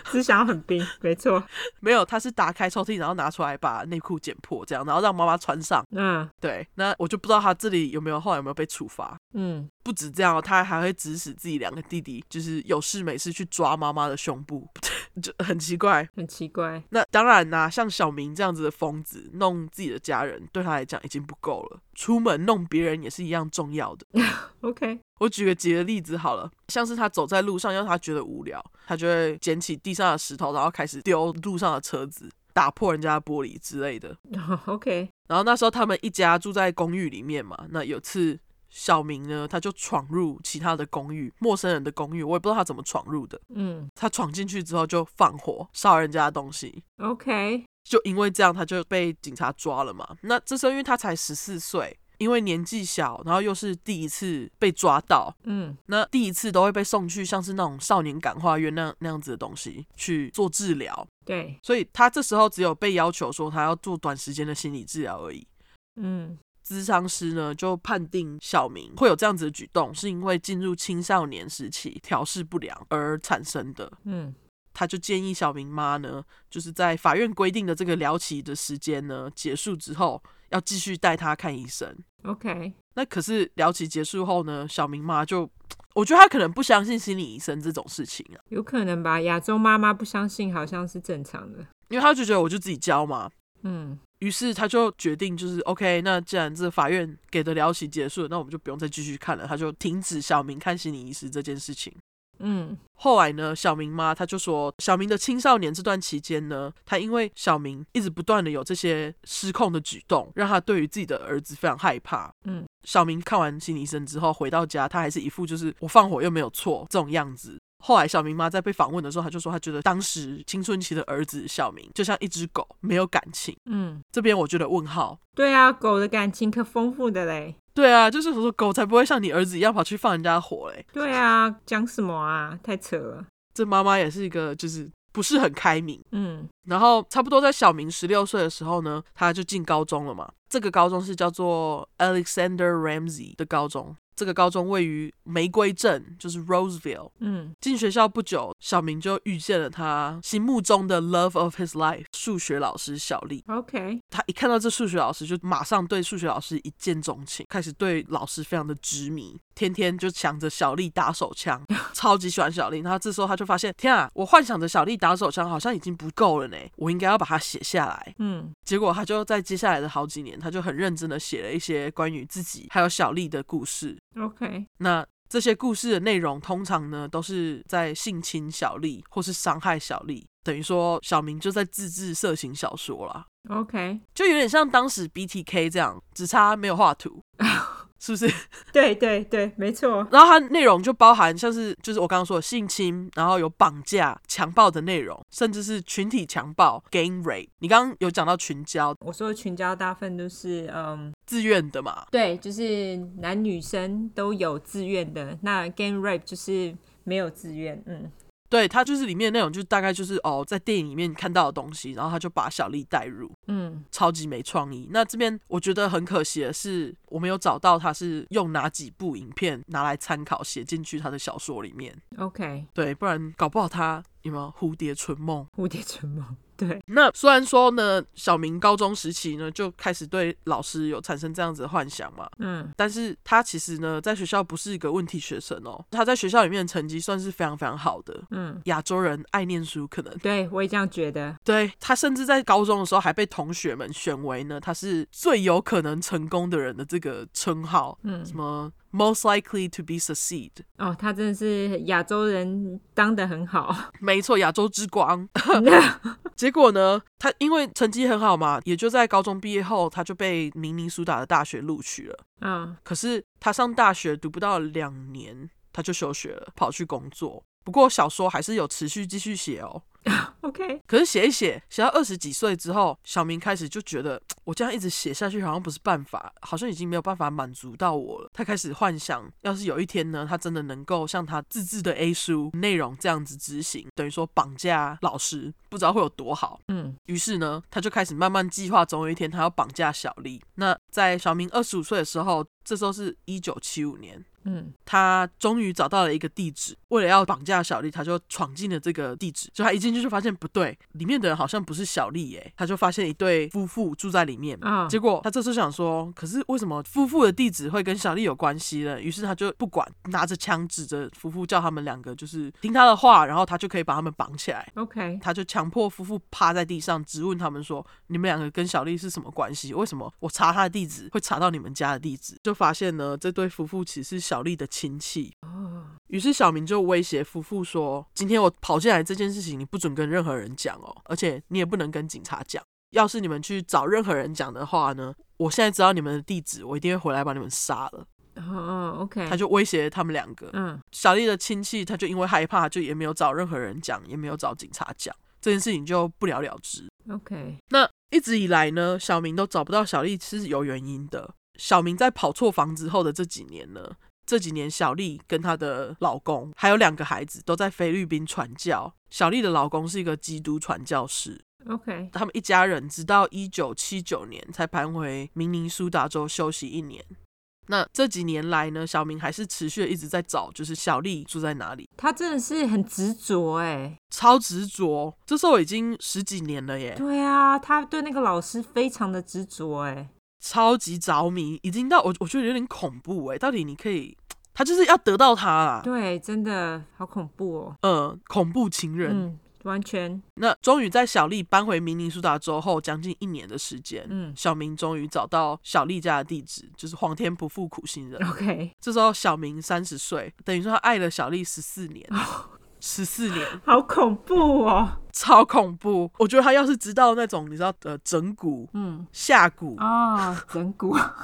S1: [LAUGHS]
S2: 只想要很冰，没错。
S1: 没有，他是打开抽屉，然后拿出来把内裤剪破，这样，然后让妈妈穿上。
S2: 嗯
S1: 对，那我就不知道他这里有没有后来有没有被处罚。
S2: 嗯，
S1: 不止这样哦，他还会指使自己两个弟弟，就是有事没事去抓妈妈的胸部， [LAUGHS] 就很奇怪。
S2: 很奇怪。
S1: 那当然啦、像小明这样子的疯子，弄自己的家人，对他来讲已经不够了，出门弄别人也是一样重要的。
S2: OK，
S1: 我举个几个例子好了，像是他走在路上，要他觉得无聊，他就会捡起地上的石头，然后开始丢路上的车子，打破人家的玻璃之类的。
S2: 哦 OK，
S1: 然后那时候他们一家住在公寓里面嘛，那有次小明呢，他就闯入其他的公寓，陌生人的公寓，我也不知道他怎么闯入的。
S2: 嗯
S1: 他闯进去之后就放火烧人家的东西，
S2: ，OK，
S1: 就因为这样他就被警察抓了嘛。那这时候因为他才十四岁，因为年纪小，然后又是第一次被抓到，
S2: 嗯
S1: 那第一次都会被送去像是那种少年感化院那那样子的东西去做治疗，
S2: 对，
S1: 所以他这时候只有被要求说他要做短时间的心理治疗而已。
S2: 嗯
S1: 咨商师呢就判定小明会有这样子的举动，是因为进入青少年时期调试不良而产生的。
S2: 嗯
S1: 他就建议小明妈呢，就是在法院规定的这个疗期的时间呢结束之后，要继续带他看医生。
S2: ，OK，
S1: 那可是疗期结束后呢，小明妈就，我觉得他可能不相信心理医生这种事情啊，
S2: 有可能吧。亚洲妈妈不相信，好像是正常的。
S1: 因为他就觉得我就自己教嘛。
S2: 嗯
S1: 于是他就决定，就是 OK，那既然这法院给的疗期结束了，那我们就不用再继续看了。他就停止小明看心理医师这件事情。
S2: 嗯
S1: 后来呢，小明妈她就说，小明的青少年这段期间呢，她因为小明一直不断的有这些失控的举动，让她对于自己的儿子非常害怕。
S2: 嗯，
S1: 小明看完心理医生之后回到家，他还是一副就是我放火又没有错这种样子。后来小明妈在被访问的时候，她就说，她觉得当时青春期的儿子小明就像一只狗，没有感情。
S2: 嗯，
S1: 这边我觉得问号。
S2: 对啊，狗的感情可丰富的嘞。
S1: 对啊，就是我说狗才不会像你儿子一样跑去放人家的火嘞。
S2: 对啊，讲什么啊？太扯了。
S1: 这妈妈也是一个就是不是很开明。
S2: 嗯
S1: 然后差不多在小明十六岁的时候呢，他就进高中了嘛。这个高中是叫做 Alexander Ramsey 的高中，这个高中位于玫瑰镇，就是 Roseville。
S2: 嗯
S1: 进学校不久，小明就遇见了他心目中的 love of his life 数学老师小丽。
S2: ，OK，
S1: 他一看到这数学老师，就马上对数学老师一见钟情，开始对老师非常的执迷，天天就想着小丽打手枪， [LAUGHS] 超级喜欢小丽。然后这时候他就发现，天啊，我幻想着小丽打手枪好像已经不够了呢，啊我应该要把它写下来。
S2: 嗯
S1: 结果他就在接下来的好几年，他就很认真的写了一些关于自己 [LAUGHS] 还有小丽的故事。
S2: ，OK，
S1: 那这些故事的内容通常呢都是在性侵小丽或是伤害小丽，等于说小明就在自制色情小说啦。
S2: OK，
S1: 就有点像当时 BTK 这样，只差没有画图，是不是？ [LAUGHS]
S2: 对对对，没错。
S1: 然后它内容就包含像是就是我刚刚说的性侵，然后有绑架、强暴的内容，甚至是群体强暴 （gang rape）。你刚刚有讲到群交，
S2: 我说的群交大部分都是嗯，
S1: 自愿的嘛？
S2: 对，就是男女生都有自愿的。那 game rape 就是没有自愿，嗯
S1: 对，它就是里面的内容就大概就是哦，在电影里面看到的东西，然后他就把小丽带入，
S2: 嗯
S1: 超级没创意。那这边我觉得很可惜的是，我没有找到他是用哪几部影片拿来参考写进去他的小说里面。
S2: ，OK，
S1: 对，不然搞不好他有没有蝴蝶春梦？
S2: [LAUGHS] 蝴蝶沉梦，对，
S1: 那虽然说呢，小明高中时期呢就开始对老师有产生这样子的幻想嘛，
S2: 嗯
S1: 但是他其实呢在学校不是一个问题学生哦，他在学校里面的成绩算是非常非常好的。
S2: 嗯，
S1: 亚洲人爱念书，可能
S2: 对我也这样觉得，
S1: 对他甚至在高中的时候还被同学们选为呢，他是最有可能成功的人的这个称号，
S2: 嗯
S1: 什么 most likely to be succeed，
S2: 哦，他真的是亚洲人当的很好， [LAUGHS]
S1: 没错，亚洲之光。结果呢，他因为成绩很好嘛，也就在高中毕业后，他就被明尼苏达的大学录取了。
S2: 嗯
S1: 可是他上大学读不到两年，他就休学了，跑去工作。不过小说还是有持续继续写哦。
S2: ，OK，
S1: 可是写一写，写到二十几岁之后，小明开始就觉得我这样一直写下去好像不是办法，好像已经没有办法满足到我了。他开始幻想，要是有一天呢，他真的能够像他自制的 A 书内容这样子执行，等于说绑架老师，不知道会有多好。
S2: 嗯
S1: 于是呢，他就开始慢慢计划，总有一天他要绑架小丽。那在小明二十五岁的时候，这时候是一九七五年，
S2: 嗯，
S1: 他终于找到了一个地址，为了要绑架小丽，他就闯进了这个地址。就他一进去就发现不对，里面的人好像不是小丽耶，他就发现一对夫妇住在里面。嗯
S2: 啊
S1: 结果他这时候想说，可是为什么夫妇的地址会跟小丽有关系呢？于是他就不管，拿着枪指着夫妇，叫他们两个就是听他的话，然后他就可以把他们绑起来。
S2: ，OK，
S1: 他就强迫夫妇趴在地上，质问他们说：“你们两个跟小丽是什么关系？为什么我查她的地址会查到你们家的地址？”就发现呢，这对夫妇其实是小丽的亲戚。
S2: 哦，
S1: 于是小明就威胁夫妇说：“今天我跑进来这件事情，你不准跟任何人讲哦，而且你也不能跟警察讲。要是你们去找任何人讲的话呢，我现在知道你们的地址，我一定会回来把你们杀了。”
S2: 哦哦，OK，
S1: 他就威胁他们两个。
S2: 嗯
S1: 小丽的亲戚，他就因为害怕，就也没有找任何人讲，也没有找警察讲，这件事情就不了了之。
S2: ，OK，
S1: 那一直以来呢，小明都找不到小丽是有原因的。小明在跑错房子后的这几年呢，这几年小丽跟她的老公还有两个孩子都在菲律宾传教。小丽的老公是一个基督传教士，
S2: OK，
S1: 他们一家人直到一九七九年才搬回明尼苏达州休息一年。那这几年来呢，小明还是持续地一直在找，就是小丽住在哪里。
S2: 他真的是很执着哎，
S1: 超执着，这时候已经十几年了耶，
S2: 对啊，他对那个老师非常的执着哎，
S1: 超级着迷，已经到我我觉得有点恐怖哎，到底你可以，他就是要得到他啦，
S2: 对，真的好恐怖哦，
S1: 呃，恐怖情人。
S2: 嗯，完全，
S1: 那终于在小丽搬回明尼苏达州后，将近一年的时间，
S2: 嗯
S1: 小明终于找到小丽家的地址，就是皇天不负苦心人。
S2: ，OK，
S1: 这时候小明三十岁，等于说他爱了小丽十四年，
S2: 哦
S1: 十四年。
S2: 好恐怖哦，
S1: 超恐怖！我觉得他要是知道那种你知道呃整骨、
S2: 嗯，
S1: 下骨、
S2: 哦，整蛊。 [LAUGHS]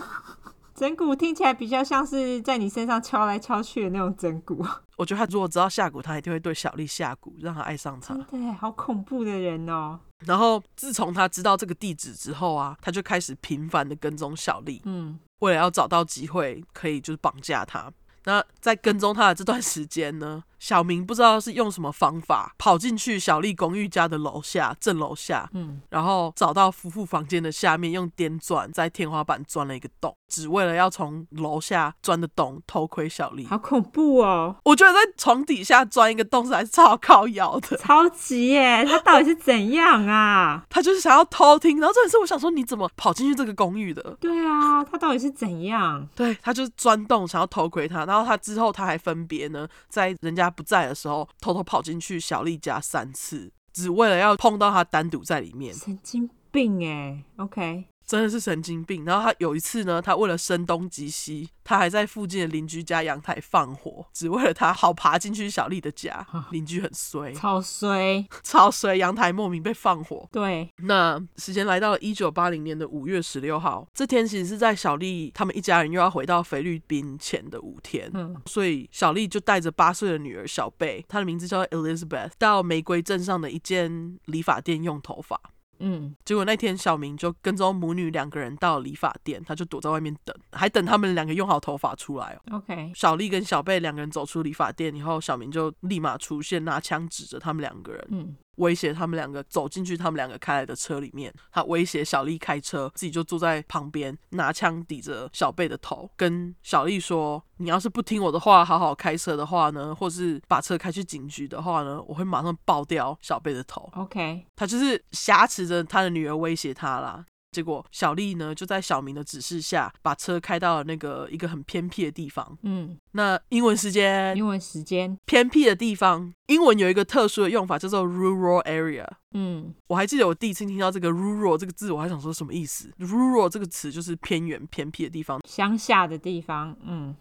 S2: 整蛊听起来比较像是在你身上敲来敲去的那种整蛊，
S1: 我觉得他如果知道下蛊，他一定会对小丽下蛊，让她爱上他
S2: 真。的耶好恐怖的人哦。
S1: 然后自从他知道这个地址之后啊，他就开始频繁的跟踪小丽，
S2: 嗯，
S1: 为了要找到机会可以就是绑架她。那在跟踪她的这段时间呢，小明不知道是用什么方法跑进去小丽公寓家的楼下正楼下，
S2: 嗯，
S1: 然后找到夫妇房间的下面，用电钻在天花板钻了一个洞，只为了要从楼下钻的洞偷窥小丽。
S2: 好恐怖哦，
S1: 我觉得在床底下钻一个洞是还是超靠腰的。
S2: 超级耶！他到底是怎样啊？
S1: 他就是想要偷听，然后这也是我想说，你怎么跑进去这个公寓的？
S2: [LAUGHS] 对啊，他到底是怎样？
S1: 对，他就是钻洞想要偷窥他，然后他之后他还分别呢，在人家不在的时候偷偷跑进去小丽家三次，只为了要碰到他单独在里面，
S2: 神经病哎！OK，
S1: 真的是神经病。然后他有一次呢，他为了声东击西，他还在附近的邻居家阳台放火，只为了他好爬进去小丽的家。邻居很衰，
S2: 超衰，
S1: 超衰，阳台莫名被放火，
S2: 对，
S1: 那时间来到了一九八零年的五月十六号，这天其实是在小丽他们一家人又要回到菲律宾前的五天，
S2: 嗯
S1: 所以小丽就带着八岁的女儿小贝，她的名字叫 Elizabeth，到玫瑰镇上的一间理发店用头发。
S2: 嗯，
S1: 结果那天小明就跟踪母女两个人到理发店，他就躲在外面等，还等他们两个用好头发出来哦。
S2: OK，
S1: 小丽跟小贝两个人走出理发店以后，小明就立马出现，拿枪指着他们两个人，
S2: 嗯，
S1: 威胁他们两个走进去他们两个开来的车里面，他威胁小丽开车，自己就坐在旁边，拿枪抵着小贝的头，跟小丽说：“你要是不听我的话，好好开车的话呢，或是把车开去警局的话呢，我会马上爆掉小贝的头。
S2: OK，”
S1: 他就是挟持着他的女儿威胁他啦。结果小丽呢，就在小明的指示下，把车开到了那个一个很偏僻的地方。
S2: 嗯，
S1: 那英文时间，
S2: 英文时间，
S1: 偏僻的地方，英文有一个特殊的用法，叫做 rural area。
S2: 嗯
S1: 我还记得我第一次听到这个 “rural” 这个字，我还想说什么意思？“rural” 这个词就是偏远、偏僻的地方。
S2: 乡下的地方，嗯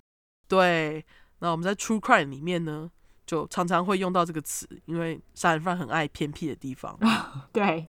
S1: 对，那我们在 “true crime” 里面呢，就常常会用到这个词，因为杀人犯很爱偏僻的地方， [LAUGHS]
S2: 对，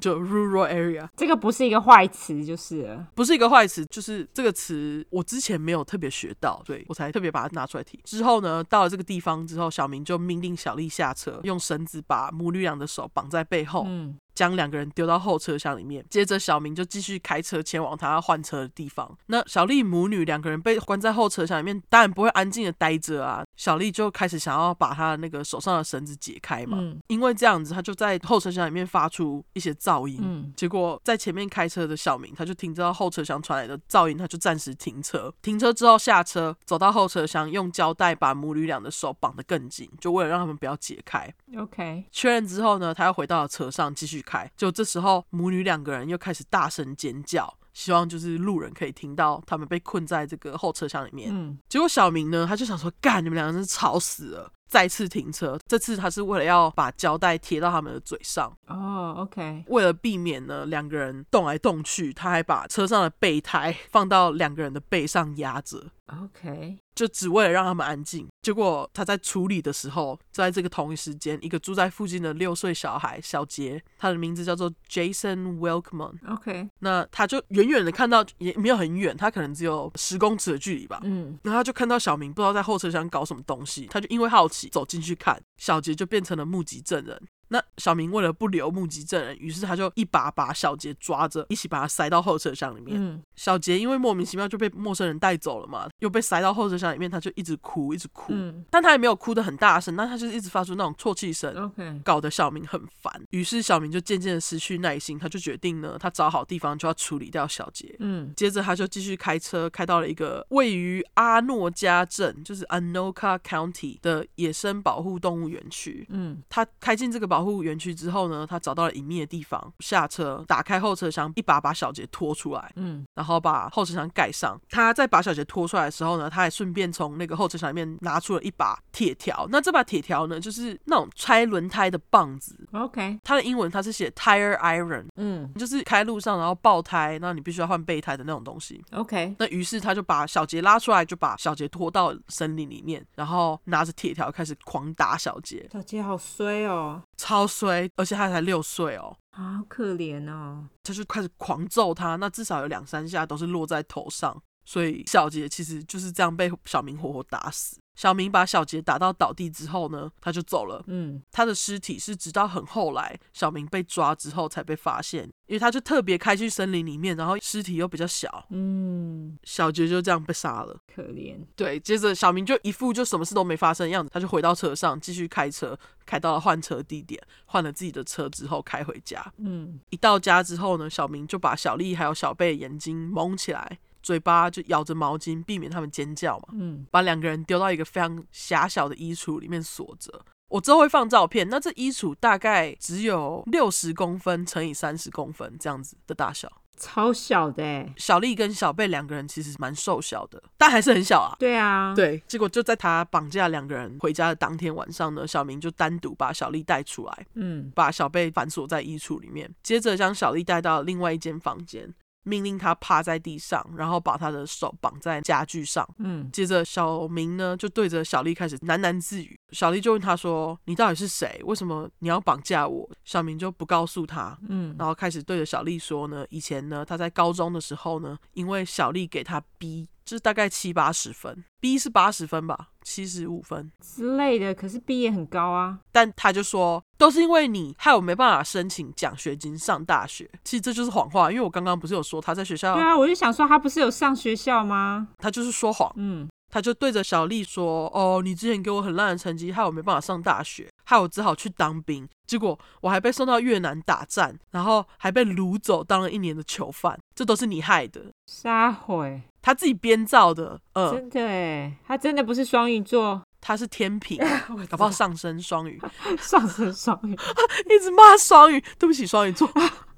S1: 就 “rural area”
S2: 这个不是一个坏词，就是了
S1: 不是一个坏词，就是这个词我之前没有特别学到，所以我才特别把它拿出来提。之后呢，到了这个地方之后，小明就命令小丽下车，用绳子把母女俩的手绑在背后，
S2: 嗯
S1: 将两个人丢到后车厢里面。接着，小明就继续开车前往他要换车的地方。那小丽母女两个人被关在后车厢里面，当然不会安静的待着啊。小丽就开始想要把她的那个手上的绳子解开嘛，
S2: 嗯
S1: 因为这样子，她就在后车厢里面发出一些噪音。
S2: 嗯
S1: 结果在前面开车的小明，他就听到后车厢传来的噪音，他就暂时停车。停车之后下车，走到后车厢，用胶带把母女俩的手绑得更紧，就为了让他们不要解开。
S2: ，OK，
S1: 确认之后呢，他又回到了车上继续开。就这时候，母女两个人又开始大声尖叫，希望就是路人可以听到他们被困在这个后车厢里面。
S2: 嗯
S1: 结果小明呢，他就想说，干，你们两个真是吵死了。再次停车，这次他是为了要把胶带贴到他们的嘴上。
S2: 哦，OK，
S1: 为了避免呢两个人动来动去，他还把车上的备胎放到两个人的背上压着，
S2: OK，
S1: 就只为了让他们安静。结果他在处理的时候，在这个同一时间，一个住在附近的六岁小孩小杰，他的名字叫做 Jason Welkman，
S2: OK，
S1: 那他就远远的看到，也没有很远，他可能只有十公尺的距离吧，
S2: 嗯
S1: 然后他就看到小明不知道在后车厢搞什么东西，他就因为好奇走进去看，小杰就变成了目击证人。那小明为了不留目击证人，于是他就一把把小杰抓着，一起把他塞到后车厢里面。
S2: 嗯
S1: 小杰因为莫名其妙就被陌生人带走了嘛，又被塞到后车厢里面，他就一直哭，一直哭，
S2: 嗯
S1: 但他也没有哭得很大声，但他就是一直发出那种啜泣声。
S2: ，OK，
S1: 搞得小明很烦，于是小明就渐渐的失去耐心，他就决定呢，他找好地方就要处理掉小杰。
S2: 嗯
S1: 接着他就继续开车开到了一个位于阿诺加镇，就是 Anoka County 的野生保护动物园区。
S2: 嗯
S1: 他开进这个保护园区之后呢，他找到了隐秘的地方，下车打开后车厢，一把把小杰拖出来，
S2: 嗯
S1: 然后把后车厢盖上。他在把小杰拖出来的时候呢，他还顺便从那个后车厢里面拿出了一把铁条。那这把铁条呢，就是那种拆轮胎的棒子，
S2: ，OK，
S1: 它的英文它是写 tire iron，
S2: 嗯
S1: 就是开路上然后爆胎，那你必须要换备胎的那种东西。
S2: ，OK，
S1: 那于是他就把小杰拉出来，就把小杰拖到森林里面，然后拿着铁条开始狂打小杰，
S2: 小杰好衰哦，
S1: 超衰，而且他才六岁哦，
S2: 啊好可怜哦，
S1: 他就开始狂揍他，那至少有两三下都是落在头上，所以小杰其实就是这样被小明活活打死。小明把小杰打到倒地之后呢，他就走了。
S2: 嗯
S1: 他的尸体是直到很后来小明被抓之后才被发现，因为他就特别开去森林里面，然后尸体又比较小，
S2: 嗯，
S1: 小杰就这样被杀了。
S2: 可怜，
S1: 对，接着小明就一副就什么事都没发生的样子，他就回到车上继续开车，开到了换车地点，换了自己的车之后开回家。
S2: 嗯
S1: 一到家之后呢，小明就把小丽还有小贝的眼睛蒙起来，嘴巴就咬着毛巾，避免他们尖叫嘛，
S2: 嗯
S1: 把两个人丢到一个非常狭小的衣橱里面锁着。我之后会放照片，那这衣橱大概只有六十公分乘以三十公分这样子的大小。
S2: 超小的欸，
S1: 小丽跟小贝两个人其实蛮瘦小的，但还是很小啊。
S2: 对啊，，
S1: 对，结果就在他绑架两个人回家的当天晚上呢，小明就单独把小丽带出来，
S2: 嗯
S1: 把小贝反锁在衣橱里面，接着将小丽带到另外一间房间，命令她趴在地上，然后把她的手绑在家具上。
S2: 嗯
S1: 接着，小明呢就对着小丽开始喃喃自语。小丽就问他说：“你到底是谁？为什么你要绑架我？”小明就不告诉他，
S2: 嗯
S1: 然后开始对着小丽说呢，以前呢，他在高中的时候呢，因为小丽给他 B，就是大概七八十分，B 是八十分吧，七十五分，
S2: 之类的，可是 B 也很高啊，
S1: 但他就说都是因为你害我没办法申请奖学金上大学。其实这就是谎话，因为我刚刚不是有说他在学校
S2: 对，啊，我就想说他不是有上学校吗？
S1: 他就是说谎，
S2: 嗯
S1: 他就对着小丽说：“哦，你之前给我很烂的成绩，害我没办法上大学，害我只好去当兵。结果我还被送到越南打战，然后还被掳走当了一年的囚犯，这都是你害的。”
S2: 撒谎，欸
S1: 他自己编造的，呃，
S2: 真的哎，他真的不是双鱼座，
S1: 他是天平，
S2: 我
S1: 搞不好上升双鱼，
S2: [LAUGHS] 上升双鱼，
S1: 一直骂双鱼，对不起双鱼座， [LAUGHS]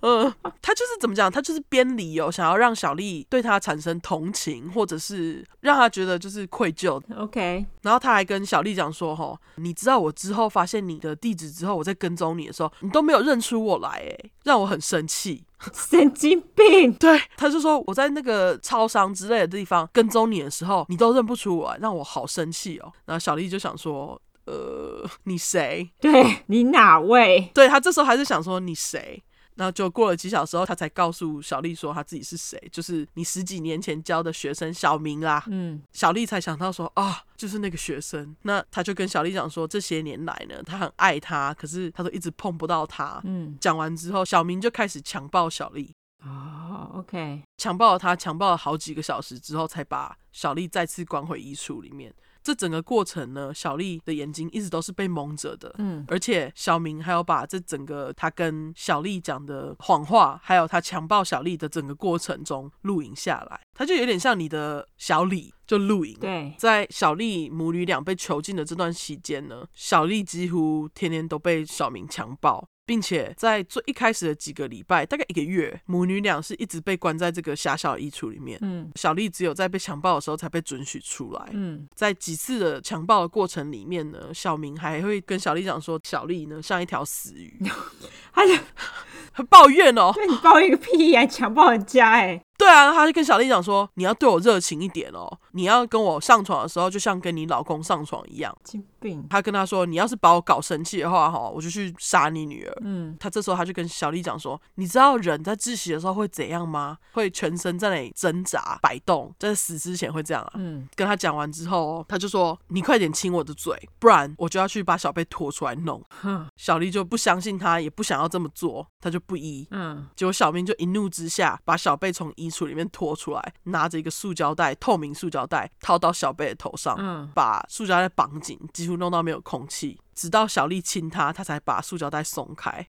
S1: 呃，他就是怎么讲，他就是编理由，想要让小丽对他产生同情，或者是让他觉得就是愧疚。
S2: [LAUGHS] OK，
S1: 然后他还跟小丽讲说，吼，你知道我之后发现你的地址之后，我在跟踪你的时候，你都没有认出我来，哎，让我很生气。
S2: 神经病，
S1: 对，他就说我在那个超商之类的地方跟踪你的时候，你都认不出我，让我好生气哦。然后小丽就想说，呃，你谁？
S2: 对你哪位？
S1: 对他这时候还是想说你谁？然后就过了几小时后，他才告诉小丽说他自己是谁，就是你十几年前教的学生小明啦。
S2: 嗯，
S1: 小丽才想到说啊，就是那个学生。那他就跟小丽讲说，这些年来呢，他很爱她，可是他都一直碰不到她。
S2: 嗯，
S1: 讲完之后，小明就开始强暴小丽，
S2: 哦，OK，
S1: 强暴了她，强暴了好几个小时之后，才把小丽再次关回衣橱里面。这整个过程呢，小丽的眼睛一直都是被蒙着的。
S2: 嗯，
S1: 而且小明还有把这整个他跟小丽讲的谎话，还有他强暴小丽的整个过程中录影下来，他就有点像你的小李，就录影。
S2: 对，
S1: 在小丽母女俩被囚禁的这段期间呢，小丽几乎天天都被小明强暴，并且在最一开始的几个礼拜，大概一个月，母女俩是一直被关在这个狭小的衣橱里面。
S2: 嗯
S1: 小丽只有在被强暴的时候才被准许出来。
S2: 嗯
S1: 在几次的强暴的过程里面呢，小明还会跟小丽讲说，小丽呢像一条死鱼，
S2: 他就
S1: 很抱怨哦。
S2: 那你抱怨个屁呀、强暴人家哎、
S1: 对啊，他就跟小丽讲说，你要对我热情一点哦，你要跟我上床的时候，就像跟你老公上床一样。
S2: 精病。
S1: 他跟她说，你要是把我搞生气的话，哈，我就去杀你女儿。
S2: 嗯
S1: 他这时候他就跟小丽讲说，你知道人在窒息的时候会怎样吗？会全身在那里挣扎摆动，在死之前会这样啊。
S2: 嗯，
S1: 跟他讲完之后哦，他就说：“你快点亲我的嘴，不然我就要去把小贝拖出来弄。
S2: 哼”
S1: 小丽就不相信他，也不想要这么做，他就不依。
S2: 嗯
S1: 结果小明就一怒之下，把小贝从衣橱里面拖出来，拿着一个塑胶袋，透明塑胶袋套到小贝的头上，
S2: 嗯
S1: 把塑胶袋绑紧，几乎弄到没有空气。直到小丽亲他，他才把塑胶袋松开，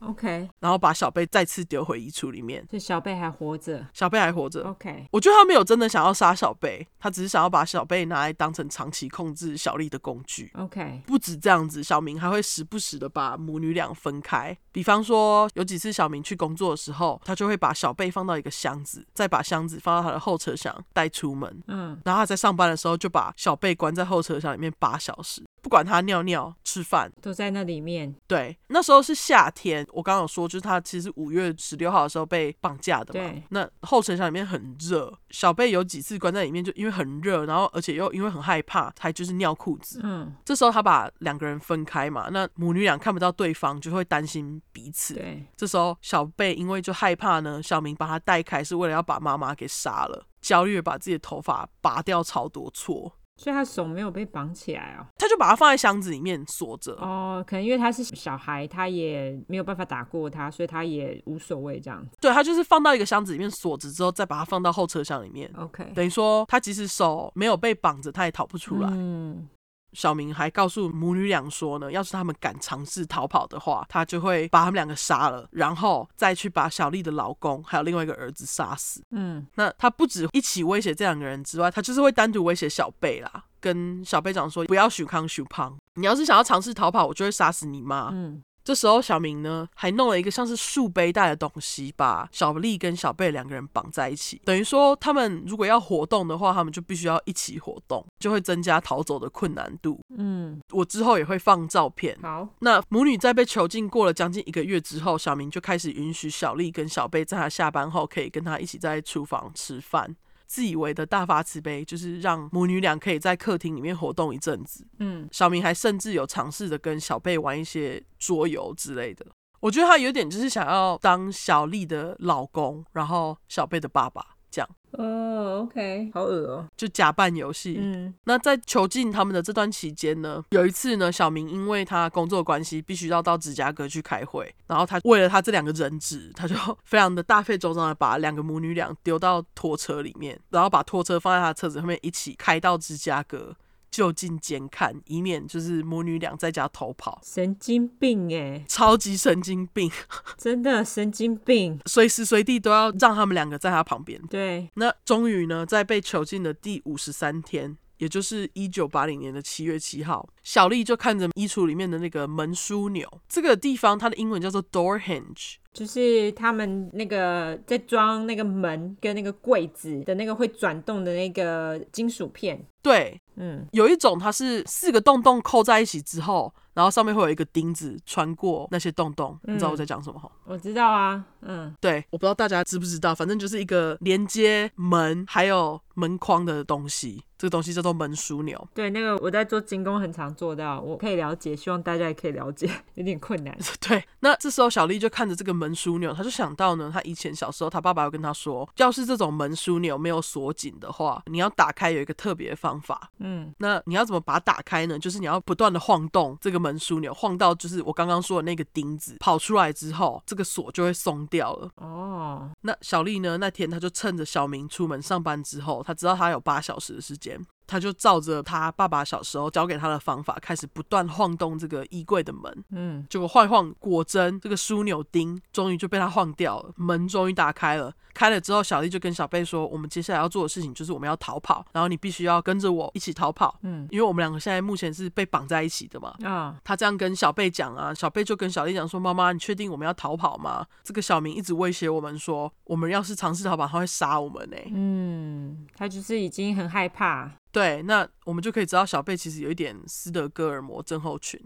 S2: ，OK，
S1: 然后把小贝再次丢回衣橱里面。
S2: 这小贝还活着
S1: 小贝还活着，
S2: ，OK，
S1: 我觉得他没有真的想要杀小贝，他只是想要把小贝拿来当成长期控制小丽的工具。
S2: OK，
S1: 不止这样子，小明还会时不时的把母女俩分开。比方说，有几次小明去工作的时候，他就会把小贝放到一个箱子，再把箱子放到他的后车厢带出门。
S2: 嗯
S1: 然后他在上班的时候就把小贝关在后车厢里面八小时，不管他尿尿、吃饭，
S2: 都在那里面，
S1: 对，那时候是夏天，我刚刚有说，就是他其实五月十六号的时候被绑架的嘛
S2: 对。
S1: 那后车厢里面很热，小贝有几次关在里面，就因为很热，然后而且又因为很害怕，他就是尿裤子。
S2: 嗯，
S1: 这时候他把两个人分开嘛，那母女俩看不到对方，就会担心彼此。
S2: 对，
S1: 这时候小贝因为就害怕呢，小明把他带开是为了要把妈妈给杀了，焦虑地把自己的头发拔掉超多撮，
S2: 所以他手没有被绑起来哦。
S1: 他就把它放在箱子里面锁着。
S2: 哦，可能因为他是小孩，他也没有办法打过他，所以他也无所谓这样子。
S1: 对，他就是放到一个箱子里面锁着之后，再把它放到后车厢里面。
S2: OK，
S1: 等于说，他即使手没有被绑着，他也逃不出来。
S2: 嗯，
S1: 小明还告诉母女俩说呢，要是他们敢尝试逃跑的话，他就会把他们两个杀了，然后再去把小丽的老公还有另外一个儿子杀死。
S2: 嗯，
S1: 那他不止一起威胁这两个人之外，他就是会单独威胁小贝啦，跟小贝讲说不要许康许胖，你要是想要尝试逃跑，我就会杀死你妈。
S2: 嗯，
S1: 这时候，小明呢还弄了一个像是束背带的东西，把小丽跟小贝两个人绑在一起。等于说，他们如果要活动的话，他们就必须要一起活动，就会增加逃走的困难度。
S2: 嗯，
S1: 我之后也会放照片。
S2: 好，
S1: 那母女在被囚禁过了将近一个月之后，小明就开始允许小丽跟小贝在他下班后可以跟他一起在厨房吃饭。自以为的大发慈悲，就是让母女俩可以在客厅里面活动一阵子。
S2: 嗯，
S1: 小明还甚至有尝试着跟小贝玩一些桌游之类的。我觉得他有点就是想要当小丽的老公，然后小贝的爸爸，这样
S2: 哦，OK，好恶哦，
S1: 就假扮游戏。
S2: 嗯
S1: 那在囚禁他们的这段期间呢，有一次呢，小明因为他工作关系必须要到芝加哥去开会，然后他为了他这两个人质，他就 [LAUGHS] 非常的大费周章的把两个母女俩丢到拖车里面，然后把拖车放在他的车子后面一起开到芝加哥。就近监看，以免就是母女俩在家偷跑，
S2: 神经病哎，
S1: 超级神经病， [LAUGHS]
S2: 真的神经病。
S1: 随时随地都要让他们两个在他旁边。
S2: 对，
S1: 那终于呢，在被囚禁的第五十三天，也就是一九八零年的七月七号，小丽就看着衣橱里面的那个门枢纽，这个地方它的英文叫做 door hinge。
S2: 就是他们那个在装那个门跟那个柜子的那个会转动的那个金属片，
S1: 对，
S2: 嗯，
S1: 有一种它是四个洞洞扣在一起之后，然后上面会有一个钉子穿过那些洞洞，你知道我在讲什么吼？
S2: 我知道啊，嗯，
S1: 对，我不知道大家知不知道，反正就是一个连接门还有门框的东西，这个东西叫做门枢纽。
S2: 对，那个我在做精工很常做 [LAUGHS] 到，我可以了解，希望大家也可以了解，有点困难。
S1: [LAUGHS] 对，那这时候小丽就看着这个门门枢纽，他就想到呢，他以前小时候，他爸爸有跟他说，要是这种门枢纽没有锁紧的话，你要打开有一个特别的方法。
S2: 嗯，
S1: 那你要怎么把它打开呢？就是你要不断的晃动这个门枢纽，晃到就是我刚刚说的那个钉子跑出来之后，这个锁就会松掉了。
S2: 哦，
S1: 那小丽呢？那天她就趁着小明出门上班之后，她知道她有八小时的时间，她就照着她爸爸小时候教给她的方法，开始不断晃动这个衣柜的门。
S2: 嗯，
S1: 结果晃一晃，果真这个枢纽钉终于就被她晃掉了，门终于打开了。开了之后，小丽就跟小贝说：“我们接下来要做的事情就是我们要逃跑，然后你必须要跟着我一起逃跑。”
S2: 嗯，
S1: 因为我们两个现在目前是被绑在一起的嘛。
S2: 啊、
S1: 他这样跟小贝讲啊，小贝就跟小丽讲说：“妈妈，你确定我们要逃跑吗？”这个小明一直威胁我们说：“我们要是尝试逃跑，他会杀我们呢、
S2: 嗯，他就是已经很害怕，
S1: 对，那我们就可以知道小贝其实有一点斯德哥尔摩症候群。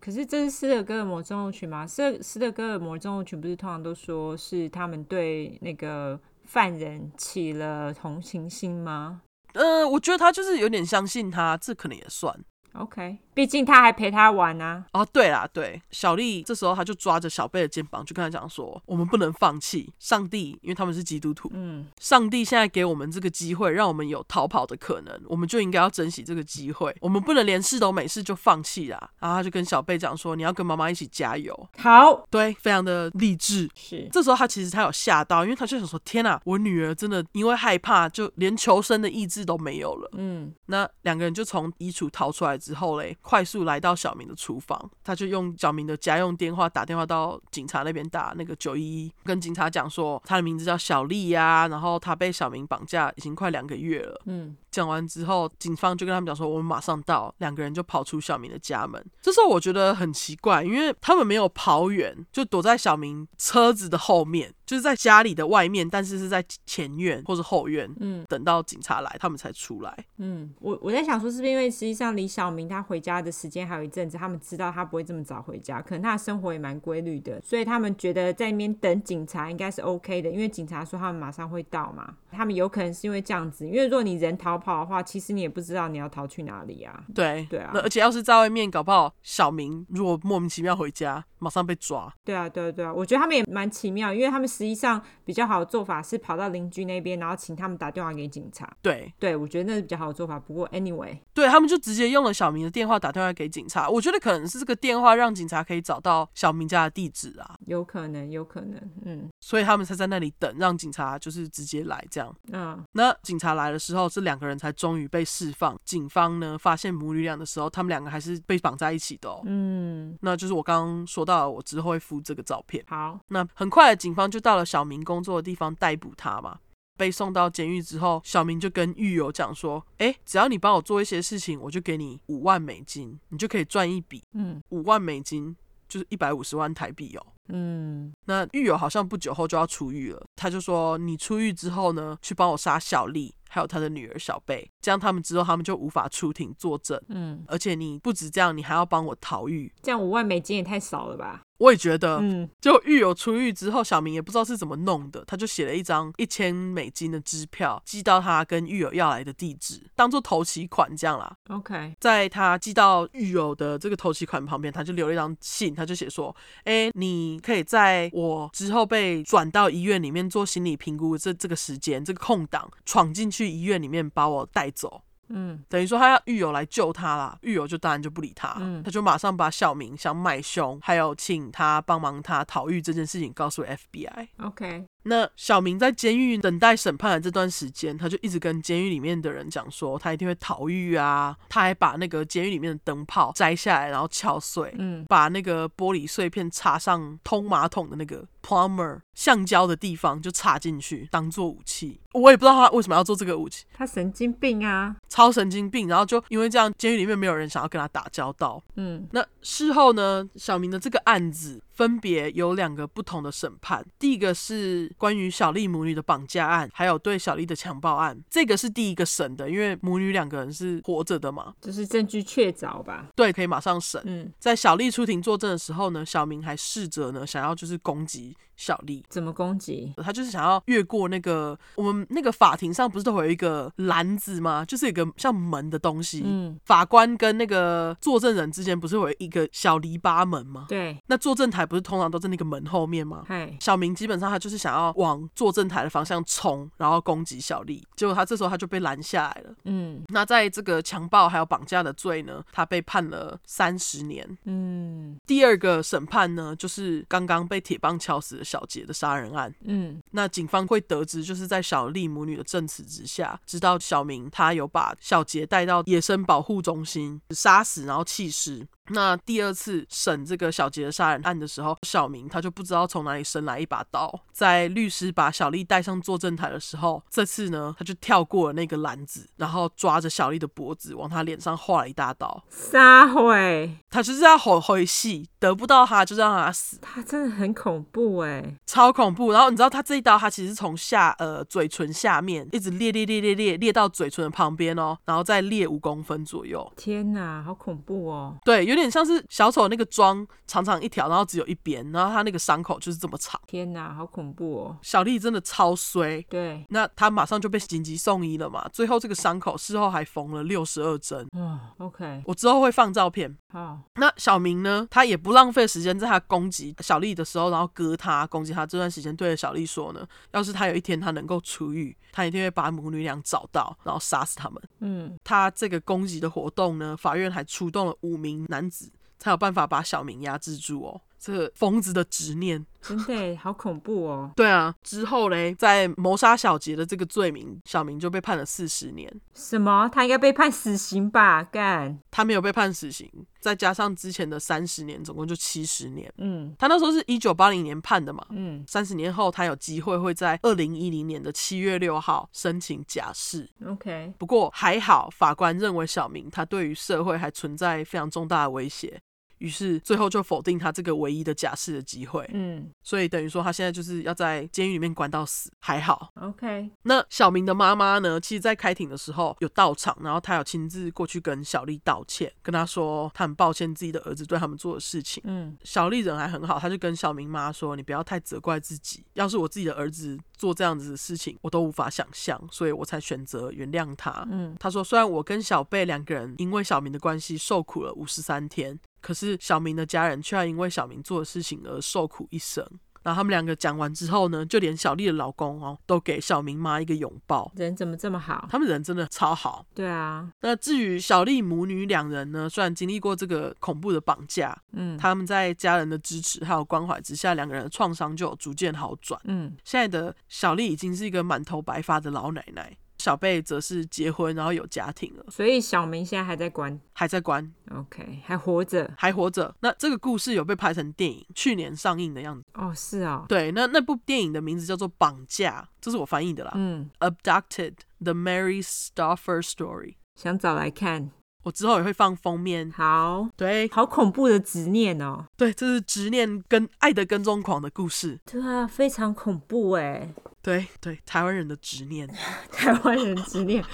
S2: 可是这是斯德哥尔摩症候群吗？斯德斯德哥尔摩症候群不是通常都说是他们对那个犯人起了同情心吗
S1: 呃，我觉得他就是有点相信他，这可能也算。
S2: ？OK，毕竟他还陪他玩啊。
S1: 哦，对啦，对，小丽这时候他就抓着小贝的肩膀，就跟他讲说：“我们不能放弃，上帝，因为他们是基督徒，
S2: 嗯
S1: 上帝现在给我们这个机会，让我们有逃跑的可能，我们就应该要珍惜这个机会。我们不能连试都没试就放弃啦。然后他就跟小贝讲说：“你要跟妈妈一起加油。
S2: 好”，
S1: 对，非常的励志。
S2: 是
S1: 这时候他其实他有吓到，因为他就想说：“天哪、我女儿真的因为害怕，就连求生的意志都没有了。”
S2: 嗯
S1: 那两个人就从衣橱逃出来之后嘞，快速来到小明的厨房，他就用小明的家用电话打电话到警察那边打那个九一一，跟警察讲说他的名字叫小丽呀、然后他被小明绑架已经快两个月了。
S2: 嗯，
S1: 讲完之后，警方就跟他们讲说我们马上到，两个人就跑出小明的家门。这时候我觉得很奇怪，因为他们没有跑远，就躲在小明车子的后面，就是在家里的外面，但是是在前院或者后院，
S2: 嗯，
S1: 等到警察来他们才出来。
S2: 嗯，我我在想说，是不是因为实际上李小明他回家的时间还有一阵子，他们知道他不会这么早回家，可能他的生活也蛮规律的，所以他们觉得在那边等警察应该是 OK 的，因为警察说他们马上会到嘛。他们有可能是因为这样子，因为如果你人逃跑的话，其实你也不知道你要逃去哪里啊。
S1: 对
S2: 对啊
S1: 那而且要是在外面，搞不好小明如果莫名其妙回家，马上被抓。
S2: 对啊，对啊，对啊，我觉得他们也蛮奇妙，因为他们实际上比较好的做法是跑到邻居那边，然后请他们打电话给警察。
S1: 对，
S2: 对，我觉得那是比较好的做法。不过 anyway，
S1: 对他们就直接用了小明的电话打电话给警察。我觉得可能是这个电话让警察可以找到小明家的地址啊，
S2: 有可能，有可能，嗯
S1: 所以他们才在那里等，让警察就是直接来这样。
S2: 嗯
S1: 那警察来的时候，这两个人才终于被释放。警方呢发现母女俩的时候，他们两个还是被绑在一起的哦。
S2: 嗯，
S1: 那就是我刚刚说到的，我之后会附这个照片。
S2: 好。
S1: 那很快的，警方就到了小明工作的地方逮捕他嘛。被送到监狱之后，小明就跟狱友讲说：“哎，只要你帮我做一些事情，我就给你五万美金，你就可以赚一笔。
S2: 嗯
S1: 五万美金就是一百五十万台币哦。”
S2: 嗯
S1: 那狱友好像不久后就要出狱了，他就说：“你出狱之后呢，去帮我杀小丽，还有她的女儿小贝，这样他们之后他们就无法出庭作证。
S2: 嗯，
S1: 而且你不止这样，你还要帮我逃狱。
S2: 这样五万美金也太少了吧？”
S1: 我也觉得，
S2: 嗯
S1: 就狱友出狱之后，小明也不知道是怎么弄的，他就写了一张一千美金的支票，寄到他跟狱友要来的地址，当做头期款这样啦。
S2: ，OK，
S1: 在他寄到狱友的这个头期款旁边，他就留了一张信，他就写说：“哎，你可以在我之后被转到医院里面做心理评估的这这个时间，这个空档，闯进去医院里面把我带走。”
S2: 嗯
S1: 等于说他要狱友来救他啦，狱友就当然就不理他，
S2: 嗯
S1: 他就马上把小明想买凶，还有请他帮忙他逃狱这件事情告诉 FBI。
S2: ，OK，
S1: 那小明在监狱等待审判的这段时间，他就一直跟监狱里面的人讲说，他一定会逃狱啊。他还把那个监狱里面的灯泡摘下来，然后敲碎，
S2: 嗯
S1: 把那个玻璃碎片插上通马桶的那个 plumber 橡胶的地方就插进去，当做武器。我也不知道他为什么要做这个武器，
S2: 他神经病啊，
S1: 超神经病，然后就因为这样，监狱里面没有人想要跟他打交道。
S2: 嗯
S1: 那事后呢，小明的这个案子分别有两个不同的审判，第一个是关于小丽母女的绑架案，还有对小丽的强暴案，这个是第一个审的，因为母女两个人是活着的嘛，
S2: 就是证据确凿吧？
S1: 对，可以马上审。
S2: 嗯，
S1: 在小丽出庭作证的时候呢，小明还试着呢想要就是攻击小丽，
S2: 怎么攻击？
S1: 他就是想要越过那个我们那个法庭上不是都会有一个篮子吗？就是有一个像门的东西，
S2: 嗯，
S1: 法官跟那个作证人之间不是会有一个小篱笆门吗？
S2: 对，
S1: 那作证台不是通常都在那个门后面吗？
S2: 嗨，
S1: 小明基本上他就是想要往坐正台的方向冲，然后攻击小丽，结果他这时候他就被拦下来了。
S2: 嗯
S1: 那在这个强暴还有绑架的罪呢，他被判了三十年。
S2: 嗯
S1: 第二个审判呢，就是刚刚被铁棒敲死的小杰的杀人案。
S2: 嗯
S1: 那警方会得知，就是在小丽母女的证词之下，知道小明他有把小杰带到野生保护中心杀死，然后弃尸。那第二次审这个小杰的杀人案的时候，小明他就不知道从哪里伸来一把刀，在律师把小丽带上作证台的时候，这次呢他就跳过了那个篮子，然后抓着小丽的脖子往她脸上划了一大刀。
S2: 撒欸会，
S1: 他就是要吼回戏，得不到他就让他死。
S2: 他真的很恐怖哎，
S1: 超恐怖。然后你知道他这一刀，他其实是从下呃嘴唇下面一直裂裂裂裂裂裂到嘴唇的旁边哦，然后再裂五公分左右。
S2: 天哪，好恐怖哦，
S1: 对，有点像是小丑那个妆，长长一条，然后只有一边，然后他那个伤口就是这么长。
S2: 天哪，好恐怖哦，
S1: 小丽真的超衰，
S2: 对，
S1: 那他马上就被紧急送医了嘛。最后这个伤口事后还缝了六十二针，
S2: 哦，OK，
S1: 我之后会放照片。
S2: 好，
S1: 那小明呢？他也不浪费时间，在他攻击小丽的时候，然后割她、攻击她这段时间，对着小丽说呢：要是他有一天他能够出狱，他一定会把母女俩找到，然后杀死他们。
S2: 嗯
S1: 他这个攻击的活动呢，法院还出动了五名男子，才有办法把小明压制住哦。这个疯子的执念，
S2: 真的耶好恐怖哦，
S1: 对啊。之后嘞，在谋杀小杰的这个罪名，小明就被判了四十年。
S2: 什么？他应该被判死刑吧？干，
S1: 他没有被判死刑，再加上之前的三十年，总共就七十年。
S2: 嗯
S1: 他那时候是一九八零年判的嘛，
S2: 嗯
S1: 三十年后，他有机会会在二零一零年的七月六号申请假释。
S2: ，OK，
S1: 不过还好，法官认为小明他对于社会还存在非常重大的威胁，于是最后就否定他这个唯一的假释的机会。
S2: 嗯
S1: 所以等于说，他现在就是要在监狱里面关到死。还好，
S2: ，OK，
S1: 那小明的妈妈呢？其实，在开庭的时候有到场，然后她有亲自过去跟小丽道歉，跟她说她很抱歉自己的儿子对他们做的事情。
S2: 嗯
S1: 小丽人还很好，她就跟小明妈说：“你不要太责怪自己，要是我自己的儿子做这样子的事情，我都无法想象，所以我才选择原谅他。”
S2: 嗯，
S1: 她说：“虽然我跟小贝两个人因为小明的关系受苦了五十三天，可是小明的家人却要因为小明做的事情而受苦一生。”然后他们两个讲完之后呢，就连小丽的老公哦，都给小明妈一个拥抱。
S2: 人怎么这么好？
S1: 他们人真的超好，
S2: 对啊，
S1: 那至于小丽母女两人呢，虽然经历过这个恐怖的绑架，
S2: 嗯
S1: 他们在家人的支持还有关怀之下，两个人的创伤就有逐渐好转。
S2: 嗯
S1: 现在的小丽已经是一个满头白发的老奶奶，小贝则是结婚然后有家庭了，
S2: 所以小明现在还在关
S1: 还在关，
S2: ，OK，还活着。
S1: 还活着。那这个故事有被拍成电影，去年上映的样子。
S2: 哦，是哦，
S1: 对，那那部电影的名字叫做《绑架》，这是我翻译的啦。
S2: 嗯，
S1: Abducted: The Mary Stoffer Story。
S2: 想找来看。
S1: 我之后也会放封面。
S2: 好
S1: 对，
S2: 好恐怖的执念哦。
S1: 对，这是执念跟爱的跟踪狂的故事。
S2: 对啊，非常恐怖哎，
S1: 对对，台湾人的执念
S2: [LAUGHS]
S1: [LAUGHS]
S2: 台湾人执念，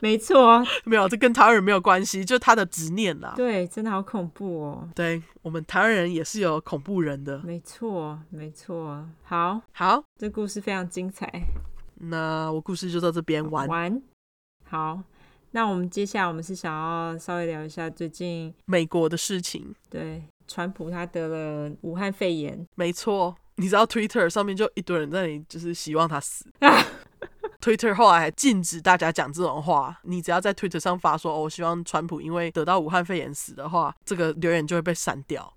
S2: 没错，
S1: 没有，这跟台湾人没有关系，就他的执念啦。
S2: 对，真的好恐怖哦。
S1: 对我们台湾人也是有恐怖人的。
S2: 没错，没错。好，
S1: 好，
S2: 这故事非常精彩。
S1: 那我故事就到这边完。
S2: 玩，好，那我们接下来我们是想要稍微聊一下最近
S1: 美国的事情，
S2: 对川普他得了武汉肺炎，
S1: 没错，你知道 Twitter 上面就一堆人在那里，就是希望他死。Twitter 后来还禁止大家讲这种话，你只要在 Twitter 上发说“哦，我希望川普因为得到武汉肺炎死”的话，这个留言就会被删掉。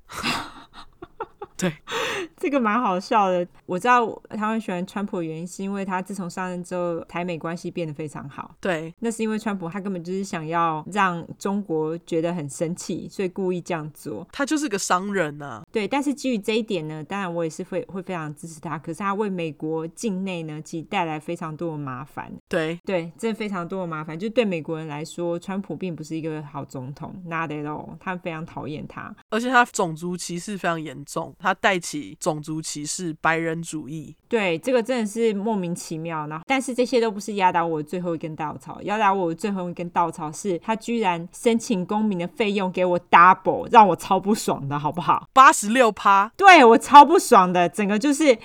S2: 这个蛮好笑的。我知道他会喜欢川普的原因是因为他自从上任之后，台美关系变得非常好。
S1: 对，
S2: 那是因为川普他根本就是想要让中国觉得很生气，所以故意这样做。
S1: 他就是个商人啊呐、
S2: 对，但是基于这一点呢，当然我也是会会非常支持他。可是他为美国境内呢，其实带来非常多的麻烦。
S1: 对，
S2: 对，这非常多的麻烦。就对美国人来说，川普并不是一个好总统，not at all，他们非常讨厌他。
S1: 而且他种族歧视非常严重，他带起种族歧视、白人主义。
S2: 对，这个真的是莫名其妙。然后，但是这些都不是压倒我的最后一根稻草，压倒我的最后一根稻草是他居然申请公民的费用给我 double，让我超不爽的，好不好？
S1: 八十六趴，
S2: 对我超不爽的，整个就是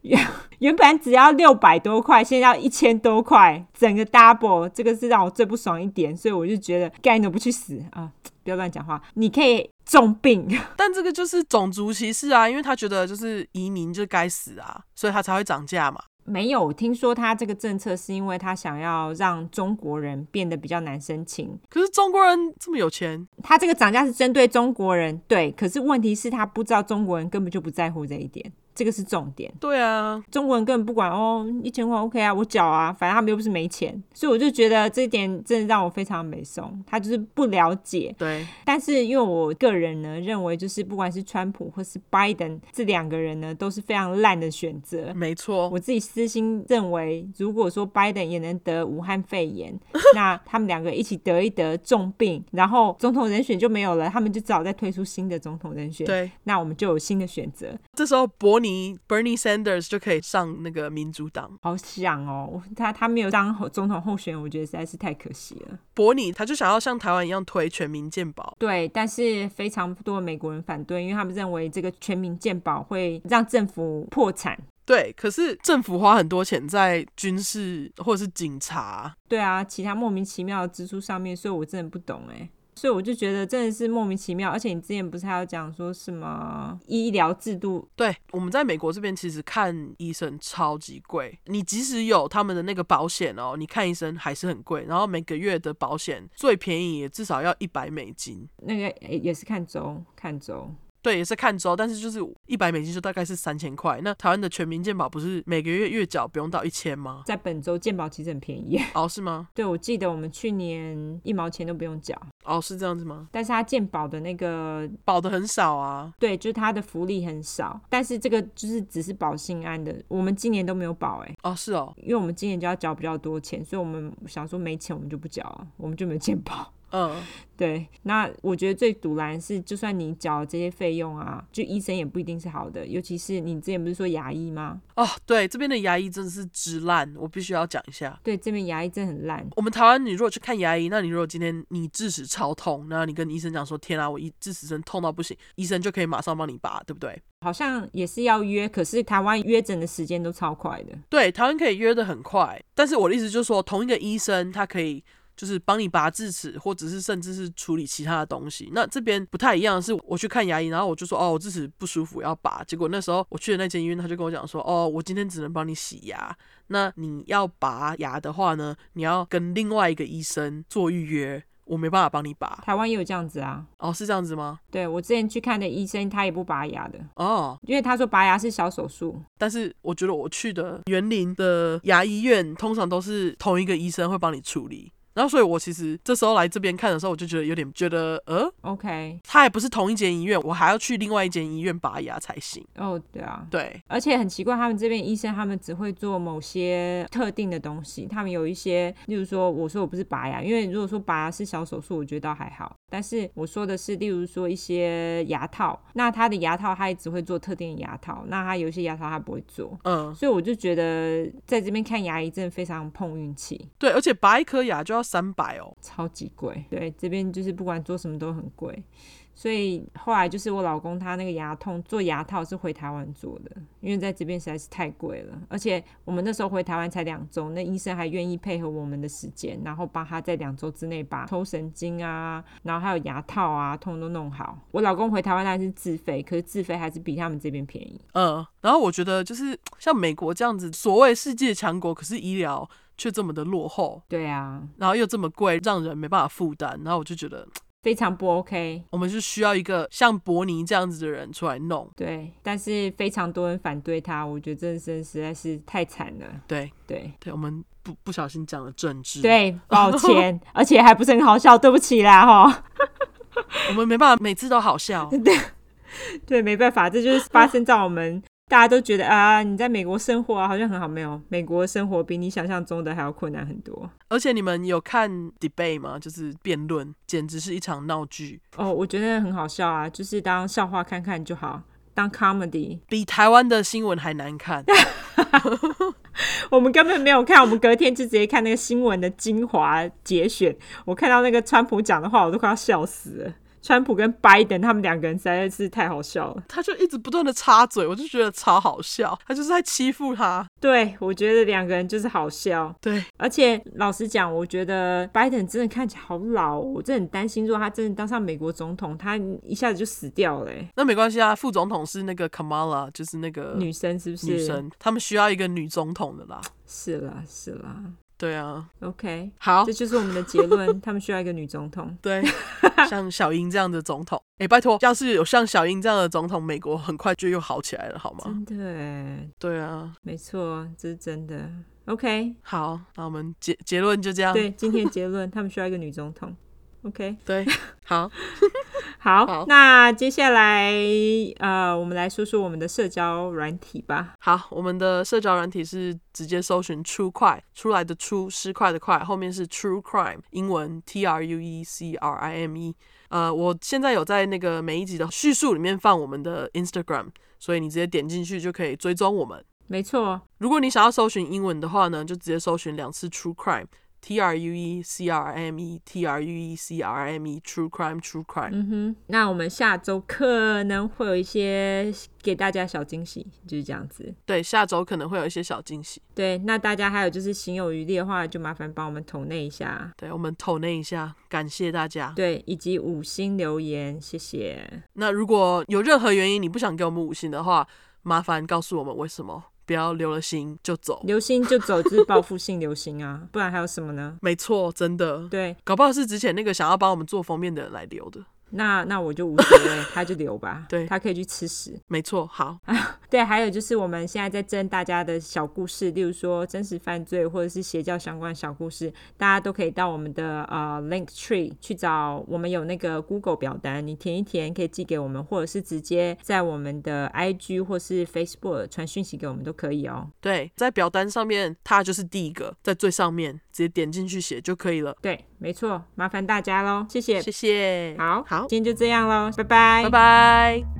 S2: 原原本只要六百多块，现在要一千多块，整个 double，这个是让我最不爽一点，所以我就觉得，干你怎么不去死啊？不要乱讲话，你可以重病。 [LAUGHS]
S1: 但这个就是种族歧视啊，因为他觉得就是移民就该死啊，所以他才会涨价嘛。
S2: 没有听说他这个政策是因为他想要让中国人变得比较难申请。
S1: 可是中国人这么有钱，
S2: 他这个涨价是针对中国人，对。可是问题是，他不知道中国人根本就不在乎这一点，这个是重点。
S1: 对啊，
S2: 中国人根本不管哦，一千块 OK 啊，我缴啊，反正他们又不是没钱。所以我就觉得这一点真的让我非常美松，他就是不了解。
S1: 对，
S2: 但是因为我个人呢，认为就是不管是川普或是拜登这两个人呢，都是非常烂的选择。
S1: 没错，
S2: 我自己私心认为，如果说拜登也能得武汉肺炎，那他们两个一起得一得重病，然后总统人选就没有了，他们就只好再推出新的总统人选。
S1: 对。
S2: 那我们就有新的选择，
S1: 这时候伯尼 Bernie Sanders 就可以上那个民主党。
S2: 好想哦，我他他没有当候总统候选人，我觉得实在是太可惜了。
S1: 伯尼他就想要像台湾一样推全民健保，
S2: 对，但是非常多的美国人反对，因为他们认为这个全民健保会让政府破产。
S1: 对，可是政府花很多钱在军事或者是警察，
S2: 对啊，其他莫名其妙的支出上面，所以我真的不懂哎。所以我就觉得真的是莫名其妙，而且你之前不是还有讲说什么医疗制度？
S1: 对，我们在美国这边其实看医生超级贵，你即使有他们的那个保险哦，你看医生还是很贵。然后每个月的保险最便宜也至少要一百美金，
S2: 那个诶也是看州，看州。
S1: 对，也是看州，但是就是一百美金就大概是三千块。那台湾的全民健保不是每个月月缴不用到一千吗？
S2: 在本州健保其实很便宜， [LAUGHS]
S1: 哦，是吗？
S2: 对我记得我们去年一毛钱都不用缴，
S1: 哦，是这样子吗？
S2: 但是它健保的那个
S1: 保的很少啊，
S2: 对，就是它的福利很少，但是这个就是只是保心安的，我们今年都没有保哎、
S1: 哦，是哦，
S2: 因为我们今年就要缴比较多钱，所以我们想说没钱我们就不缴啊，我们就没健保。
S1: 嗯，
S2: 对，那我觉得最堵拦是，就算你缴这些费用啊，就医生也不一定是好的，尤其是你之前不是说牙医吗？
S1: 哦，对，这边的牙医真的是直烂，我必须要讲一下。
S2: 对，这边牙医真的很烂。
S1: 我们台湾，你如果去看牙医，那你如果今天你智齿超痛，然后你跟医生讲说：“天啊，我一智齿真痛到不行”，医生就可以马上帮你拔，对不对？
S2: 好像也是要约，可是台湾约诊的时间都超快的。
S1: 对，台湾可以约的很快，但是我的意思就是说，同一个医生他可以就是帮你拔智齿，或者是甚至是处理其他的东西。那这边不太一样，是我去看牙医，然后我就说：“哦，我智齿不舒服要拔。”结果那时候我去的那间医院，他就跟我讲说：“哦，我今天只能帮你洗牙，那你要拔牙的话呢，你要跟另外一个医生做预约。”我没办法帮你拔，
S2: 台湾也有这样子啊。
S1: 哦，是这样子吗？
S2: 对我之前去看的医生，他也不拔牙的，
S1: 哦，
S2: 因为他说拔牙是小手术。
S1: 但是我觉得我去的园林的牙医院，通常都是同一个医生会帮你处理。然后，所以我其实这时候来这边看的时候，我就觉得有点觉得，呃，
S2: OK，
S1: 他还不是同一间医院，我还要去另外一间医院拔牙才行。
S2: 哦，对啊。
S1: 对，
S2: 而且很奇怪，他们这边医生他们只会做某些特定的东西，他们有一些，例如说，我说我不是拔牙，因为如果说拔牙是小手术，我觉得倒还好。但是我说的是，例如说一些牙套，那他的牙套他也只会做特定的牙套，那他有一些牙套他不会做，
S1: 嗯，
S2: 所以我就觉得在这边看牙医真的非常碰运气，
S1: 对，而且拔一颗牙就要三百哦。
S2: 超级贵。对，这边就是不管做什么都很贵。所以后来就是我老公他那个牙痛做牙套是回台湾做的，因为在这边实在是太贵了，而且我们那时候回台湾才两周，那医生还愿意配合我们的时间，然后帮他在两周之内把抽神经啊，然后还有牙套啊，通通都弄好。我老公回台湾当然是自费，可是自费还是比他们这边便宜。
S1: 嗯，然后我觉得就是像美国这样子，所谓世界强国，可是医疗却这么的落后，
S2: 对啊，
S1: 然后又这么贵，让人没办法负担。然后我就觉得，
S2: 非常不 OK。
S1: 我们就需要一个像伯尼这样子的人出来弄。
S2: 对，但是非常多人反对他，我觉得这真的实在是太惨了。
S1: 对，
S2: 对
S1: 对，我们不不小心讲了政治，，
S2: 对，抱 [LAUGHS] 歉，而且还不是很好笑，对不起啦哈。
S1: 我们没办法每次都好笑。
S2: [LAUGHS] 对，没办法，这就是发生在我们大家都觉得啊，你在美国生活啊，好像很好，没有，美国的生活比你想象中的还要困难很多。
S1: 而且你们有看 debate 吗？就是辩论，简直是一场闹剧，
S2: 哦，我觉得很好笑啊，就是当笑话看看就好，当 comedy。 [LAUGHS]
S1: 比台湾的新闻还难看。
S2: 我们根本没有看，我们隔天就直接看那个新闻的精华节选。我看到那个川普讲的话，我都快要笑死了。川普跟拜登他们两个人实在是太好笑了。
S1: 他就一直不断的插嘴，我就觉得超好笑，他就是在欺负他。
S2: 对，我觉得两个人就是好笑。
S1: 对，
S2: 而且老实讲，我觉得拜登真的看起来好老、哦，我真的很担心，如果他真的当上美国总统，他一下子就死掉了欸。
S1: 那没关系啊，副总统是那个 Kamala，就是那个
S2: 女生是不是？
S1: 呃女生，他们需要一个女总统的啦。
S2: 是啦，是啦。
S1: 对啊，
S2: OK，
S1: 好
S2: 这，就是我们的结论。他们需要一个女总统。
S1: 对，像小英这样的总统，哎、拜托，要是有像小英这样的总统，美国很快就又好起来 [LAUGHS] 了，好吗？
S2: 真的欸，
S1: 对啊，
S2: 没错，这是真的。OK，
S1: 好，那我们结结论就这样。
S2: 对，今天的结论，他们需要一个女总统。OK，
S1: 对， [LAUGHS] 好，
S2: 好，
S1: 好
S2: 那接下来呃，我们来说说我们的社交软体吧。
S1: 好，我们的社交软体是直接搜寻“出快”出来的“出”失快的“快”，后面是 “true crime”，英文 T R U E C R I M E。呃，我现在有在那个每一集的叙述里面放我们的 Instagram，所以你直接点进去就可以追踪我们。
S2: 没错，
S1: 如果你想要搜寻英文的话呢，就直接搜寻两次 True Crime。T R U E C R M E T R U E C R M E True Crime True Crime，、
S2: 嗯哼，那我们下周可能会有一些给大家小惊喜，就是这样子。
S1: 对，下周可能会有一些小惊喜。
S2: 对，那大家还有就是行有余力的话，就麻烦帮我们投内一下，
S1: 对我们投内一下，感谢大家。
S2: 对，以及五星留言，谢谢。
S1: 那如果有任何原因你不想给我们五星的话，麻烦告诉我们为什么，不要留了心就走。
S2: 流星就走，就是报复性流星啊，不然还有什么呢？
S1: 没错，真的，
S2: 对，
S1: 搞不好是之前那个想要帮我们做封面的人来留的。
S2: 那那我就无所谓，哎他就留吧，
S1: 对
S2: 他可以去吃屎。
S1: 没错，好，
S2: 嗯对，还有就是我们现在在征大家的小故事，例如说真实犯罪或者是邪教相关的小故事，大家都可以到我们的呃 Link Tree 去找，我们有那个 Google 表单，你填一填可以寄给我们，或者是直接在我们的 IG 或是 Facebook 传讯息给我们都可以哦。
S1: 对，在表单上面它就是第一个，在最上面直接点进去写就可以了。
S2: 对，没错，麻烦大家喽，谢谢。
S1: 谢谢，
S2: 好，
S1: 好，
S2: 今天就这样喽，拜拜，
S1: 拜。拜。